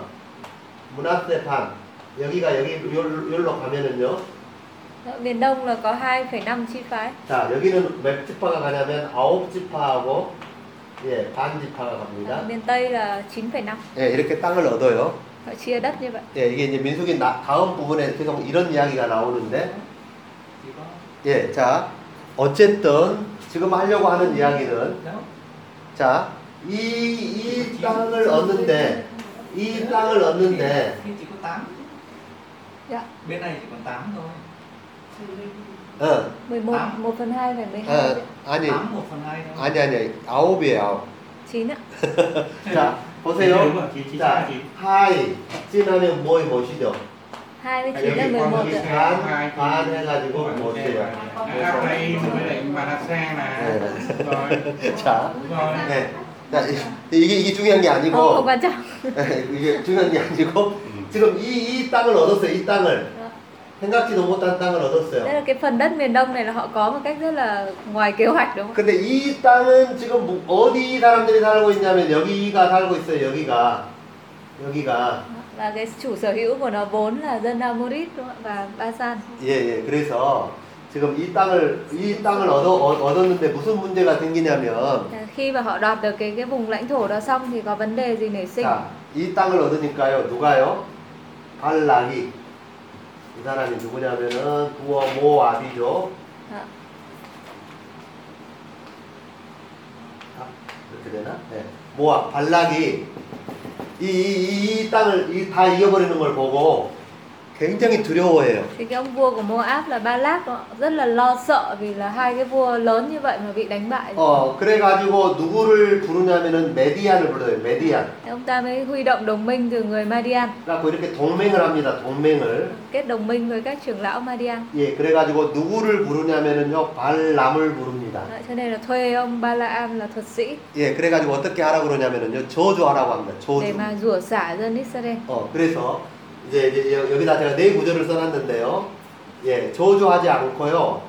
S2: 문하세 반 여기가 여기 요- 요로 가면은요.
S1: Đó, miền Đông là có 2,5 chi phái.
S2: 자, 여기는 몇 지파가 가냐면 아홉 지파하고 예, 반 지파가
S1: Đó,
S2: 갑니다.
S1: miền Tây là 9,5.
S2: 예, 이렇게 땅을 얻어요.
S1: Họ chia đất như vậy.
S2: 예, 이게 이제 민숙이 나- 다음 부분에 계속 이런 이야기가 나오는데,
S3: chỉ có
S2: 예, 자, 어쨌든 지금 하려고 하는 이야기는,
S3: đó
S2: 자, 이, 이 땅을 얻는데, 이 땅을 얻는데,
S3: thì chỉ có tám
S1: Dạ.
S3: bên này chỉ còn tám thôi
S2: 어,
S1: 11,
S4: À.
S3: Tám.
S1: 1 phần 2 phải 12.
S2: 어,
S4: Ờ.
S2: 아니,
S3: tám một phần hai thôi
S2: 아니, 아니, 아홉이에요, 아홉.
S1: 9 ạ.
S2: 자,
S4: đúng
S2: 보세요.
S4: rồi chín chín
S2: 자,
S4: chín
S2: 하이, 찐하면 뭐이 뭐시죠?
S1: 2 với
S4: Tại
S1: 9
S4: vì
S1: là
S4: con
S1: 11
S4: đi
S1: ạ.
S4: xe
S2: Bán-
S4: hai thì-
S2: bán hay là chỉ có
S4: Bán
S2: một
S4: xe
S2: triệu?
S4: mà. À, đây với lại bà đặt xe là
S2: Ừ.
S4: rồi
S2: 자,
S4: rồi
S2: 예. 자, 이- 이게, 이게 중요한 게
S1: Không, không
S2: 아니고, 네,
S1: quan trọng.
S2: 이게 중요한 게 아니고,
S1: Ừ.
S2: 지금 이, 이 땅을 얻었어요, 이 땅을.
S1: Đó.
S2: 생각지도 못한 땅을
S1: Đây
S2: 얻었어요.
S1: là cái phần đất miền Đông này là họ có một cách rất là ngoài kế hoạch đúng không?
S2: 근데 이 땅은 지금 뭐- 어디 사람들이 살고 있냐면 여기가 살고 있어요. 여기가 여기가
S1: Và cái chủ sở hữu của nó vốn là dân Amorit đúng không? ạ? và Basan.
S2: 예예 그래서 지금 이 땅을 이 땅을 얻어 어- 얻었는데 무슨 문제가 생기냐면
S1: Là Ờ, Khi mà họ đoạt được cái cái vùng lãnh thổ đó xong thì có vấn đề gì nảy sinh?
S4: Dạ.
S2: 자이 땅을 얻으니까요 누가요 발락이 이 사람이 누구냐면은 부어 모 아비죠
S1: Đó.
S2: 아, 이렇게 되나? 네. 모압 발락이 이, 이, 이, 이 땅을 이, 다 이겨버리는 걸 보고 굉장히 두려워해요.
S1: Thì cái ông vua của Moab là Balak đó, rất là lo sợ vì là hai cái vua lớn như vậy mà bị đánh bại.
S2: 어 그래가지고 누구를 부르냐면은 메디안을 불러요. 메디안.
S1: Thế Ông ta mới huy động đồng minh từ người Madian,
S2: 그래갖고 이렇게 동맹을 합니다. 동맹을.
S1: kết đồng minh với các trưởng lão Madian.
S2: 예 그래가지고 누구를 부르냐면은요 발람을 부릅니다.
S1: Đó, cho nên Dạ, là thuê ông Balaam là thuật sĩ
S2: 예 그래가지고 어떻게 하라고 그러냐면은요 저주하라고 합니다.
S1: để
S2: 저주.
S1: mà rủa xả dân Israel.
S2: 어 그래서 이제, 이제 여- 여기다 제가 네 구절을 써놨는데요. 예 저주하지 않고요.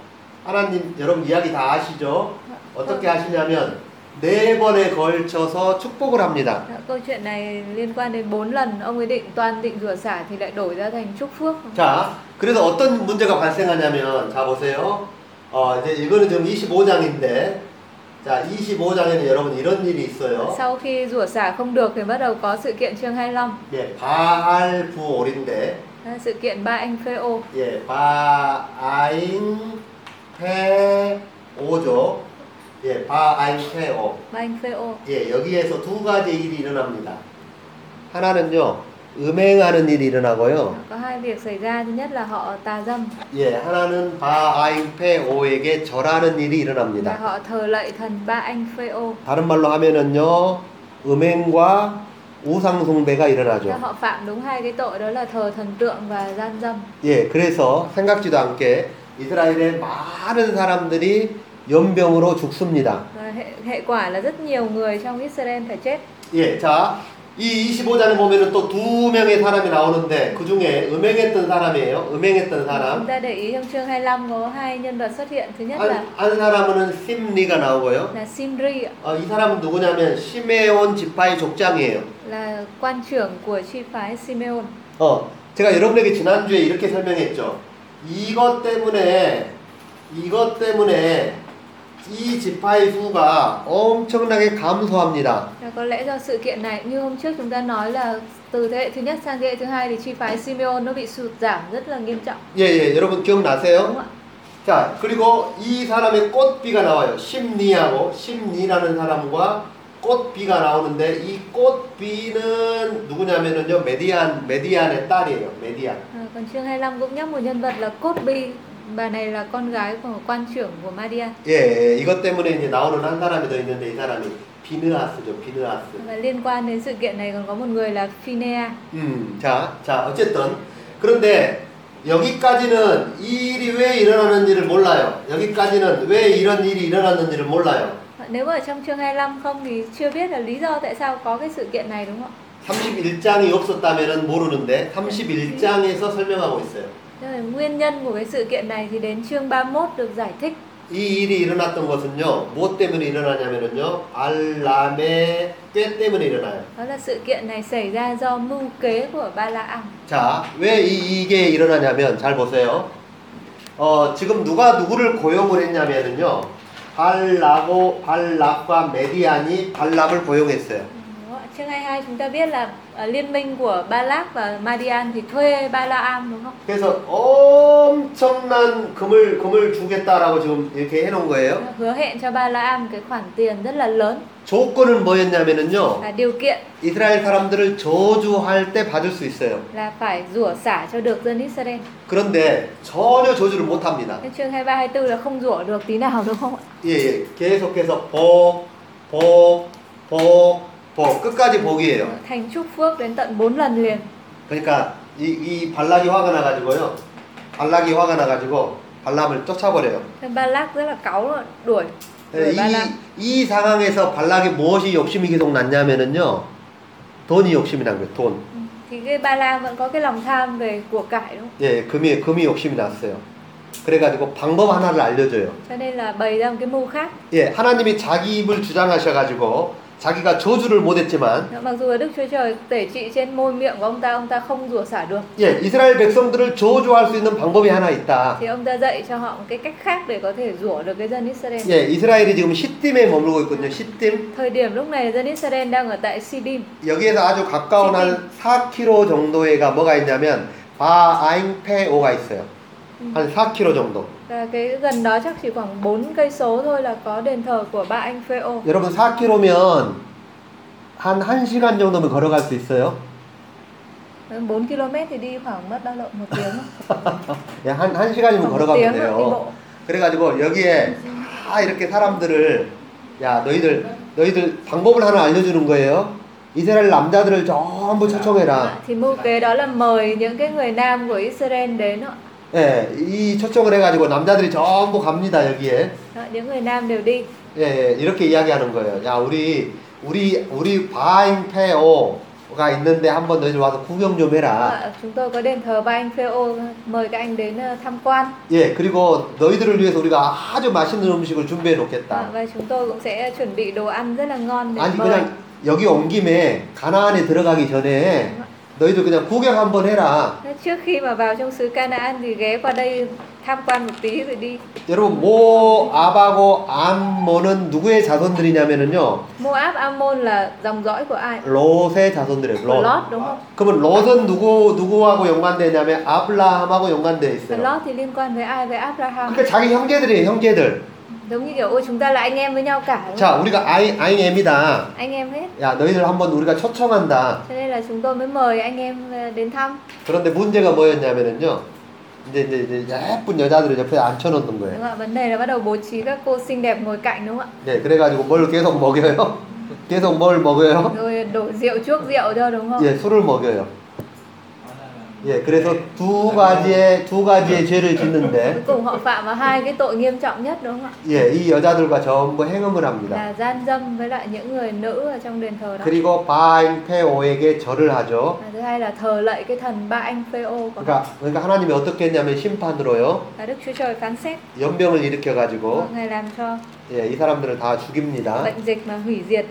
S2: 하나님 여러분 이야기 다 아시죠? 어떻게 하시냐면 네 번에 걸쳐서 축복을 합니다.
S1: Đó, Dạ, câu chuyện này liên quan đến 4 lần ông ấy định toàn định rủa xả thì lại đổi ra thành chúc phước.
S2: 자 그래서 어떤 문제가 발생하냐면 자 보세요. 어 이제 이거는 지금 25장인데 자 25장에는 여러분 이런 일이 있어요.
S1: Sau khi rủa xả không được thì bắt đầu có sự kiện chương 25,
S2: 예 바알 부올인데
S1: đó là à, sự kiện ba anh phê ô.
S2: 예, 바아인 페오죠. 예, 바아인 페오.
S1: Ba anh phê ô.
S2: 예, 여기에서 두 가지 일이 일어납니다. 하나는요, 음행하는 일이 일어나고요.
S1: Có hai việc xảy ra, thứ nhất là họ tà dâm
S2: 예, 하나는 바아인 페오에게 절하는
S1: và
S2: 일이 일어납니다.
S1: họ thờ lạy thần ba anh phê ô.
S2: 다른 말로 하면은요, 음행과 우상숭배가
S1: Thế
S2: 일어나죠.
S1: Dạ, Họ phạm đúng hai cái tội đó là thờ thần tượng và gian dâm.
S2: 예, 그래서 생각지도 않게 이스라엘의 많은 사람들이 연병으로 죽습니다.
S1: Và hệ, hệ quả là rất nhiều người trong Israel phải chết.
S2: 예, 자, 이 25장에 보면은 또 두 명의 사람이 나오는데 그 중에 음행했던 사람이에요. 음행했던
S1: Chúng
S2: 사람.
S1: ta Vâng, để ý trong chương 25 có hai nhân vật xuất hiện. Thứ nhất
S2: 한,
S1: là
S2: 한 사람은 심리가 나오고요.
S1: là Simri ạ,
S2: 어, 이 사람은 누구냐면 시메온 지파의 족장이에요.
S1: là quan trưởng của chi phái Simeon.
S2: 어, 제가 여러분에게 지난주에 이렇게 설명했죠. 이것 때문에 이것 때문에 이 지파의 수가 엄청나게 감소합니다.
S1: Và có lẽ do sự kiện này như hôm trước chúng ta nói là từ thế hệ thứ nhất sang thế hệ thứ hai thì chi phái Simeon nó bị sụt giảm rất là nghiêm trọng.
S2: 예, 예, 여러분
S1: Đúng
S2: 기억나세요?
S1: không ạ?
S2: 자, 그리고 이 사람의 꽃비가 나와요. 심리하고 심리라는 사람과 꽃비가 나오는데 이 꽃비는 누구냐면은요 메디안 메디안의 딸이에요 메디안
S1: À, còn chương 25 cũng nhắc một nhân vật là Cốt Bi. Bà này là con gái của quan trưởng của Maria.
S2: 예, 예, 이것 때문에 이제 나오는 한 사람이 더 있는데 이 사람이 비느아스죠, 비느아스.
S1: Và liên quan đến sự kiện này còn có một người là Phinea.
S2: 음, 자, 자, 어쨌든 그런데 여기까지는 이 일이 왜 일어나는지를 몰라요. 여기까지는 왜 이런 일이 일어났는지를 몰라요.
S1: Nếu mà ở trong chương 25 không thì chưa biết là lý do tại sao có cái sự kiện này đúng không ạ?
S2: 31장이 없었다면은 모르는데 31장에서 설명하고 있어요.
S1: Thế là nguyên nhân của cái sự kiện này thì đến chương 31 được giải thích.
S2: 이 일이 일어났던 것은요, 무엇 때문에 일어나냐면은요, 알람의 꾀 때문에 일어나요.
S1: Đó là sự kiện này xảy ra do mưu kế của Ba La Am.
S2: 자, 왜 이, 이게 일어나냐면 잘 보세요. 어, 지금 누가 누구를 고용을 했냐면은요. 발락고 발락과 메디안이 발락을 고용했어요.
S1: Đúng không ạ? Chương 22 chúng ta biết là ờ, liên minh của Ba Lác và Madian thì thuê Ba La Am đúng không?
S2: 그래서 엄청난 금을 금을 주겠다라고 지금 이렇게 해놓은 거예요.
S1: Hứa hẹn cho Ba La Am cái khoản tiền rất là lớn
S2: 조건은 뭐였냐면은요.
S1: và điều kiện
S2: 이스라엘 사람들을 저주할 때 받을 수 있어요.
S1: là phải rủa xả cho được dân Israel.
S2: 그런데 전혀 저주를 못 합니다.
S1: Thế chương 23 24 là không rủa được tí nào đúng không ạ?
S2: 예, 예. 계속해서 복, 복, 복, 복 끝까지 복이에요.
S1: Thành chúc phước đến tận 4 lần liền.
S2: 그러니까 이, 이 발락이 화가 나가지고요. 발락이 화가 나가지고 발람을 쫓아버려요.
S1: Thế Ba Lác rất là cáu rồi, đuổi.
S2: 예,
S1: đuổi Ba La.
S2: 이, 이 상황에서 발락이 무엇이 욕심이 계속 났냐면은요. 돈이 욕심이 난 거예요. 돈.
S1: Ừ. Thì cái Ba La vẫn có cái lòng tham về của cải đúng không?
S2: 예, 금이 금이 욕심이 났어요. 그래가지고 방법 하나를 알려줘요.
S1: Cho nên là bày ra một cái mưu khác.
S2: 예, 하나님이 자기 입을 주장하셔가지고 자기가 저주를 못했지만
S1: Mặc dù là Đức Chúa Trời tể trị trên môi miệng của ông ta, ông ta không rủa xả được.
S2: 예, 이스라엘 백성들을 저주할 수 있는 방법이 하나 있다.
S1: Thì ông ta dạy cho họ một cái cách khác để có thể rủa được cái dân Israel.
S2: 예, 이스라엘이 지금 시딤에 머물고 있거든요. 시딤.
S1: Thời điểm lúc này dân Israel đang ở tại Sidim.
S2: 여기에서 아주 가까운 한 4km 정도에가 뭐가 있냐면 바아잉페오가 있어요. 한 4km 정도.
S1: Và cái gần đó chắc chỉ khoảng 4 cây số thôi là có đền thờ của ba anh Phêo.
S2: 여러분 4km면 한 1시간 정도면 걸어갈 수 있어요.
S1: 4 km thì đi khoảng mất bao lâu? Một tiếng.
S2: 예, 한 1시간이면
S1: Khoảng một
S2: 걸어가면
S1: tiếng rồi, đi
S2: 돼요.
S1: bộ.
S2: 그래가지고 여기에 다 이렇게 사람들을 야 너희들 너희들 방법을 하나 알려주는 거예요. 이스라엘 남자들을 전부 초청해라.
S1: Thì mưu kế đó là mời những cái người nam của Israel đến ạ.
S2: 예, 이 초청을 해가지고 남자들이 전부 갑니다 여기에.
S1: Đó, những người nam đều đi.
S2: 예, 예, 이렇게 이야기하는 거예요. 야, 우리 우리 우리 바인페오가 있는데 한번 너희들 와서 구경 좀 해라.
S1: Ạ, chúng tôi có đền thờ ba anh Phêo mời các anh đến ờ, tham quan.
S2: 예, 그리고 너희들을 위해서 우리가 아주 맛있는 음식을 준비해
S1: Ạ,
S2: 놓겠다.
S1: và Vâng, chúng tôi cũng sẽ chuẩn bị đồ ăn rất là ngon để
S2: 아니
S1: mời.
S2: 그냥 여기 온 김에 가나안에 들어가기 전에 너희들 그냥 구경 한번 해라.
S1: Thế Trước khi mà vào trong xứ Canaan thì ghé qua đây tham quan một tí rồi đi.
S2: 여러분 모 아바고 암모는 누구의 자손들이냐면은요
S1: Moab Ammon là dòng dõi của ai?
S2: 롯의 자손들이에요.
S1: Của
S2: 롯.
S1: Lot đúng không?
S2: 그러면 롯은 누구 누구하고 연관되냐면 아브라함하고 연관돼
S1: Và
S2: 있어요.
S1: Lot thì liên quan với ai? Với Abraham.
S2: 그러니까 자기 형제들이에요, 형제들.
S1: Giống như kiểu ôi chúng ta là anh em với nhau cả. Đúng không?
S2: 자, 우리가 아이, 아이엠이다.
S1: Anh em hết.
S2: 야, 너희들 한번 우리가 초청한다.
S1: Cho nên là chúng tôi mới mời anh em ờ, đến thăm.
S2: 그런데 문제가 뭐였냐면은요. 이제, 이제, 이제 예쁜 여자들을 옆에 앉혀놓는
S1: Đúng
S2: 거예요.
S1: không ạ? Vấn đề là bắt đầu bố trí các cô xinh đẹp ngồi cạnh đúng không
S2: 네, 그래가지고 뭘 계속 먹여요. 계속 뭘
S1: ạ?
S2: 먹여요.
S1: Rồi đổ rượu chuốc rượu cho đúng không?
S2: 예, 술을 먹여요. 예, 그래서 두 가지의, 두 가지의 죄를
S1: Cuối
S2: 짓는데,
S1: cùng họ phạm vào hai cái tội nghiêm trọng nhất đúng không ạ?
S2: 예, 이 여자들과 전부 행음을 합니다.
S1: Là gian dâm với lại những người nữ ở trong đền thờ đó.
S2: 그리고 바인페오에게 절을 하죠.
S1: Và thứ hai là thờ lạy cái thần ba anh Phêo của họ.
S2: 그러니까, 그러니까 하나님이 어떻게 했냐면 심판으로요.
S1: Và Đức Chúa Trời phán xét.
S2: 연병을 일으켜가지고,
S1: Ngài làm cho
S2: 예, 이 사람들을 다 죽입니다.
S1: bệnh dịch mà hủy diệt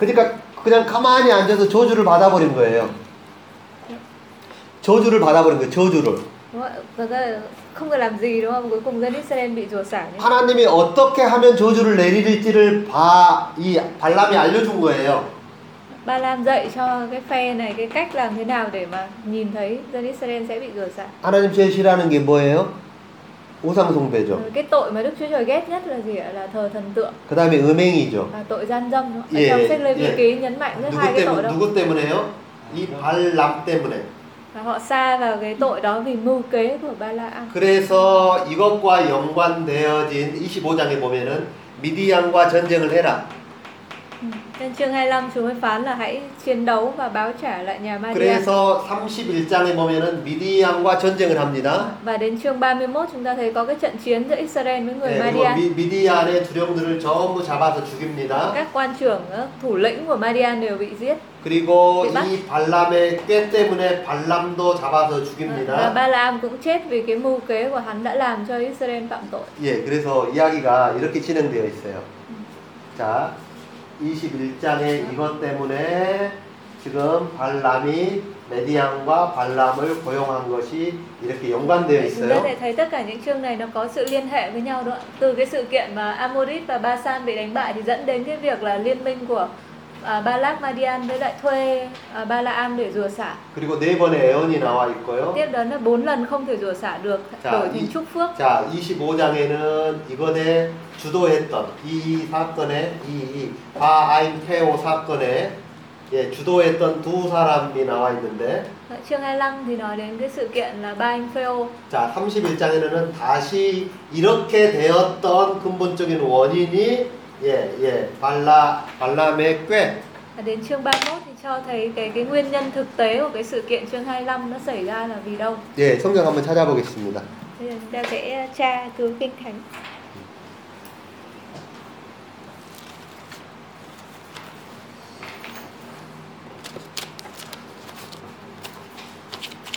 S2: 그러니까 그냥 가만히 앉아서 저주를 받아버린 거예요. 저주를 받아버린 거예요. 저주를.
S1: đúng không? ạ? Thực ra là không cần làm gì đúng không? Cuối cùng dân Israel bị rủa xả. như thế.
S2: 하나님이 어떻게 하면 저주를 내릴지를 바, 이 발람이 알려준 거예요.
S1: Ba Lan dạy cho cái phe này cái cách làm thế nào để mà nhìn thấy dân Israel sẽ bị rửa xả.
S2: 하나님 제일 싫어하는 게 뭐예요? 우상숭배죠.
S1: Ừ, cái tội mà Đức Chúa Trời ghét nhất là gì ạ? Là thờ thần tượng
S2: 그 다음에 음행이죠.
S1: và tội gian dâm. đúng không? Ở
S2: Dạ,
S1: trong sách Lê Vi
S2: dạ.
S1: ký nhấn mạnh rất hai
S2: 누구
S1: cái tội
S2: 때문에
S1: đó.
S2: 누구 때문에요? 이 발람 때문에.
S1: Và họ xa vào cái tội đó vì mưu kế của Ba La Am.
S2: 그래서 이것과 연관되어진 25장에 보면은 미디안과 전쟁을 해라.
S1: Ừ. Nên chương 25 Chúa mới phán là hãy chiến đấu và báo trả lại nhà ma
S2: 그래서 31장에 보면은 미디안과 전쟁을 합니다.
S1: Và đến chương 31 chúng ta thấy có cái trận chiến giữa Israel với người
S2: 네, 그리고
S1: Madian.
S2: 미, 미디안의 두령들을 전부 잡아서 죽입니다.
S1: Các quan trưởng, ờ, thủ lĩnh của Madian đều bị giết.
S2: 그리고
S1: 대박.
S2: 이 발람의 꾀 때문에 발람도 잡아서
S1: Và
S2: 죽입니다.
S1: Ba La Am cũng chết vì cái mưu kế của hắn đã làm cho Israel phạm tội.
S2: 예, 그래서 이야기가 이렇게 진행되어 있어요. 자, 21장에 이것 때문에 지금 발람이 메디안과 발람을 고용한 것이 이렇게 연관되어
S1: Vậy Chúng ta
S2: 있어요.
S1: thể thấy tất cả những chương này nó có sự liên hệ với nhau đó. ạ. Từ cái sự kiện mà Amorit và Basan bị đánh bại thì dẫn đến cái việc là liên minh của à, Balak Madian với lại thuê à, Balaam để rửa xả.
S2: 그리고 네 번의 애언이 나와 있고요.
S1: Tiếp đến là bốn lần không thể rửa xả được
S2: Chả
S1: đổi
S2: ý.
S1: thành chúc phước.
S2: 자, 25장에는 이것에 주도했던 이 사건에 이, 이 바하임페오 사건에 예, 주도했던 두 사람이 나와 있는데
S1: Ở Chương 25 thì nói đến cái sự kiện là Ba Anh Phêo
S2: 자, 31장에는 다시 이렇게 되었던 근본적인 원인이 예, 예, 발라 발람의 꾀
S1: Và đến chương 31 thì cho thấy cái cái nguyên nhân thực tế của cái sự kiện chương 25 nó xảy ra là vì đâu.
S2: 예, 성경 한번 찾아보겠습니다.
S1: Bây giờ chúng ta sẽ tra cứu kinh thánh.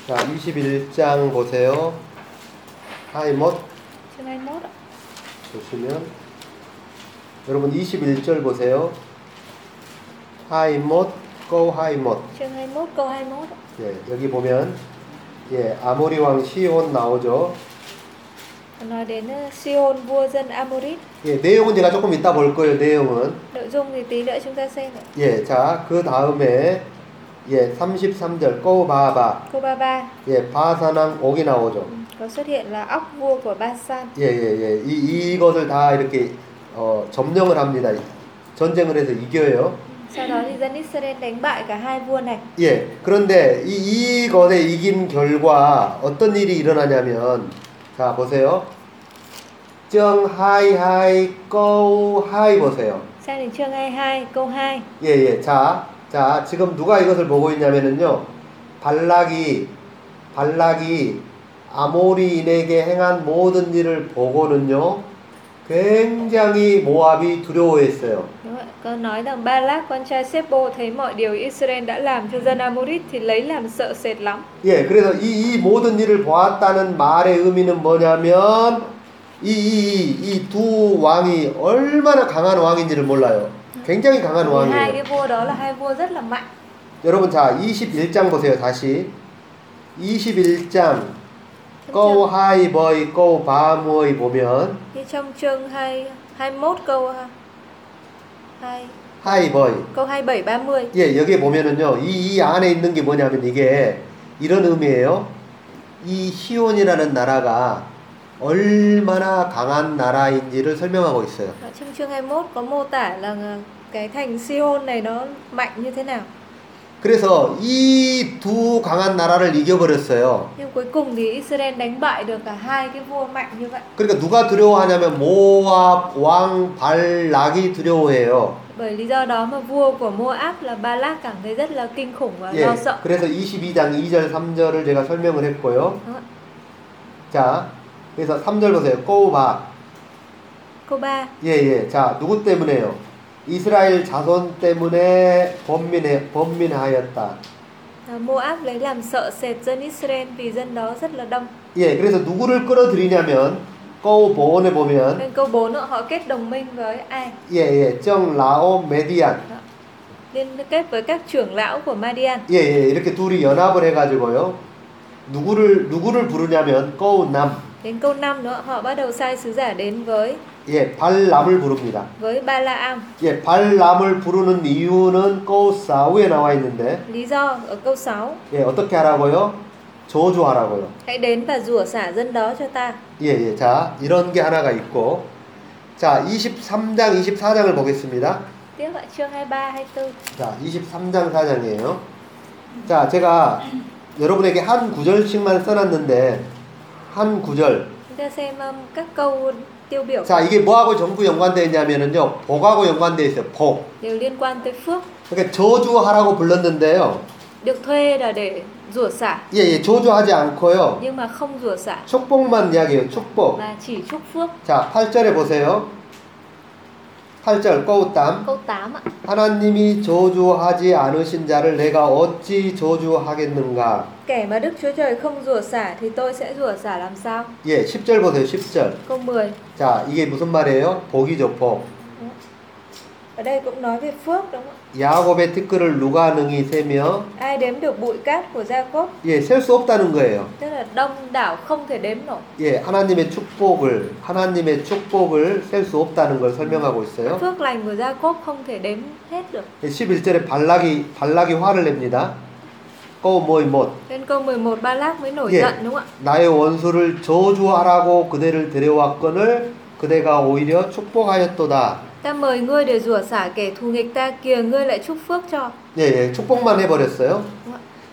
S2: 자, 21장 보세요. 하이못
S1: Chương 21 ạ.
S2: 보시면 여러분 21절 보세요. 하이못 고 하이못
S1: Chương 21 câu 21 ạ.
S2: 예, 여기 보면 예, 아모리 왕 시온 나오죠.
S1: Nói đến ờ, Siôn vua dân Amorit
S2: 예, 내용은 제가 조금 이따 볼 거예요. 내용은
S1: Nội dung thì tí nữa chúng ta xem ạ.
S2: 예, 자, 그 다음에 예, 33절 꼬바바
S1: Cô Ba Ba
S2: 예, 바사낭 옥이 나오죠.
S1: ừ, có xuất hiện là óc vua của Basan
S2: 예, 예, 예. 이 이것을 다 이렇게 어, 점령을 합니다. 전쟁을 해서 이겨요.
S1: Sau đó thì dân Israel đánh bại cả hai vua này
S2: 예. 그런데 이 이것에 이긴 결과 어떤 일이 일어나냐면 자, 보세요. 정 하이 하이 꼬 하이 보세요.
S1: Sang đến chương 22 câu 2
S2: 예, 예. 자, 자, 지금 누가 이것을 보고 있냐면은요. 발락이 발락이 아모리인에게 행한 모든 일을 보고는요. 굉장히 모압이 두려워했어요.
S1: Đúng ạ. Có nói rằng Balak con trai Seppo thấy mọi điều Israel đã làm cho dân Amorit thì lấy làm sợ sệt lắm
S2: 예, 그래서 이, 이 모든 일을 보았다는 말의 의미는 뭐냐면 이 이 두 왕이 얼마나 강한 왕인지를 몰라요. 굉장히 강한
S1: Vì hai
S2: 왕이에요.
S1: cái vua đó là hai vua rất là mạnh
S2: 여러분 자, 21장 보세요. 다시 21장
S1: Trong
S2: 꼬
S1: chương-
S2: 하이 버이 꼬 바무이 보면
S1: Như trong chương 2, 21 câu 2
S2: 하이 버이
S1: câu 27 30
S2: 예, 여기에 보면은요. 이, 이 안에 있는 게 뭐냐면 이게 이런 의미예요. 이 시온이라는 나라가 얼마나 강한 나라인지를 설명하고 있어요.
S1: Ở Trong chương 21 có mô tả là ng- cái thành Sihon này nó mạnh như thế nào.
S2: 그래서 이 두 강한 나라를 이겨버렸어요.
S1: Nhưng cuối cùng thì Israel đánh bại được cả hai cái vua mạnh như vậy.
S2: 그러니까 누가 두려워하냐면 모압 왕 발락이 두려워해요.
S1: Bởi lý do đó mà vua của Moab là Balak cảm thấy rất là kinh khủng và
S2: 예.
S1: lo sợ.
S2: 그래서 22장 2절 3절을 제가 설명을 했고요.
S1: Đúng không ạ?
S2: 자, 그래서 3절 보세요. 꼬우바.
S1: Câu 3
S2: 예, 예. 자, 누구 때문에요? 이스라엘 자손 때문에 범민해, 범민하였다.
S1: à, Moab lấy làm sợ sệt dân Israel vì dân đó rất là đông.
S2: 예, 그래서 누구를 끌어들이냐면, 꼬우보온에 보면,
S1: Nên câu 4 nữa, họ kết đồng minh với ai?
S2: 예, 예, 정라오 메디안.
S1: Liên kết với các trưởng lão của Madian.
S2: 예, 예, 이렇게 둘이 연합을 해가지고요. 누구를, 누구를 부르냐면, 꼬우남.
S1: Đến câu 5 nữa, họ bắt đầu sai sứ giả đến với
S2: 예, 발람을 부릅니다.
S1: với Balaam.
S2: 예, 발람을 부르는 이유는 꼬우사우에 나와 있는데,
S1: Lý do ở câu 6
S2: 예, 어떻게 하라고요? 저주하라고요.
S1: Hãy đến và rủa xả dân đó cho ta.
S2: 예, 예. 자, 이런 게 하나가 있고. 자, 23장, 24장을 보겠습니다.
S1: Tiếp ạ, chương 23, 24.
S2: 자, 23장 4장이에요. 자, 제가 여러분에게 한 구절씩만 써놨는데, 한 구절.
S1: Chúng ta xem um, các câu tiêu biểu
S2: 자, 이게 뭐하고 전부 연관되어 있냐면은요, 복하고 연관되어 있어요. 복.
S1: đều liên quan tới phước.
S2: 그러니까 저주하라고 불렀는데요.
S1: Được thuê là để rủa xả
S2: 예, 예, 저주하지 않고요.
S1: nhưng mà không rủa xả
S2: 축복만 이야기해요. 축복.
S1: mà chỉ chúc phước.
S2: 자, 8절에 보세요. 8절 거우땀
S1: Câu 8 ạ.
S2: 하나님이 저주하지 않으신 자를 내가 어찌 저주하겠는가?
S1: Kẻ mà Đức Chúa Trời không rủa xả thì tôi sẽ rủa xả làm sao?
S2: 예, 10절 보세요. 10절.
S1: Câu 10.
S2: 자, 이게 무슨 말이에요? 복이죠, 복.
S1: Ở đây cũng nói về phước đúng không
S2: 야곱의 티끌을 누가 능히 세며
S1: ạ? Ai đếm được bụi cát của Gia-cốp
S2: 예, 셀 수 없다는 거예요.
S1: tức là đông đảo không thể đếm nổi.
S2: 예, 하나님의 축복을 하나님의 축복을 셀 수 없다는 걸 설명하고 있어요.
S1: Phước lành của Gia-cốp không thể đếm hết được.
S2: 11절에 발락이 발락이 화를 냅니다. 꼬모이 못
S1: Đến câu 11 Ba Lác mới nổi
S2: Gì?
S1: giận đúng không ạ?
S2: 나의 원수를 저주하라고 그대를 데려왔거늘 그대가 오히려 축복하였도다.
S1: Ta mời ngươi để rủa xả kẻ thù nghịch ta kìa ngươi lại chúc phước cho.
S2: 예, 예, 축복만 해버렸어요.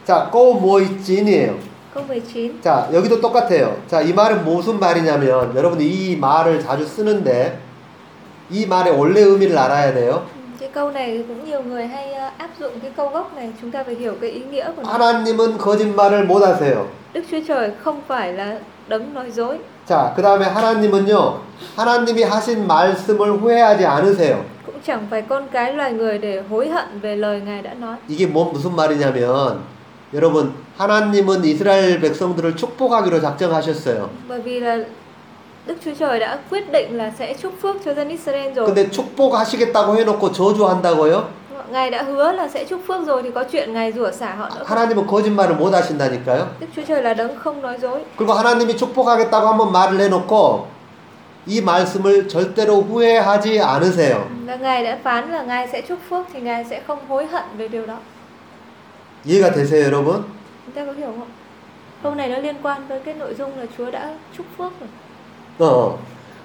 S2: 자, 어, 뭐 꼬모이 찐이에요.
S1: Câu 19
S2: 자, 여기도 똑같아요. 자, 이 말은 무슨 말이냐면, 여러분 이 말을 자주 쓰는데, 이 말의 원래 의미를 알아야 돼요.
S1: Ừ, cái câu này cũng nhiều người hay ờ, áp dụng cái câu gốc này chúng ta phải hiểu cái ý nghĩa của nó
S2: À, 하나님은 거짓말을 못 하세요.
S1: đức chúa trời không phải là đấng nói dối
S2: 자, 그 다음에 하나님은요, 하나님이 하신 말씀을 후회하지 않으세요.
S1: cũng chẳng phải con cái loài người để hối hận về lời ngài đã nói
S2: 이게 뭐 무슨 말이냐면, 여러분, 하나님은 이스라엘 백성들을 축복하기로 작정하셨어요.
S1: bởi vì là đức chúa trời đã quyết định là sẽ chúc phước cho dân israel rồi
S2: 근데 축복하시겠다고 해놓고 저주한다고요?
S1: ngài đã hứa là sẽ chúc phước rồi thì có chuyện ngài rủa xả họ nữa không?
S2: 하나님은 거짓말을 못 하신다니까요?
S1: đức chúa trời là đấng không nói dối
S2: 그리고 하나님이 축복하겠다고 한번 말을 해놓고 이 말씀을 절대로 후회하지 않으세요.
S1: và ngài đã phán là ngài sẽ chúc phước thì ngài sẽ không hối hận về điều đó
S2: 이해가 되세요, 여러분?
S1: chúng ta có hiểu không câu này nó liên quan tới cái nội dung là chúa đã chúc phước rồi
S2: 어.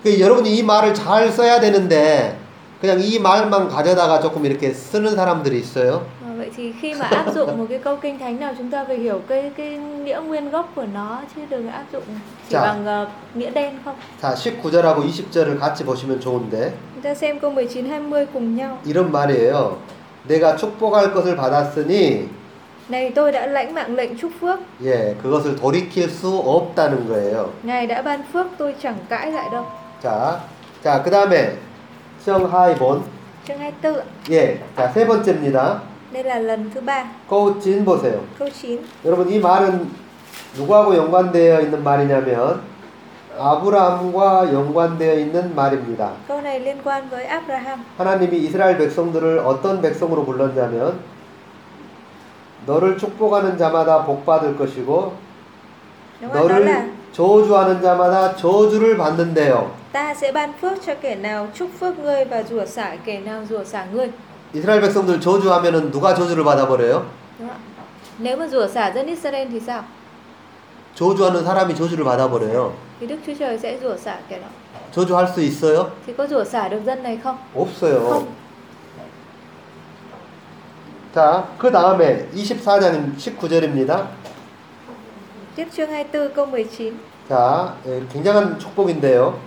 S2: 그 여러분이 이 말을 잘 써야 되는데 그냥 이 말만 가져다가 조금 이렇게 쓰는 사람들이 있어요.
S1: À, Vậy thì khi mà áp dụng một cái câu kinh thánh nào chúng ta phải hiểu cái cái nghĩa nguyên gốc của nó chứ đừng áp dụng chỉ
S2: Dạ.
S1: bằng ờ, nghĩa đen không.
S2: 자, 19절하고 20절을 같이 보시면 좋은데
S1: Chúng ta xem câu 19 20 cùng nhau.
S2: 이런 말이에요. 내가 축복할 것을 받았으니
S1: Này tôi đã lãnh mạng lệnh chúc phước,
S2: 예, 그것을 돌이킬 수 없다는 거예요.
S1: Ngài đã ban phước tôi chẳng cãi lại đâu.
S2: 자, 자, 그 다음에 성하이본
S1: Chương 24. ạ.
S2: 예, 자, 세 번째입니다.
S1: Đây là lần thứ ba,
S2: 거우진 보세요.
S1: câu 9.
S2: 여러분, 이 말은 누구하고 연관되어 있는 말이냐면, 아브라함과 연관되어 있는 말입니다.
S1: Câu này liên quan với Abraham.
S2: 하나님이 이스라엘 백성들을 어떤 백성으로 불렀냐면, 너를 축복하는 자마다 복받을 것이고,
S1: Đúng không? Đó là
S2: 너를 저주하는 자마다 저주를 받는데요.
S1: ta sẽ ban phước cho kẻ nào chúc phước ngươi và rủa xả kẻ nào rủa xả ngươi.
S2: 이스라엘 백성들 저주하면은 누가 저주를 받아버려요?
S1: Đúng không? ạ? Nếu mà rủa xả dân Israel thì sao?
S2: 저주하는 사람이 저주를 받아버려요.
S1: Thì Đức Chúa Trời sẽ rủa xả kẻ đó.
S2: 저주할 수 있어요?
S1: Thì có rủa xả được dân này không?
S2: 없어요.
S1: Không.
S2: 자, 그 다음에 24장 19절입니다.
S1: Tiếp chương 24 câu 19.
S2: 자, 예, 굉장한 축복인데요.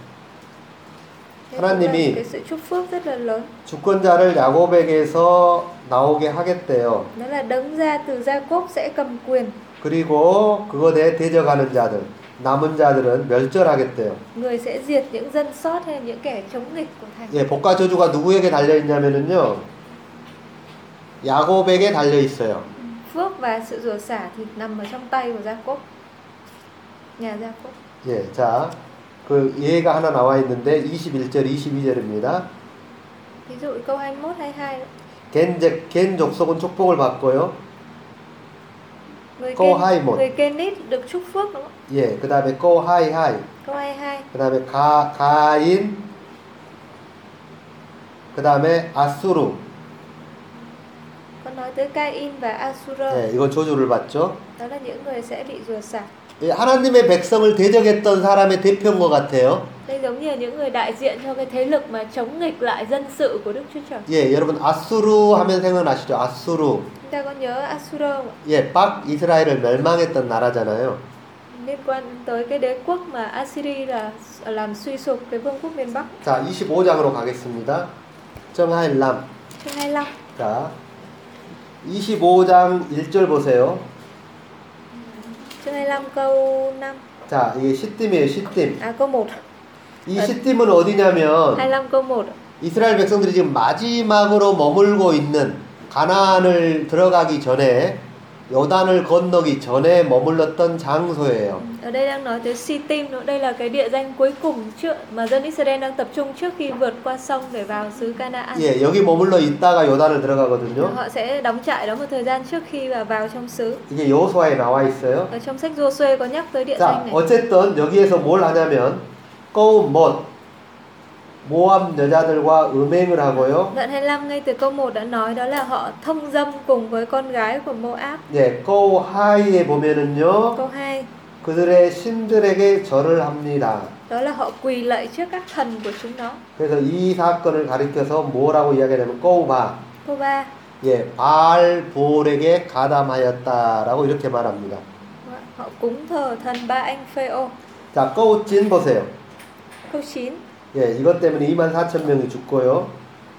S1: Đây cũng là
S2: 하나님이-
S1: cái sự chúc phước rất là lớn.
S2: 주권자를 야곱에게서 나오게 하겠대요.
S1: Đó là đấng ra từ Gia Cốp sẽ cầm quyền.
S2: 그리고 그것에 대적하는 자들, 남은 자들은 멸절하겠대요.
S1: Người sẽ diệt những dân sót hay những kẻ chống nghịch của thành.
S2: 예, 복과 저주가 누구에게 달려 있냐면은요. 야곱에게 달려 있어요.
S1: Phước và sự rủa xả thì nằm ở trong tay của Gia Cốp. Nhà Gia Cốp.
S2: 예, 자, 그 예가 하나 나와 있는데 21절, 22절입니다.
S1: Ví dụ câu 21 22 đó.
S2: 겐적 겐 족속은 축복을 받고요.
S1: người
S2: Câu 21.
S1: người Kenit được chúc phước đúng không?
S2: 예, 그 다음에 꼬하이하이,
S1: Câu 22.
S2: 그 다음에 가 가인, 그 다음에 아수루,
S1: Con nói tới Cain và Asura
S2: 네, 이건 저주를 받죠.
S1: đó là những người sẽ bị rủa sả
S2: 예, 하나님의 백성을 대적했던 사람의 대표인 것 같아요.
S1: đây giống như là những người đại diện cho cái thế lực mà chống nghịch lại dân sự của Đức Chúa Trời
S2: 예, 여러분 아수르 하면 생각나시죠? 아수르.
S1: chúng ta có nhớ Asura không ạ?
S2: 예, 빡 이스라엘을 멸망했던 나라잖아요.
S1: liên quan tới cái đế quốc mà Assyria là làm suy sụp cái vương quốc miền Bắc
S2: 자, 25장으로 가겠습니다. 정하일람.
S1: chương 25
S2: 자, 25장 1절 보세요.
S1: chương 25 câu 5
S2: 자, 이게 시딤이에요, 시딤.
S1: à câu 1
S2: 이 시딤은 어디냐면
S1: 25 câu 1
S2: 이스라엘 백성들이 지금 마지막으로 머물고 있는 가나안을 들어가기 전에 요단을 건너기 전에 머물렀던 장소예요.
S1: ở đây đang nói tới Sittim nữa đây là cái địa danh cuối cùng trước mà dân Israel đang tập trung trước khi vượt qua sông để vào xứ Canaan
S2: 예, 여기 머물러 있다가 요단을 들어가거든요.
S1: họ sẽ đóng trại đó một thời gian trước khi vào vào trong xứ
S2: 이게 여호수아에 나와 있어요.
S1: ở trong sách Joshua có nhắc tới địa
S2: 자,
S1: danh này
S2: 어쨌든 여기에서 뭘 하냐면 꼬운 못 모함 여자들과 음행을 하고요.
S1: đoạn 25 ngay từ câu 1 đã nói đó là họ thông dâm cùng với con gái của Moab
S2: 예, 꼬우 하이에 보면은요.
S1: câu 2
S2: 그들의 신들에게 절을 합니다.
S1: đó là họ quỳ lạy trước các thần của chúng nó
S2: 그래서 이 사건을 가리켜서 뭐라고 이야기하냐면 꼬우바
S1: câu 3
S2: 예, 바알 보올에게 가담하였다라고 이렇게 말합니다.
S1: họ cúng thờ thần ba anh Phêo
S2: 자, 꼬우찐 보세요.
S1: câu 9
S2: 예, 이것 때문에 2만 4천 명이 죽고요.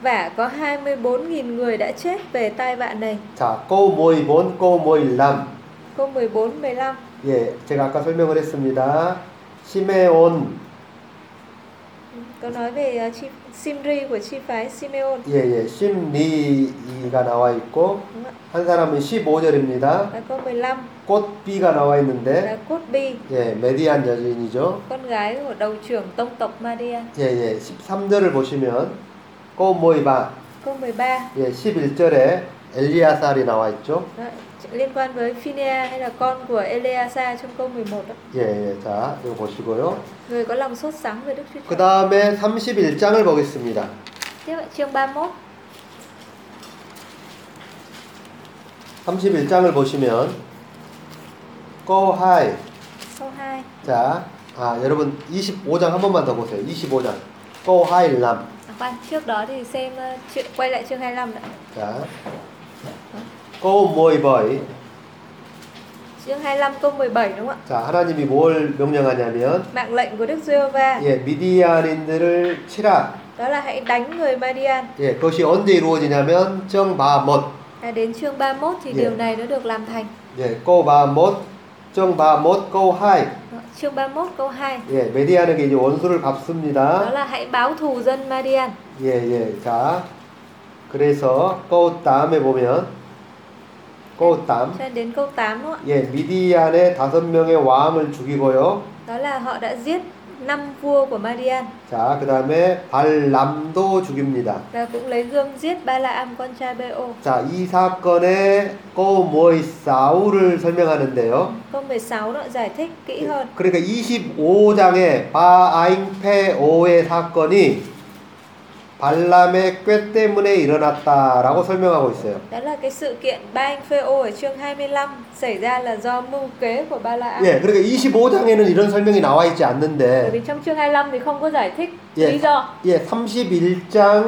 S1: và có 24.000 người đã chết về tai vạ này
S2: 자, 꼬우 모이본, 꼬우 모일람.
S1: câu 14 15
S2: 예, 제가 아까 설명을 했습니다. 시메온,
S1: có nói về uh, chi, Simri của chi phái Simeon
S2: 예, 예, 심리가 나와 있고,
S1: đúng không
S2: 한 사람은 15절입니다.
S1: ạ? Và câu 15
S2: 꽃비가 나와 있는데,
S1: là Cốt Bi
S2: 예, 메디안 여인이죠.
S1: con gái của đầu trưởng tông tộc Maria
S2: 예, 예, 13절을 보시면, 뭐 꼬모이바,
S1: câu 13
S2: 예, 11절에 엘리아살이 나와 있죠.
S1: đó, liên quan với Phinea hay là con của Eleasa trong câu 11 đó.
S2: 예, 예, 자, 이거 보시고요.
S1: người có lòng sốt sắng về Đức Chúa
S2: 그
S1: Trời
S2: 다음에 31장을 보겠습니다.
S1: tiếp ạ, chương 31
S2: 31장을 보시면, 꼬하이,
S1: câu 2
S2: 자, 아, 여러분 25장 한 번만 더 보세요. 25장. 꼬하일람.
S1: à, khoan trước đó thì xem uh, chuyện quay lại chương 25 đã
S2: 자. 꼬모이버이.
S1: chương 25 câu 17 đúng không
S2: 자, 하나님이 뭘 명령하냐면
S1: ạ mạng lệnh của Đức Giê-hô-va
S2: 예, 미디안인들을 치라.
S1: đó là hãy đánh người Madian
S2: 예, 그것이 언제 이루어지냐면 정바못.
S1: à, đến chương 31 thì
S2: Dạ.
S1: điều này nó được làm thành
S2: 예, 꼬바못. 정바못 꼬하이.
S1: Đó, chương 31 câu 2
S2: 예, 미디안에게 이제
S1: đó
S2: 원수를 갚습니다.
S1: là hãy báo thù dân Madian
S2: 예, 예. 자. 그래서 꼬땀에 보면 꼬땀
S1: cho đến câu 8 đúng không
S2: 예, 미디안의 다섯 명의 왕을
S1: ạ
S2: 죽이고요.
S1: đó là họ đã giết năm vua của Madian
S2: 자, 그 다음에 발람도 죽입니다.
S1: và cũng lấy gươm giết Ba La Am con trai Beo
S2: 자, 이 사건의 꼬모이 사우를 설명하는데요.
S1: câu 16 đó giải thích kỹ hơn
S2: 그러니까 25장의 바아잉페오의 사건이 발람의 꾀 때문에 일어났다라고 설명하고 있어요.
S1: đó là cái sự kiện Ba Anh Phêo ở chương 25 xảy ra là do mưu kế của Ba La Am
S2: 예, 그러니까 25장에는 이런 설명이 나와 있지
S1: bởi
S2: 않는데,
S1: vì trong chương 25 thì không có giải thích
S2: Ờ. Dạ.
S1: lý do
S2: 예, 31장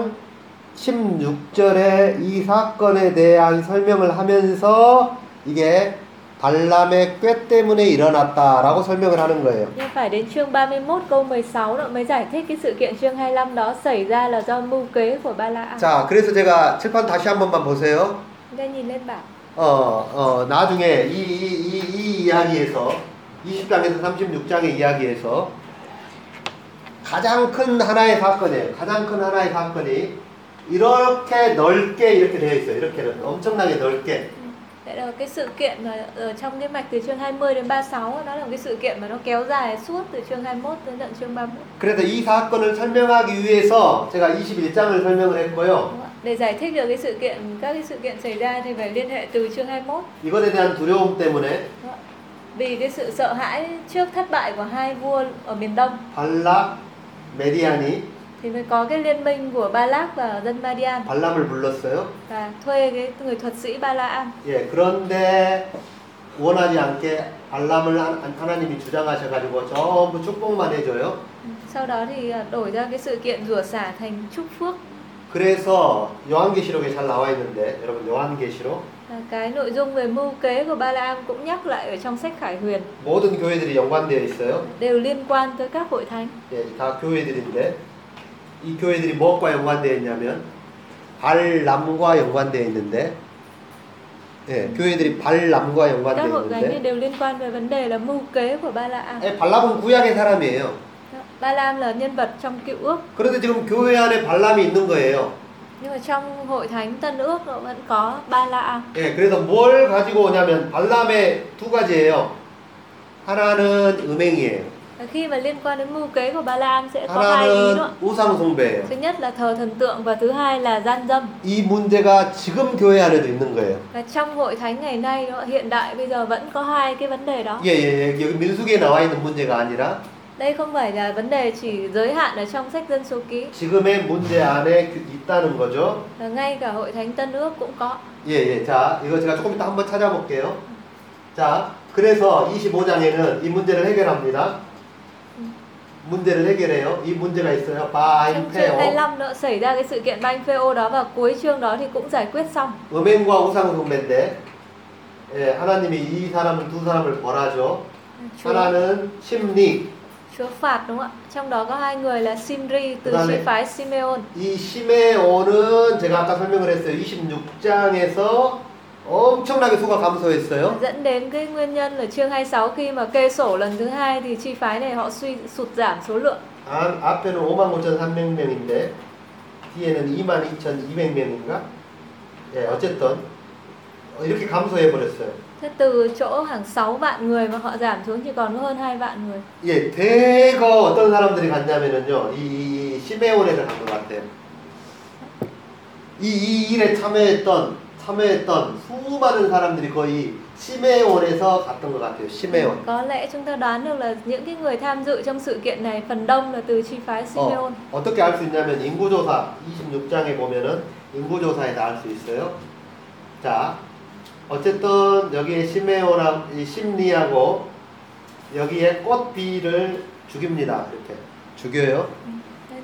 S2: 16절에 이 사건에 대한 설명을 하면서 이게 발람의 꾀 때문에 일어났다라고 설명을 하는 거예요.
S1: nhưng phải đến chương 31 câu 16 đó mới giải thích cái sự kiện chương 25 đó xảy ra là do mưu kế của Ba La Am
S2: 자, 그래서 제가 칠판 다시 한 번만 보세요.
S1: chúng ta nhìn lên bảng
S2: 어, 어, 나중에 이, 이, 이, 이 이야기에서 20장에서 36장의 이야기에서 가장 큰 하나의 사건이에요. 가장 큰 하나의 사건이 이렇게 넓게 이렇게 되어 있어요. 이렇게 엄청나게 넓게.
S1: Đấy là cái sự kiện mà ở trong cái mạch từ chương 20 đến 36 á, nó là một cái sự kiện mà nó kéo dài suốt từ chương 21 đến tận chương 31.
S2: 그래서 이 사건을 설명하기 위해서 제가 21장을 설명을
S1: Đúng
S2: 했고요.
S1: không ạ? Để giải thích được cái sự kiện các cái sự kiện xảy ra thì phải liên hệ từ chương 21.
S2: 이것에 대한 두려움 때문에
S1: Đúng không ạ? Vì cái sự sợ hãi trước thất bại của hai vua ở miền Đông
S2: 발락, 메디안이
S1: thì mới có cái liên minh của Ba Lác và dân Ba Dian
S2: 발람을 불렀어요.
S1: và thuê cái người thuật sĩ Ba La Am
S2: 예, 그런데 원하지 않게 발람을 하- 하나님이 주장하셔가지고 전부 축복만 해줘요.
S1: Ừ, sau đó thì à, đổi ra cái sự kiện rủa xả thành chúc phước
S2: 그래서 요한계시록에 잘 나와 있는데 여러분 요한계시록
S1: Và cái nội dung về mưu kế của Ba La Am cũng nhắc lại ở trong sách Khải Huyền
S2: 모든 교회들이 연관되어 있어요.
S1: đều liên quan tới các hội thánh
S2: 예, 다 교회들인데 이 교회들이 무엇과 연관되어 있냐면 발람과 연관되어 있는데 예, 교회들이 발람과
S1: các
S2: 연관되어
S1: hội thánh thì
S2: 있는데
S1: đều liên quan về vấn đề là mưu kế của Ba La Am
S2: 예, 발람은 구약의 사람이에요.
S1: Ba La Am là nhân vật trong Cựu Ước
S2: 그런데 지금 교회 안에 발람이 있는 거예요.
S1: nhưng mà trong hội thánh Tân Ước nó vẫn có Ba La Am
S2: 예, 그래서 뭘 가지고 오냐면 발람의 두 가지예요. 하나는 음행이에요.
S1: Và khi mà liên quan đến mưu kế của Ba La Am sẽ có hai ý nữa
S2: 하나는 우상 숭배예요.
S1: thứ nhất là thờ thần tượng và thứ hai là gian dâm
S2: 이 문제가 지금 교회 안에도 있는 거예요.
S1: và trong hội thánh ngày nay đó, hiện đại bây giờ vẫn có hai cái vấn đề đó
S2: 예, 예, 예. 여기 민수기에 나와 있는 문제가 아니라
S1: đây không phải là vấn đề chỉ giới hạn ở trong sách dân số ký
S2: 지금의 문제 안에 그- 있다는 거죠.
S1: và ngay cả hội thánh tân ước cũng có
S2: 예, 예. 자, 이거 제가 조금 이따 한번 찾아볼게요. 자, 그래서 25장에는 이 문제를 해결합니다. 문제를 해결해요. 이 문제가 있어요.
S1: trong chương
S2: 바인페오.
S1: 25 nữa xảy ra cái sự kiện banh phêo đó và cuối chương đó thì cũng giải quyết xong
S2: 음행과 우상 숭배인데 예, 하나님이 이 사람 두 사람을 벌하죠.
S1: chúa,
S2: 하나는 심리.
S1: chúa phạt đúng không ạ trong đó có hai người là Simri từ
S2: Ra
S1: chi
S2: này.
S1: phái Simeon
S2: 이 시메온은 제가 아까 설명을 했어요. 26장에서 엄청나게 수가 감소했어요.
S1: dẫn đến cái nguyên nhân ở chương 26 khi mà kê sổ lần thứ hai thì chi phái này họ suy sụt giảm số lượng
S2: 아, 앞에는 59,300명인데 뒤에는 22,200명인가? 예, 어쨌든 어, 이렇게 감소해 버렸어요.
S1: Thế từ chỗ hàng 6 vạn người mà họ giảm xuống chỉ còn hơn 2 vạn người.
S2: 예, 대거 어떤 사람들이 갔냐면은요, 이, 이 시메온에서 간 것 같아요. 이, 이 일에 참여했던, 참여했던 수많은 사람들이 거의 시메온에서 갔던 것 같아요. 시메온.
S1: Có lẽ chúng ta đoán được là những cái người tham dự trong sự kiện này phần đông là từ chi phái Simeon.
S2: 어, 어떻게 알 수 있냐면 인구조사 26장에 보면은 인구조사에서 알 수 있어요. 자, 어쨌든 여기에 시메오랑 이 심리하고 여기에 꽃비를 죽입니다. 이렇게 죽여요.
S1: Nên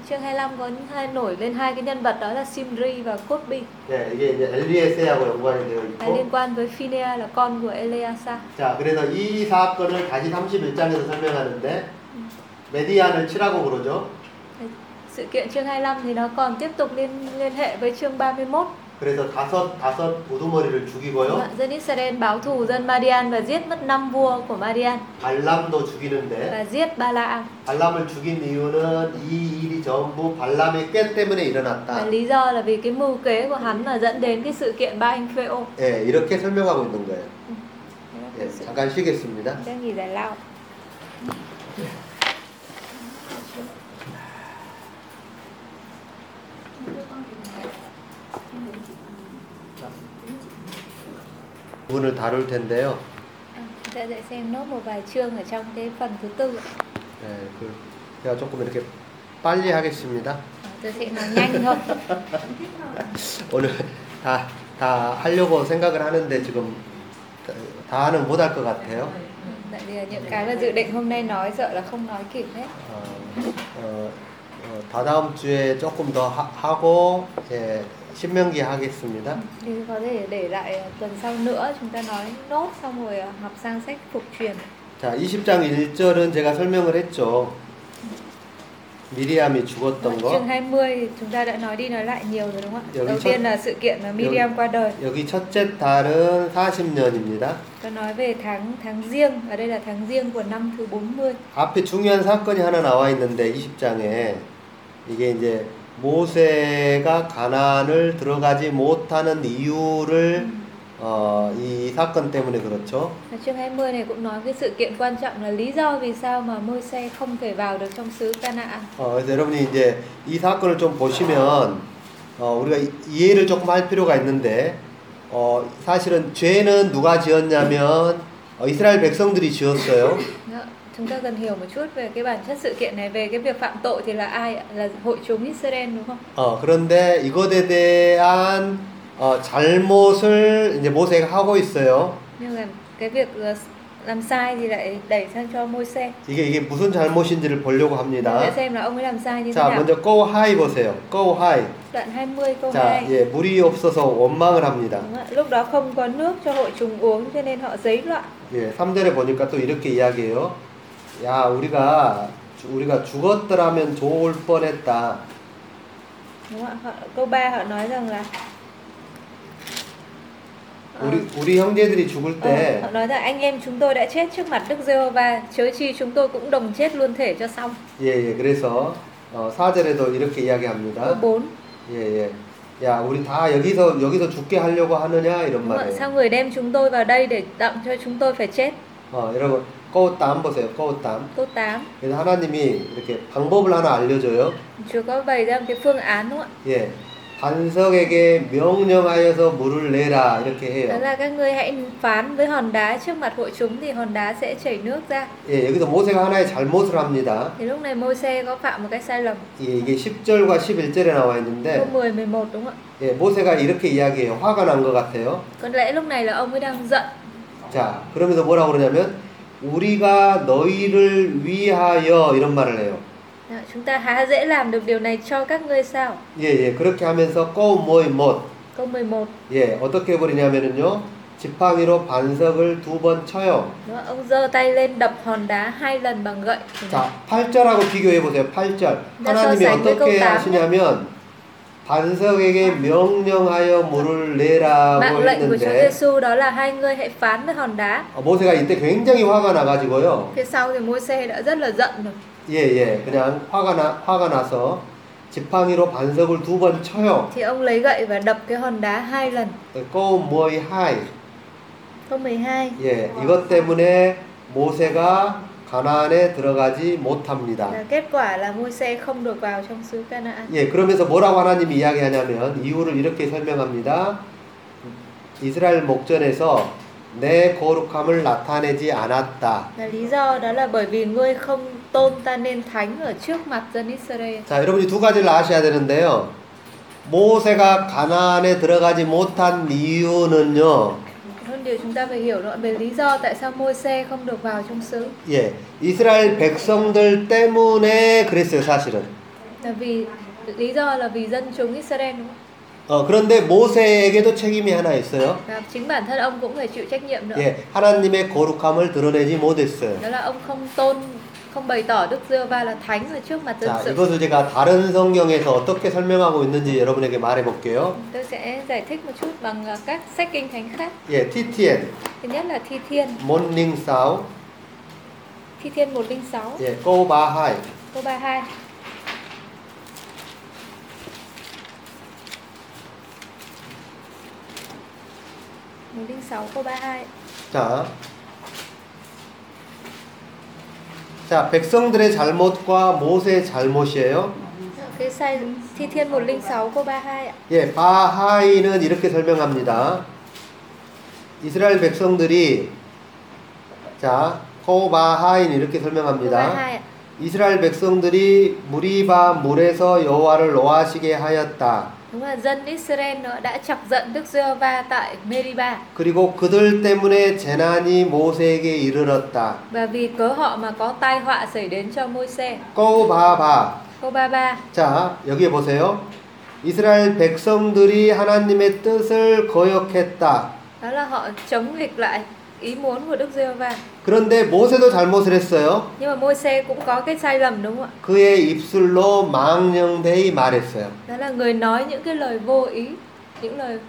S1: Ừ. Chương 25 có những hai nổi lên hai cái nhân vật đó là Simri và Cotbi
S2: 네, 이게 이제 엘리에세하고 연관이 되어
S1: và liên
S2: 있고.
S1: quan với Phinea là con của Eleasa.
S2: 자, 그래서 이 사건을 다시 31장에서 설명하는데 메디안을 치라고 그러죠.
S1: Sự kiện chương 25 thì nó còn tiếp tục liên liên hệ với chương 31.
S2: 그래서 다섯 다섯 우두머리를 죽이고요.
S1: Dạ, Dân Israel báo thù dân Madian và giết mất năm vua của Madian
S2: 발람도 죽이는데
S1: và giết Balaam.
S2: 발람을 죽인 이유는 이 일이 전부 발람의 꾀 때문에
S1: Và
S2: 일어났다.
S1: lý do là vì cái mưu kế của hắn mà dẫn đến cái sự kiện ba anh Phêo.
S2: 예, 이렇게 설명하고 있는 거예요. 예,
S1: Sự
S2: 잠깐 쉬겠습니다.
S1: Cái nghỉ giải lao.
S2: 부분을 다룰 텐데요.
S1: Chúng ta sẽ xem dạ, nốt một vài chương ở trong cái phần thứ tư. ạ.
S2: 예, 그 제가 조금 이렇게 빨리 하겠습니다.
S1: Ờ, Tôi sẽ nói nhanh thôi.
S2: 오늘 다, 다 하려고 생각을 하는데 지금 다- 다는 못 할 것 같아요.
S1: Tại vì là những cái mà dự định hôm nay nói sợ là không nói kịp hết.
S2: 어, 어, 어, 다다음 주에 조금 더 하, 고 예, 신명기 하겠습니다.
S1: Thì có thể để lại ờ, tuần sau nữa chúng ta nói nốt xong rồi ờ, học sang sách phục truyền.
S2: 자, 20장 1절은 제가 설명을 했죠. 미리암이 죽었던
S1: Ờ, Chương
S2: 거.
S1: 20 thì chúng ta đã nói đi nói lại nhiều rồi đúng không ạ?
S2: Giờ
S1: Đầu
S2: cái
S1: tiên
S2: chất-
S1: là sự kiện mà Miriam qua đời.
S2: 여기 첫째 달은 40년입니다.
S1: Tôi nói về tháng tháng riêng và đây là tháng riêng của năm thứ 40.
S2: 앞에 중요한 사건이 하나 나와 있는데 20장에 이게 이제 모세가 가나안을 들어가지 못하는 이유를 어, 이 사건 때문에 그렇죠.
S1: Và chương 20 này cũng nói cái sự kiện quan trọng là lý do vì sao mà môi xe không thể vào được trong xứ Canaan.
S2: 어, 그래서 여러분이 이제 이 사건을 좀 보시면 어, 우리가 이- 이해를 조금 할 필요가 있는데 어, 사실은 죄는 누가 지었냐면 어, 이스라엘 백성들이 지었어요.
S1: Dạ, chúng ta cần hiểu một chút về cái bản chất sự kiện này về cái việc phạm tội thì là ai ạ? là hội chúng Israel đúng không?
S2: 어, 그런데 이것에 대한 어, 잘못을 이제 모세가 하고 있어요.
S1: Nhưng mà cái việc ờ, làm sai thì lại đẩy sang cho Môi-se.
S2: 이게 이게 무슨 잘못인지를 보려고
S1: Chúng ta
S2: 합니다.
S1: xem là ông ấy làm sai như thế
S2: 자,
S1: nào.
S2: 먼저 go high 보세요. go high.
S1: Đoạn 20 câu
S2: 자,
S1: 2.
S2: 예, 물이 없어서 원망을 합니다.
S1: Đúng ạ. Lúc đó không có nước cho hội chúng uống cho nên họ giấy loạn.
S2: 예, 3절에 보니까 또 이렇게 이야기해요. 야, 우리가 주- 우리가 죽었더라면 좋을 뻔했다.
S1: Đúng ạ. Họ, câu 3 họ nói rằng là Ờ,
S2: 우리 우리 형제들이 죽을
S1: ờ,
S2: 때
S1: họ nói rằng anh em chúng tôi đã chết trước mặt Đức Giê-hô-va, chớ chi chúng tôi cũng đồng chết luôn thể cho xong.
S2: 예, 예. 그래서 어, 4절에도 이렇게
S1: Câu
S2: 이야기합니다.
S1: 4.
S2: 예, 예. 야, 우리 다 여기서 여기서 죽게 하려고 하느냐 이런
S1: Đúng ạ.
S2: 말이에요.
S1: Sao người đem chúng tôi vào đây để tặng cho chúng tôi phải chết?
S2: 어, 여러분, 꼬땀 보세요. 꼬땀.
S1: Câu 8.
S2: 그래서 하나님이 이렇게 방법을 하나 알려 줘요.
S1: Chúa có bày ra một cái phương án đúng không
S2: 예. 반석에게 명령하여서 물을 내라
S1: ạ?
S2: 이렇게
S1: Đó
S2: 해요.
S1: là các ngươi hãy phán với hòn đá trước mặt hội chúng thì hòn đá sẽ chảy nước ra.
S2: 예, 여기서 모세가 하나의 잘못을 합니다.
S1: Thì lúc này Môi-se có phạm một cái sai lầm.
S2: 예, 이게 10절과 11절에
S1: Câu
S2: 나와 있는데
S1: 10 11 đúng không
S2: 예, 모세가 이렇게 이야기해요. 화가 난 것 같아요.
S1: ạ? Có lẽ lúc này là ông ấy đang giận.
S2: 자, 그러면서 뭐라고 그러냐면 우리가 너희를 위하여 이런 말을 해요.
S1: Đó, Chúng ta há dễ làm được điều này cho các ngươi sao?
S2: 예, 예. 그렇게 하면서 꼬 모이 못
S1: Câu 11
S2: 예, 어떻게 버리냐면은요. 지팡이로 반석을 두 번 쳐요.
S1: đúng không? ạ? Ông giơ tay lên đập hòn đá hai lần bằng gậy.
S2: 자, 8절하고 비교해 보세요. 8절. 하나님이
S1: 그래서
S2: 어떻게
S1: 사이클
S2: 하시냐면 반석에게 명령하여 물을 내라고
S1: Mạng lệnh của Chúa
S2: 했는데
S1: Giêsu đó là hai ngươi hãy phán với hòn đá.
S2: 어, 모세가 이때 굉장히 화가 나가지고요.
S1: Phía sau thì Môi-se đã rất là giận rồi.
S2: 예, 예. 그냥 화가 나 화가 나서 지팡이로 반석을 두 번 쳐요.
S1: Thì ông lấy gậy và đập cái hòn đá hai lần.
S2: 꼬 모이 하이.
S1: Câu 12
S2: 예, 이것 때문에 모세가 가나안에 들어가지 못합니다.
S1: là kết quả là Môi-se không được vào trong xứ Canaan.
S2: 예, 그러면서 뭐라고 하나님이 이야기하냐면 이유를 이렇게 설명합니다. 이스라엘 목전에서 내 거룩함을 나타내지 않았다.
S1: Là lý do đó là bởi vì ngươi không tôn ta nên thánh ở trước mặt dân Israel.
S2: 자, 여러분이 두 가지를 아셔야 되는데요. 모세가 가나안에 들어가지 못한 이유는요.
S1: Hơn điều chúng ta phải hiểu nữa về lý do tại sao Môi-se không được vào trong xứ.
S2: 예, 이스라엘 백성들 때문에 그랬어요, 사실은.
S1: Là vì lý do là vì dân chúng Israel đúng không?
S2: 어, 그런데 모세에게도 책임이 하나 있어요.
S1: Và chính bản thân ông cũng phải chịu trách nhiệm nữa.
S2: 예, 하나님의 거룩함을 드러내지 못했어요.
S1: Đó là ông không tôn không bày tỏ Đức Giê Va là thánh ở trước mặt dân
S2: 자,
S1: sự.
S2: 이것을 제가 다른 성경에서 어떻게 설명하고 있는지 여러분에게 말해 볼게요.
S1: Tôi sẽ giải thích một chút bằng à, các sách kinh thánh khác.
S2: 예, TTN,
S1: Thứ nhất là Thi Thiên,
S2: Morning Sound,
S1: Thi Thiên 106,
S2: 예, Go Ba High.
S1: câu 32. Một linh sáu câu 32
S2: 자, 자, 백성들의 잘못과 모세의 잘못이에요.
S1: Cái sai Thi Thiên 106 câu 32 ạ
S2: 예, 바하이는 이렇게 설명합니다. 이스라엘 백성들이 자, 고바하인 이렇게
S1: Câu
S2: 설명합니다.
S1: 32 ạ
S2: 이스라엘 백성들이 무리바 물에서 여호와를 노하시게 하였다.
S1: Đúng là dân Israel nó đã chọc giận Đức Giê-hô-va tại Meriba
S2: 그리고 그들 때문에 재난이 모세에게 이르렀다.
S1: Và vì cớ họ mà có tai họa xảy đến cho Môi-se
S2: 꼬바바.
S1: Câu 33
S2: 자, 여기 보세요. 이스라엘 백성들이 하나님의 뜻을 거역했다.
S1: Đó là họ chống nghịch lại ý muốn của Đức Giê-hô-va
S2: 그런데 모세도 잘못을 했어요.
S1: Nhưng mà Môi-se cũng có cái sai lầm đúng không ạ?
S2: 그의 입술로 망령되이 말했어요.
S1: Đó là người nói những cái lời vô ý Những lời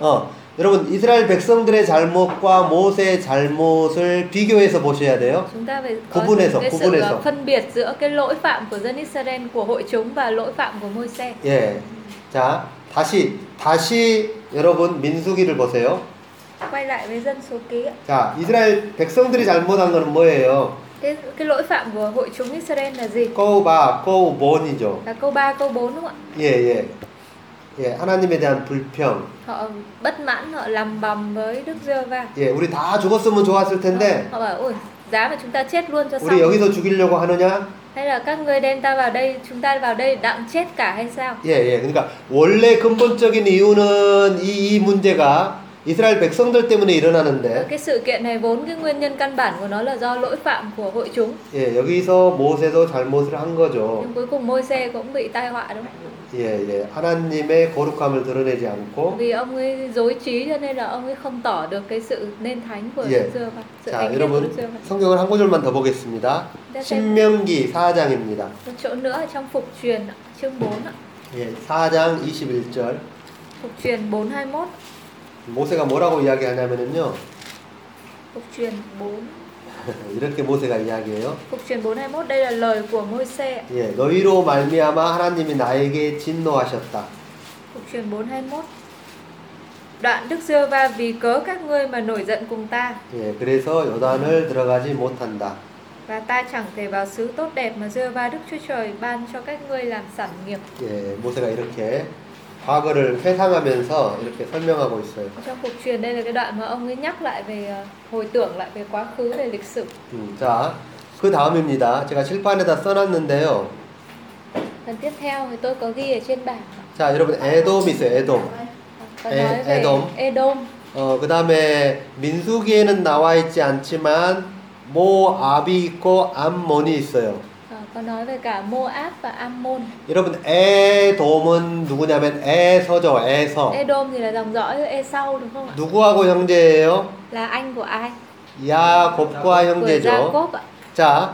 S2: 어, 여러분 이스라엘 백성들의 잘못과 모세의 잘못을 비교해서 보셔야 돼요.
S1: chúng ta phải có
S2: 구분해서,
S1: cái sự
S2: 구분해서.
S1: ờ, phân biệt giữa cái lỗi phạm của dân Israel của hội chúng và lỗi phạm của Môi-se
S2: 예. 자, 다시 다시 여러분 민수기를 보세요.
S1: quay lại với dân số ký ạ.
S2: 자, 이스라엘 백성들이 잘못한 건 뭐예요?
S1: cái cái lỗi phạm của hội chúng Israel là gì
S2: 꼬우바, 꼬우본이죠.
S1: là câu 3, câu 4 đúng không
S2: 예, 예. 예, 하나님에 대한 불평.
S1: ạ họ bất mãn họ làm bầm với Đức Giê-va
S2: 예, 우리 다 죽었으면 좋았을 텐데
S1: họ bảo ôi giá và chúng ta chết luôn cho
S2: 우리
S1: xong
S2: 여기서 죽이려고 하느냐?
S1: hay là các ngươi đem ta vào đây chúng ta vào đây đặng chết cả hay sao
S2: 예, 예. 그러니까 원래 근본적인 이유는 이, 이 문제가 이스라엘 백성들 때문에 일어나는데
S1: cái sự kiện này vốn cái nguyên nhân căn bản của nó là do lỗi phạm của hội chúng
S2: 예, 여기서 모세도 잘못을 한 거죠.
S1: nhưng cuối cùng môi xe cũng bị tai họa đúng không
S2: 예, 예. 하나님의 거룩함을 드러내지 않고
S1: vì ông ấy dối trí cho nên là ông ấy không tỏ được cái sự nên thánh của
S2: Yeah.
S1: Đức và sự
S2: 자,
S1: thánh khiết của
S2: 여러분
S1: Đức Dương
S2: 성경을 한 구절만 더 보겠습니다. 신명기 4장입니다.
S1: một chỗ nữa ở trong phục truyền ạ, chương 4 ạ.
S2: 예, 4장 21절.
S1: phục truyền 421
S2: 모세가 뭐라고 이야기하냐면요.
S1: phục truyền 4
S2: 이렇게 모세가 이야기해요.
S1: phục truyền 421 đây là lời của môi xe ạ.
S2: 예, 너희로 말미암아 하나님이 나에게 진노하셨다.
S1: Phục truyền 421 Đoạn Đức Giê Va vì cớ các ngươi mà nổi giận cùng ta
S2: 예, 그래서 요단을 들어가지 못한다.
S1: Và ta chẳng thể vào xứ tốt đẹp mà Giê Va Đức Chúa Trời ban cho các ngươi làm sản nghiệp
S2: 예, 모세가 이렇게 과거를 회상하면서 이렇게 설명하고 있어요.
S1: Trong cuộc truyền đây là cái đoạn mà ông ấy nhắc lại về ờ, hồi tưởng lại về quá khứ về lịch sử
S2: 음, 자, 그 다음입니다. 제가 칠판에다 써놨는데요.
S1: Phần tiếp theo thì tôi có ghi ở trên bảng ạ.
S2: 자, 여러분 에돔 있어요. 에돔.
S1: có
S2: Ê-
S1: nói về
S2: Edom.
S1: Edom
S2: 어, 그 다음에 민수기에는 나와 있지 않지만 모압이 있고 암몬이 있어요.
S1: ờ, có nói về cả Moab và Ammon
S2: 여러분 에돔은 누구냐면 에서죠. 에서.
S1: Edom thì là dòng dõi Esau đúng không ạ
S2: 누구하고 형제예요?
S1: là anh của ai
S2: 야곱과
S1: của
S2: 형제죠.
S1: Jacob ạ
S2: 자,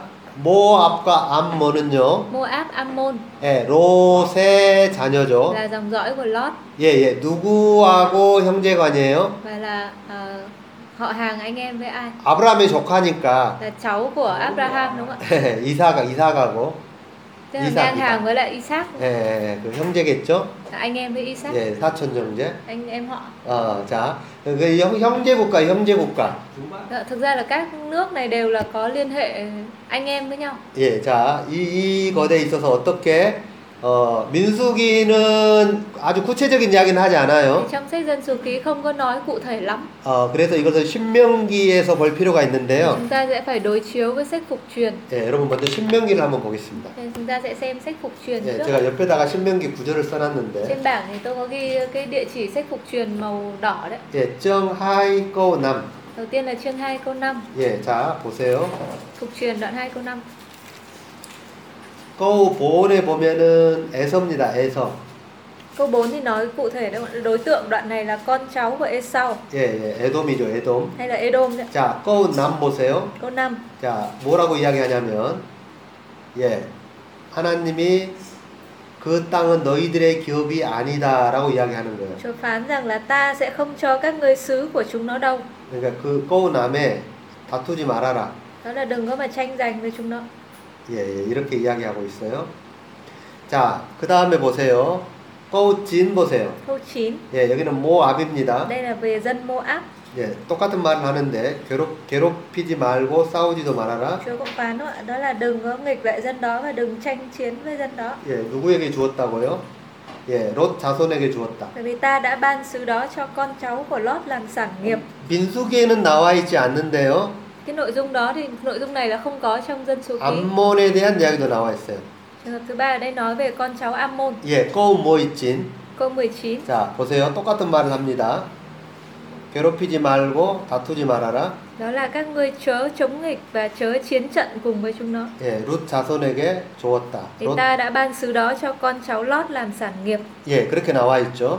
S2: 모압과 암몬은요.
S1: Moab Ammon
S2: 예, 롯의 자녀죠.
S1: là dòng dõi của Lot
S2: 예, 예. 누구하고 형제관이에요?
S1: và là ờ, họ hàng anh em với ai
S2: 아브라함의 조카니까 예,
S1: là cháu của Abraham đúng không ạ
S2: 이사가 이사가고
S1: tức là
S2: Isaac,
S1: ngang
S2: Isaac.
S1: hàng với lại Isaac
S2: 예, 그 형제겠죠?
S1: là anh em với Isaac
S2: 예, 사촌 형제.
S1: anh em họ
S2: 어, 자, 그 형, 형제 국가, 형제 국가.
S3: chú bác
S1: Ờ, thực ra là các nước này đều là có liên hệ anh em với nhau
S2: 예, 자, 이, 이 거대에 있어서 어떻게 어, 민수기는 아주 구체적인 이야기는 하지
S1: Thì
S2: 않아요.
S1: trong sách dân số ký không có nói cụ thể lắm
S2: 어, 그래서 이것을 신명기에서 볼 필요가 있는데요.
S1: chúng ta sẽ phải đối chiếu với sách phục truyền
S2: 예, 여러분 먼저 신명기를 한번 보겠습니다.
S1: Thế chúng ta sẽ xem sách phục truyền
S2: 예,
S1: trước
S2: 제가 옆에다가 신명기 구절을 써놨는데,
S1: trên bảng thì tôi có ghi cái địa chỉ sách phục truyền màu đỏ đấy
S2: 예, 정하이거남.
S1: đầu tiên là chương 2 câu 5
S2: 예, 자 보세요.
S1: phục truyền đoạn 2 câu 5
S2: 거우 보온에 보면은 에서입니다. 에서.
S1: Câu 4 thì nói cụ thể đấy, ạ. đối tượng đoạn này là con cháu của Esau
S2: 예, 예, 에돔이죠, 에돔.
S1: hay là Edom đấy. ạ.
S2: 자, 거우 남 보세요.
S1: Câu 5
S2: 자, 뭐라고 이야기하냐면, 예, 하나님이 그 땅은 너희들의 기업이 아니다라고 이야기하는 거예요.
S1: Chúa phán rằng là ta sẽ không cho các ngươi xứ của chúng nó đâu
S2: 그러니까 그 거우 남에 다투지 말아라.
S1: Đó là đừng có mà tranh giành với chúng nó
S2: 예, 예, 이렇게 이야기하고 있어요. 자, 그 다음에 보세요. 거우 진 보세요.
S1: Câu 9
S2: 예, 여기는 모압입니다.
S1: Đây là về dân Moab
S2: 예, 똑같은 말을 하는데 괴롭 괴롭히지 말고 싸우지도 말아라.
S1: Chúa cũng phán đó, ạ, đó là đừng có nghịch lại dân đó và đừng tranh chiến với dân đó
S2: 예, 누구에게 주었다고요? 예, 롯 자손에게 주었다.
S1: Bởi vì ta đã ban xứ đó cho con cháu của Lót làm sản nghiệp
S2: 민수기에는 나와 있지 않는데요.
S1: Cái nội dung đó thì nội dung này là không có trong dân số ký
S2: 암몬에 대한 이야기도 나와 있어요.
S1: Trường hợp thứ ba ở đây nói về con cháu Ammon
S2: 예, 꼬우 모이진.
S1: Câu 19
S2: 자, 보세요. 똑같은 말을 합니다. 괴롭히지 말고 다투지 말아라.
S1: Đó là các ngươi chớ chống nghịch và chớ chiến trận cùng với chúng nó.
S2: 예, 룻 자손에게 주었다.
S1: Thì
S2: 롯,
S1: ta đã ban xứ đó cho con cháu Lót làm sản nghiệp.
S2: 예, 그렇게 나와 있죠.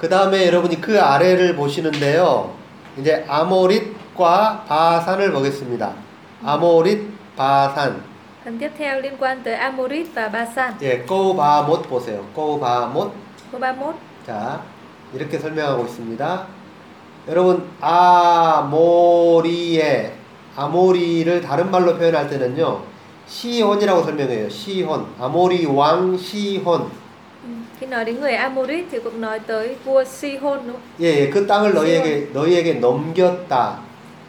S2: 그 다음에 여러분이 그 아래를 보시는데요. 이제 아모릿과 바산을 보겠습니다. 아모릿, 바산.
S1: Phần tiếp theo liên quan tới Amorit và Basan.
S2: 예, 꼬우바못 보세요. 꼬우바못.
S1: Câu 31.
S2: 자, 이렇게 설명하고 있습니다. 여러분, 아모리에, 아모리를 다른 말로 표현할 때는요, 시혼이라고 설명해요. 시혼. 아모리 왕 시혼.
S1: Khi nói đến người Amorit thì cũng nói tới vua Sihon đúng không?
S2: 예, 예, 그 땅을 너희에게, 너희에게 넘겼다.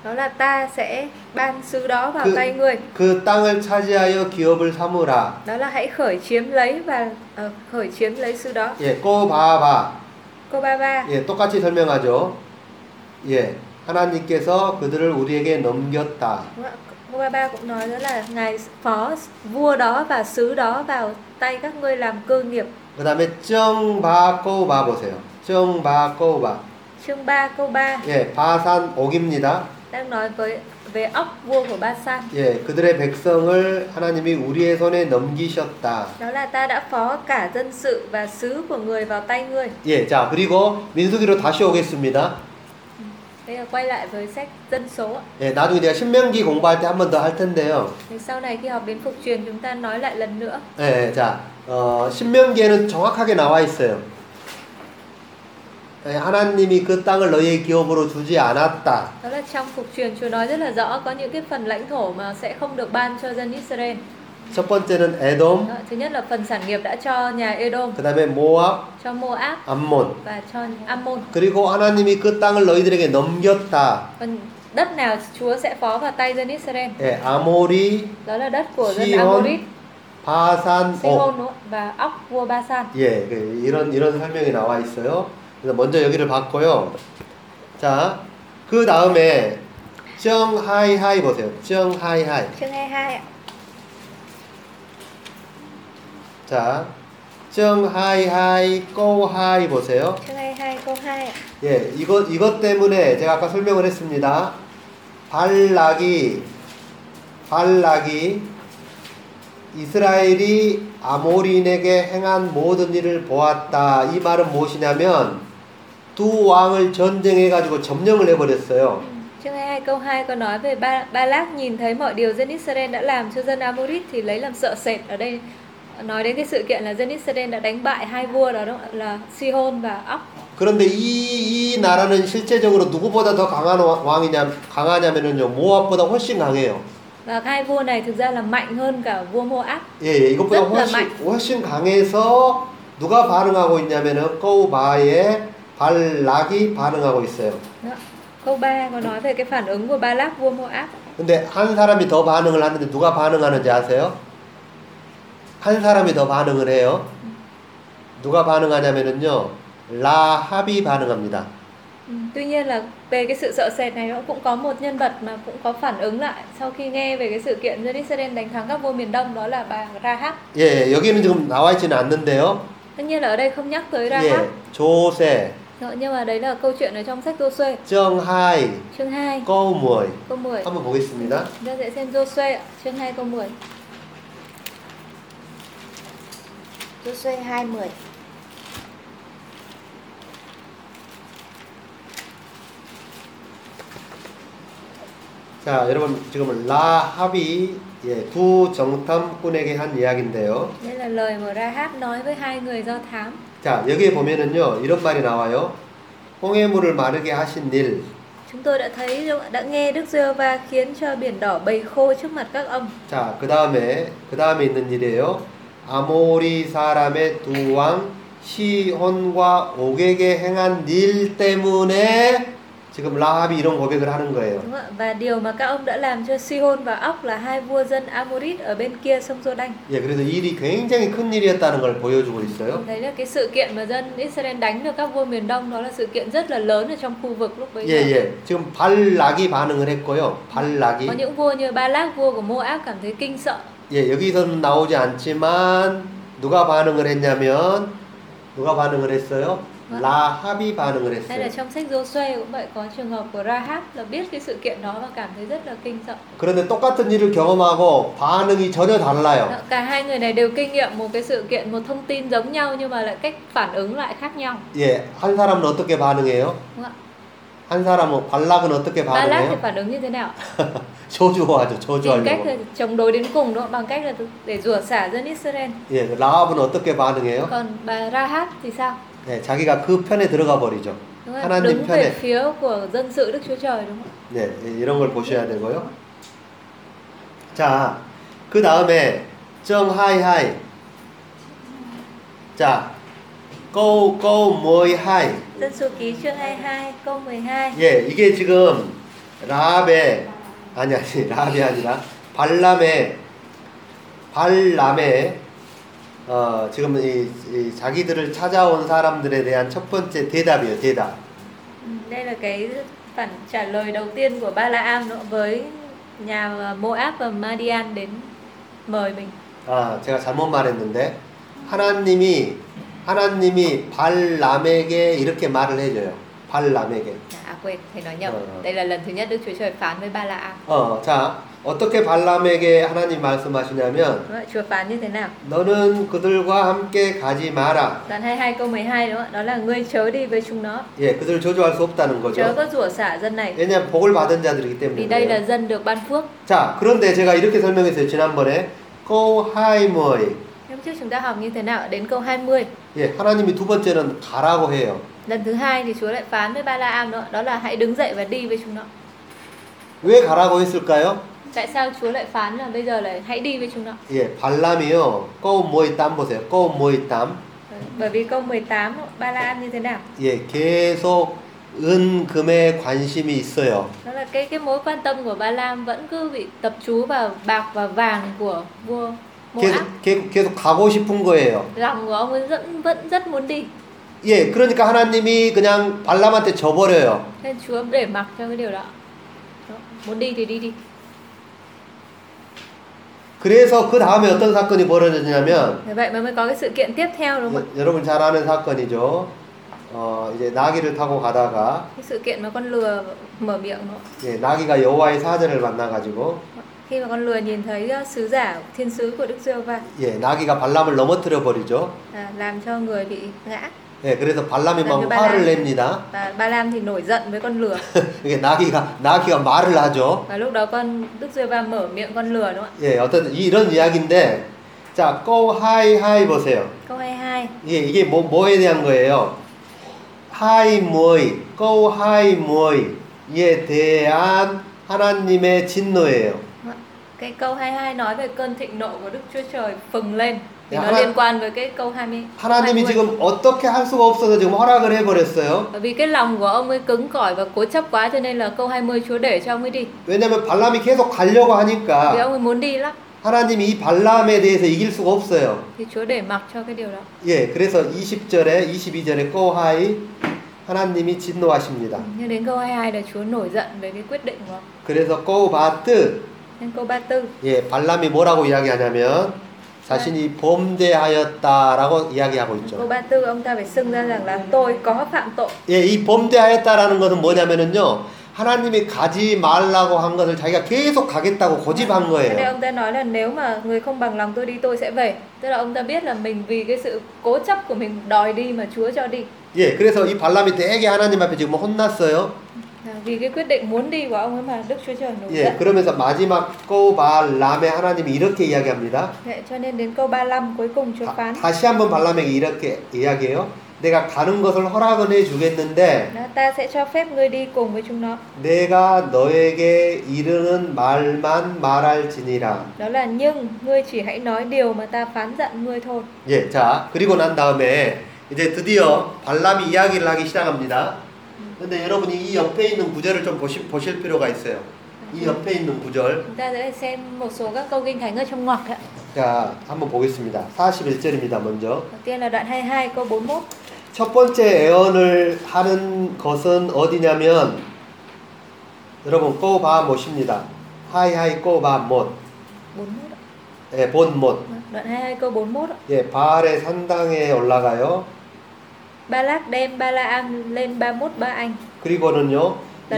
S1: Đó là ta sẽ ban xứ đó vào
S2: Cứ-
S1: tay người.
S2: 그 땅을 차지하여 기업을 삼으라.
S1: Đó là hãy khởi chiếm lấy và ờ, khởi chiếm lấy xứ đó.
S2: 예, 꼬바바.
S1: Câu 33.
S2: 예, 똑같이 설명하죠. 예, 하나님께서 그들을 우리에게 넘겼다.
S1: Đúng ạ. Vua Ba Ba cũng nói nữa là ngài phó vua đó và sứ đó vào tay các ngươi làm cơ nghiệp.
S2: 그 다음에 정바꼬바 보세요. 정바꼬바.
S1: Chương 3 câu 3
S2: 예, 바산 옥입니다.
S1: đang nói với về ốc vua của Ba San.
S2: 예, 그들의 백성을 하나님이 우리의 손에 넘기셨다.
S1: Đó là ta đã phó cả dân sự và sứ của người vào tay ngươi.
S2: 예, 자, 그리고 민수기로 다시 오겠습니다.
S1: Bây giờ quay lại với sách dân số ạ.
S2: 예, 나중에 내가 신명기 공부할 때 한 번 더 할 텐데요.
S1: Thì sau này khi học đến phục truyền chúng ta nói lại lần nữa.
S2: 예, 자, 어, 신명기에는 정확하게 나와 있어요. 예, 하나님이 그 땅을 너희의 기업으로 주지 않았다.
S1: Đó là trong phục truyền Chúa nói rất là rõ có những cái phần lãnh thổ mà sẽ không được ban cho dân Israel.
S2: 첫 번째는 에돔,
S1: Đó, thứ nhất là phần sản nghiệp đã cho nhà Edom,
S2: 그 다음에 모압,
S1: cho Moab
S2: 암몬.
S1: và cho Ammon.
S2: 그리고 하나님이 그 땅을 너희들에게 넘겼다.
S1: Phần đất nào Chúa sẽ phó vào tay dân Israel?
S2: 예, 아모리,
S1: Đó là đất của dân
S2: Dạ. Sihon.
S1: Amorit,
S2: 바산, 옥.
S1: Sihon đúng không? và óc vua Ba San.
S2: 예, 그 이런 이런 설명이 나와 있어요. 그래서 먼저 여기를 봤고요. 자, 그 다음에 정하이하이 보세요. 정하이하이.
S1: Chương 22 ạ.
S2: 자, 정하이하이, 꼬하이 보세요.
S1: Chương 22 câu 2 ạ.
S2: 예, 이것 이것 때문에 제가 아까 설명을 했습니다. 발락이 발락이 이스라엘이 아모리인에게 행한 모든 일을 보았다. 이 말은 무엇이냐면 두 왕을 전쟁해 가지고 점령을 해 버렸어요.
S1: Ừ. Chương 22 câu 2 có nói về ba, ba Lác nhìn thấy mọi điều dân Israel đã làm cho dân Amorit thì lấy làm sợ sệt. Ở đây nói đến cái sự kiện là dân Israel đã đánh bại hai vua đó đúng không? ạ? là Sihon và óc
S2: 그런데 이, 이 나라는 실제적으로 누구보다 더 강한 와- 왕이냐 강하냐면은요 모압보다 훨씬 강해요.
S1: và hai vua này thực ra là mạnh hơn cả vua Moab.
S2: 예, 예, 이것보다
S1: rất là
S2: 훨씬,
S1: mạnh.
S2: 훨씬 강해서 누가 반응하고 있냐면은 꼬우바의 발락이 반응하고 있어요.
S1: Đó. Dạ. Câu 3 có nói về cái phản ứng của ba Lác vua Moab.
S2: 근데 한 사람이 더 반응을 하는데 누가 반응하는지 아세요? 한 사람이 더 반응을 해요. 누가 반응하냐면은요, 라합이 반응합니다.
S1: Ừ, Tuy nhiên là về cái sự sợ sệt này nó cũng có một nhân vật mà cũng có phản ứng lại sau khi nghe về cái sự kiện dân Israel đánh thắng các vua miền Đông đó là bà Rahab.
S2: 예, 여기는 지금 나와 있지는 않는데요.
S1: Tất nhiên là ở đây không nhắc tới Rahab.
S2: 예, 조세,
S1: Đó, nhưng mà đấy là câu chuyện ở trong sách Joshua
S2: 정하이,
S1: chương 2
S2: 꼬우모이.
S1: câu 10.
S2: 한번
S1: Chúng
S2: 보겠습니다.
S1: ta sẽ xem Joshua ạ, chương 2 câu 10. Joshua 2 10.
S2: 자, 여러분 지금 라합이 예, 두 정탐꾼에게 한 이야기인데요.
S1: Đây là lời mà Rahab nói với hai người do thám.
S2: 자, 여기에 보면은요. 이런 말이 나와요. 홍해물을 마르게 하신 일.
S1: Chúng tôi đã thấy đã nghe Đức Giê-hô-va khiến cho biển đỏ bầy khô trước mặt các ông.
S2: 자, 그다음에 그다음에 있는 일이에요. 아모리 사람의 두 왕 시혼과 옥에게 행한 일 때문에 지금 라합이 이런 고백을 하는 거예요.
S1: Đúng ạ. Và điều mà các ông đã làm cho Sihon và Ốc là hai vua dân Amorit ở bên kia sông Giô Đanh.
S2: 예, 그래서 일이 굉장히 큰 일이었다는 걸 보여주고 있어요.
S1: Thấy là cái sự kiện mà dân Israel đánh được các vua miền Đông đó là sự kiện rất là lớn ở trong khu vực lúc bấy
S2: 예,
S1: giờ.
S2: 예. 지금 발락이 반응을 했고요. 발락이
S1: Có những vua như Ba Lác, vua của Moab cảm thấy kinh sợ.
S2: 예, 여기서는 나오지 않지만 누가 반응을 했냐면 누가 반응을 했어요? 라합이 반응을
S1: Hay là
S2: 했어요.
S1: trong sách Joshua cũng vậy có trường hợp của Rahab là biết cái sự kiện đó và cảm thấy rất là kinh sợ.
S2: 그런데 똑같은 일을 경험하고 반응이
S1: Đó,
S2: 전혀 달라요.
S1: Cả hai người này đều kinh nghiệm một cái sự kiện, một thông tin giống nhau nhưng mà lại cách phản ứng lại khác nhau.
S2: 예, 한 사람은 어떻게 반응해요?
S1: Đúng ạ.
S2: 한 사람은 발락은 어떻게
S1: Ba Lác thì
S2: 반응해요?
S1: phản ứng như thế nào?
S2: 저주하죠,
S1: Tìm cách là
S2: 저주하려고.
S1: chống đối đến cùng đó bằng cách là để rủa xả dân Israel.
S2: 예, 라합은 어떻게 반응해요?
S1: Còn bà Rahab thì sao?
S2: 예, 자기가 그 편에 들어가 버리죠.
S1: Đúng không? ạ?
S2: 하나님
S1: Đứng về
S2: 편에.
S1: phía của dân sự Đức Chúa Trời đúng không?
S2: 네, 이런 걸 보셔야 되고요. 자, 그 다음에 정하이하이. 자, 고고모이하이.
S1: ạ? Dân số ký chương 22 câu 12.
S2: 예, 이게 지금 라합의 아니 아니 라합이 아니라 발람의 발람의 어 지금 이, 이 자기들을 찾아온 사람들에 대한 첫 번째 대답이에요. 대답.
S1: Ừ, Đây là cái phản trả lời đầu tiên của Ba La Am với nhà Moab và Madian đến mời mình.
S2: 아, 제가 잘못 말했는데 하나님이 하나님이 발람에게 이렇게 말을 해줘요. 발람에게.
S1: À quên, thầy nói nhầm.
S2: Ờ, ờ.
S1: Đây là lần thứ nhất Đức Chúa Trời phán với Ba La Am.
S2: 어, 자 어떻게 발람에게 하나님 말씀하시냐면
S1: Đúng không ạ? Chúa phán như thế nào?
S2: 너는 그들과 함께 가지 마라.
S1: Đoạn 22 câu 12 đúng không ạ? Đó là ngươi chớ đi với chúng nó.
S2: 예, 그들을 조조할 수 없다는
S1: Chớ
S2: 거죠.
S1: có rủa xả dân này.
S2: 왜냐면 복을 받은 자들이기
S1: Vì
S2: 때문에.
S1: đây là
S2: 그래요.
S1: dân được ban phước.
S2: 자, 그런데 제가 이렇게 설명했어요 지난번에 코하이모이.
S1: Hôm trước chúng ta học như thế nào? Đến câu 20.
S2: 예, 하나님이 두 번째는 가라고 해요.
S1: Lần thứ hai thì Chúa lại phán với Ba La Am đó, đó là hãy đứng dậy và đi với chúng nó.
S2: 왜 가라고 했을까요?
S1: Tại sao Chúa lại phán là bây giờ là hãy đi với chúng nó?
S2: 예, 발람이요. 꼬모이땀 보세요. 꼬모이땀
S1: Bởi vì câu 18 Ba La Am như thế nào?
S2: 예, 계속 은금에 관심이 있어요.
S1: Đó là cái cái mối quan tâm của Ba Lam vẫn cứ bị tập trú vào bạc và vàng của vua Moab.
S2: 계속, 계속, 계속 가고 싶은 거예요.
S1: Lòng của ông ấy vẫn vẫn rất muốn đi.
S2: 예, 그러니까 하나님이 그냥 발람한테 져버려요.
S1: Nên Chúa để mặc cho cái điều đó. đó. Muốn đi thì đi đi.
S2: 그래서 그 다음에 어떤 사건이 벌어졌냐면,
S1: Thế vậy mà mới có cái sự kiện tiếp theo đúng không ạ?
S2: 여- 여러분 잘 아는 사건이죠. 어, 이제 나귀를 타고 가다가,
S1: Cái sự kiện mà con lừa mở miệng đúng không?
S2: 예, 나귀가 여호와의 사자를 만나가지고,
S1: ạ? Khi mà con lừa nhìn thấy uh, sứ giả thiên sứ của Đức Giêsu va
S2: 예, 나귀가 발람을 넘어뜨려 버리죠.
S1: à, làm cho người bị ngã
S2: 예, 그래서 발람이 막
S1: 나귀 발람.
S2: 화를 냅니다.
S1: và Ba Lam thì nổi giận với con lừa
S2: 이게 나귀가 나귀가 말을 하죠.
S1: và lúc đó con Đức Giêsu va mở miệng con lừa đúng không
S2: 예, 어떤 이- 이런 이야기인데 자, go high high 보세요.
S1: ạ? Câu 22
S2: 이게 이게 뭐 뭐에 대한 거예요? high 뭐이, go high 뭐이에 대한 하나님의 진노예요.
S1: cái câu 22 nói về cơn thịnh nộ của Đức Chúa Trời phừng lên thì
S2: Dạ,
S1: nó
S2: hana-
S1: liên quan với cái câu 20 20.
S2: 하나님이 지금 어떻게 할 수가 없어서 지금 허락을 해버렸어요.
S1: bởi vì cái lòng của ông ấy cứng cỏi và cố chấp quá cho nên là câu 20 Chúa để cho ông ấy đi
S2: 왜냐면 발람이 계속 가려고
S1: vì
S2: 하니까
S1: ông ấy muốn đi lắm
S2: 하나님이 이 발람에 대해서 이길 수가 없어요.
S1: thì Chúa để mặc cho cái điều đó
S2: 예, 그래서 20절에 22절에 꼬하이 하나님이 진노하십니다.
S1: nhưng đến câu 22 là Chúa nổi giận về cái quyết định của ông
S2: 그래서 꼬바트
S1: nên câu 34
S2: 예, 발람이 뭐라고 이야기하냐면 자신이 범죄하였다라고 이야기하고
S1: câu
S2: 있죠.
S1: 34 ông ta phải xưng ra rằng là tôi có phạm tội
S2: 예, 이 범죄하였다라는 것은 뭐냐면은요. 하나님이 가지 말라고 한 것을 자기가 계속 가겠다고 고집한
S1: Thế nên
S2: 거예요.
S1: ông ta nói là nếu mà người không bằng lòng tôi đi tôi sẽ về Tức là ông ta biết là mình vì cái sự cố chấp của mình đòi đi mà Chúa cho đi
S2: 예, 그래서 이 발람이 되게 하나님 앞에 지금 혼났어요.
S1: À, Vì cái quyết định muốn đi của ông ấy mà Đức Chúa Trời nổi
S2: 예,
S1: giận
S2: 그러면서 마지막 꼬발람에 하나님이 이렇게 이야기합니다.
S1: Vậy cho nên đến câu 35 cuối cùng Chúa phán
S2: 다, 시 한번 발람에게 이렇게 이야기해요. 내가 가는 것을 허락은 해주겠는데
S1: là ta sẽ cho phép ngươi đi cùng với chúng nó
S2: 내가 너에게 이르는 말만 말할지니라.
S1: Đó là nhưng ngươi chỉ hãy nói điều mà ta phán giận ngươi thôi
S2: 예, 자 그리고 난 다음에 이제 드디어 발람이 이야기를 하기 시작합니다. 근데 여러분이 이 옆에 있는 구절을 좀 보시, 보실 필요가 있어요. 이 옆에 있는 구절.
S1: Chúng ta sẽ xem một số các câu kinh thánh ở trong ngoặc ạ
S2: 자, 한번 보겠습니다. 41절입니다, 먼저.
S1: Đầu tiên là đoạn 22 câu 41
S2: 첫 번째 애언을 하는 것은 어디냐면 여러분 꼬바못입니다. 하이하이 꼬바못,
S1: 41 ạ. Vâng,
S2: 예, 본못.
S1: Đoạn 22 câu 41 ạ.
S2: 예, 바알의 산당에 올라가요.
S1: Ba lác đem Ba La Am lên 31 ba anh
S2: 그리고는요
S1: 나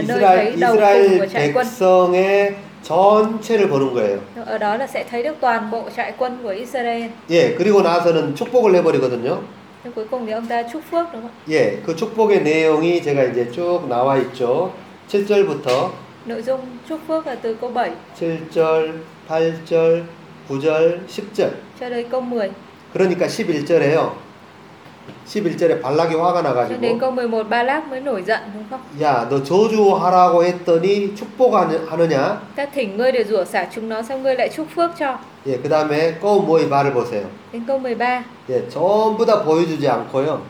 S1: 너희
S2: 이스라엘
S1: 가이다오
S2: 이스라엘
S1: 공부 잘 권.
S2: 백성의 전체를 보는 거예요.
S1: Ở đó là sẽ thấy được toàn bộ trại quân của Israel.
S2: 예, 그리고 나서는 축복을 해버리거든요.
S1: Thế cuối cùng thì ông ta chúc phước đúng không?
S2: 예, 그 축복의 내용이 제가 이제 쭉 나와 있죠. 7절부터
S1: ạ? Nội dung chúc phước là từ câu 7
S2: 7절, 8절, 9절, 10절.
S1: cho đến câu 10.
S2: 그러니까 11절에요. 11절에 발락이 화가
S1: Cho đến
S2: 나가지고
S1: câu 11 Ba Lác mới nổi giận đúng không?
S2: 야, 너 저주하라고 했더니 축복하느냐?
S1: Ta thỉnh ngươi để rủa xả chúng nó xong ngươi lại chúc phước cho.
S2: 예, 그 다음에 꼬모이 말을 보세요.
S1: Đến câu 13
S2: 예, 전부 다 보여주지 않고요.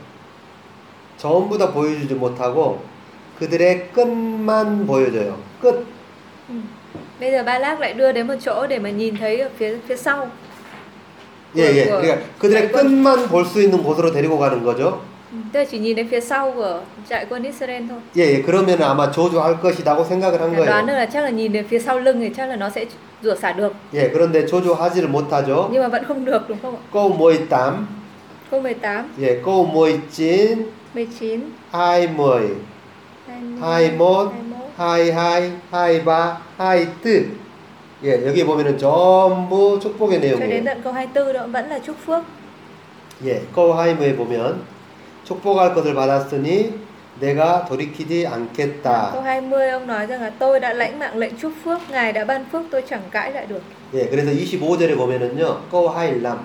S2: 전부 다 보여주지 못하고 그들의 끝만 보여줘요. 끝.
S1: ừ. Bây giờ Ba Lác lại đưa đến một chỗ để mà nhìn thấy ở phía phía sau.
S2: 예, 예.
S1: 뭐야, 뭐야.
S2: 네, 그렇죠. 그러니까 그들의 끝만 볼 수 있는 곳으로 데리고 가는 거죠.
S1: Ừ, Tôi chỉ nhìn đến phía sau của trại quân Israel thôi.
S2: 예, 예, 그러면 아마 저주할 것이라고 생각을 한
S1: Đoán
S2: 거예요.
S1: được là chắc là nhìn đến phía sau lưng thì chắc là nó sẽ rủa xả được.
S2: 예, 그런데 저주하지를 못하죠.
S1: Nhưng mà vẫn không được đúng không ạ?
S2: 꼬 모이 땀,
S1: Câu 18,
S2: 예, 꼬 모이 찐,
S1: 19,
S2: 하이 모이,
S1: 20,
S2: 하이 못,
S1: 21.
S2: 하이 하이, 하이 바, 하이 뜨. 예, 여기 보면은 전부
S1: Cho
S2: 축복의
S1: đến
S2: 내용이에요.
S1: tận câu 24 đó vẫn là chúc phước.
S2: 예, 꼬 하이 모에 보면 축복할 것을 받았으니 내가 돌이키지
S1: Câu
S2: 않겠다.
S1: 20 ông nói rằng là tôi đã lãnh mạng lệnh chúc phước, Ngài đã ban phước tôi chẳng cãi lại được.
S2: 예, 그래서 25절에 보면은요, 꼬 하이 람.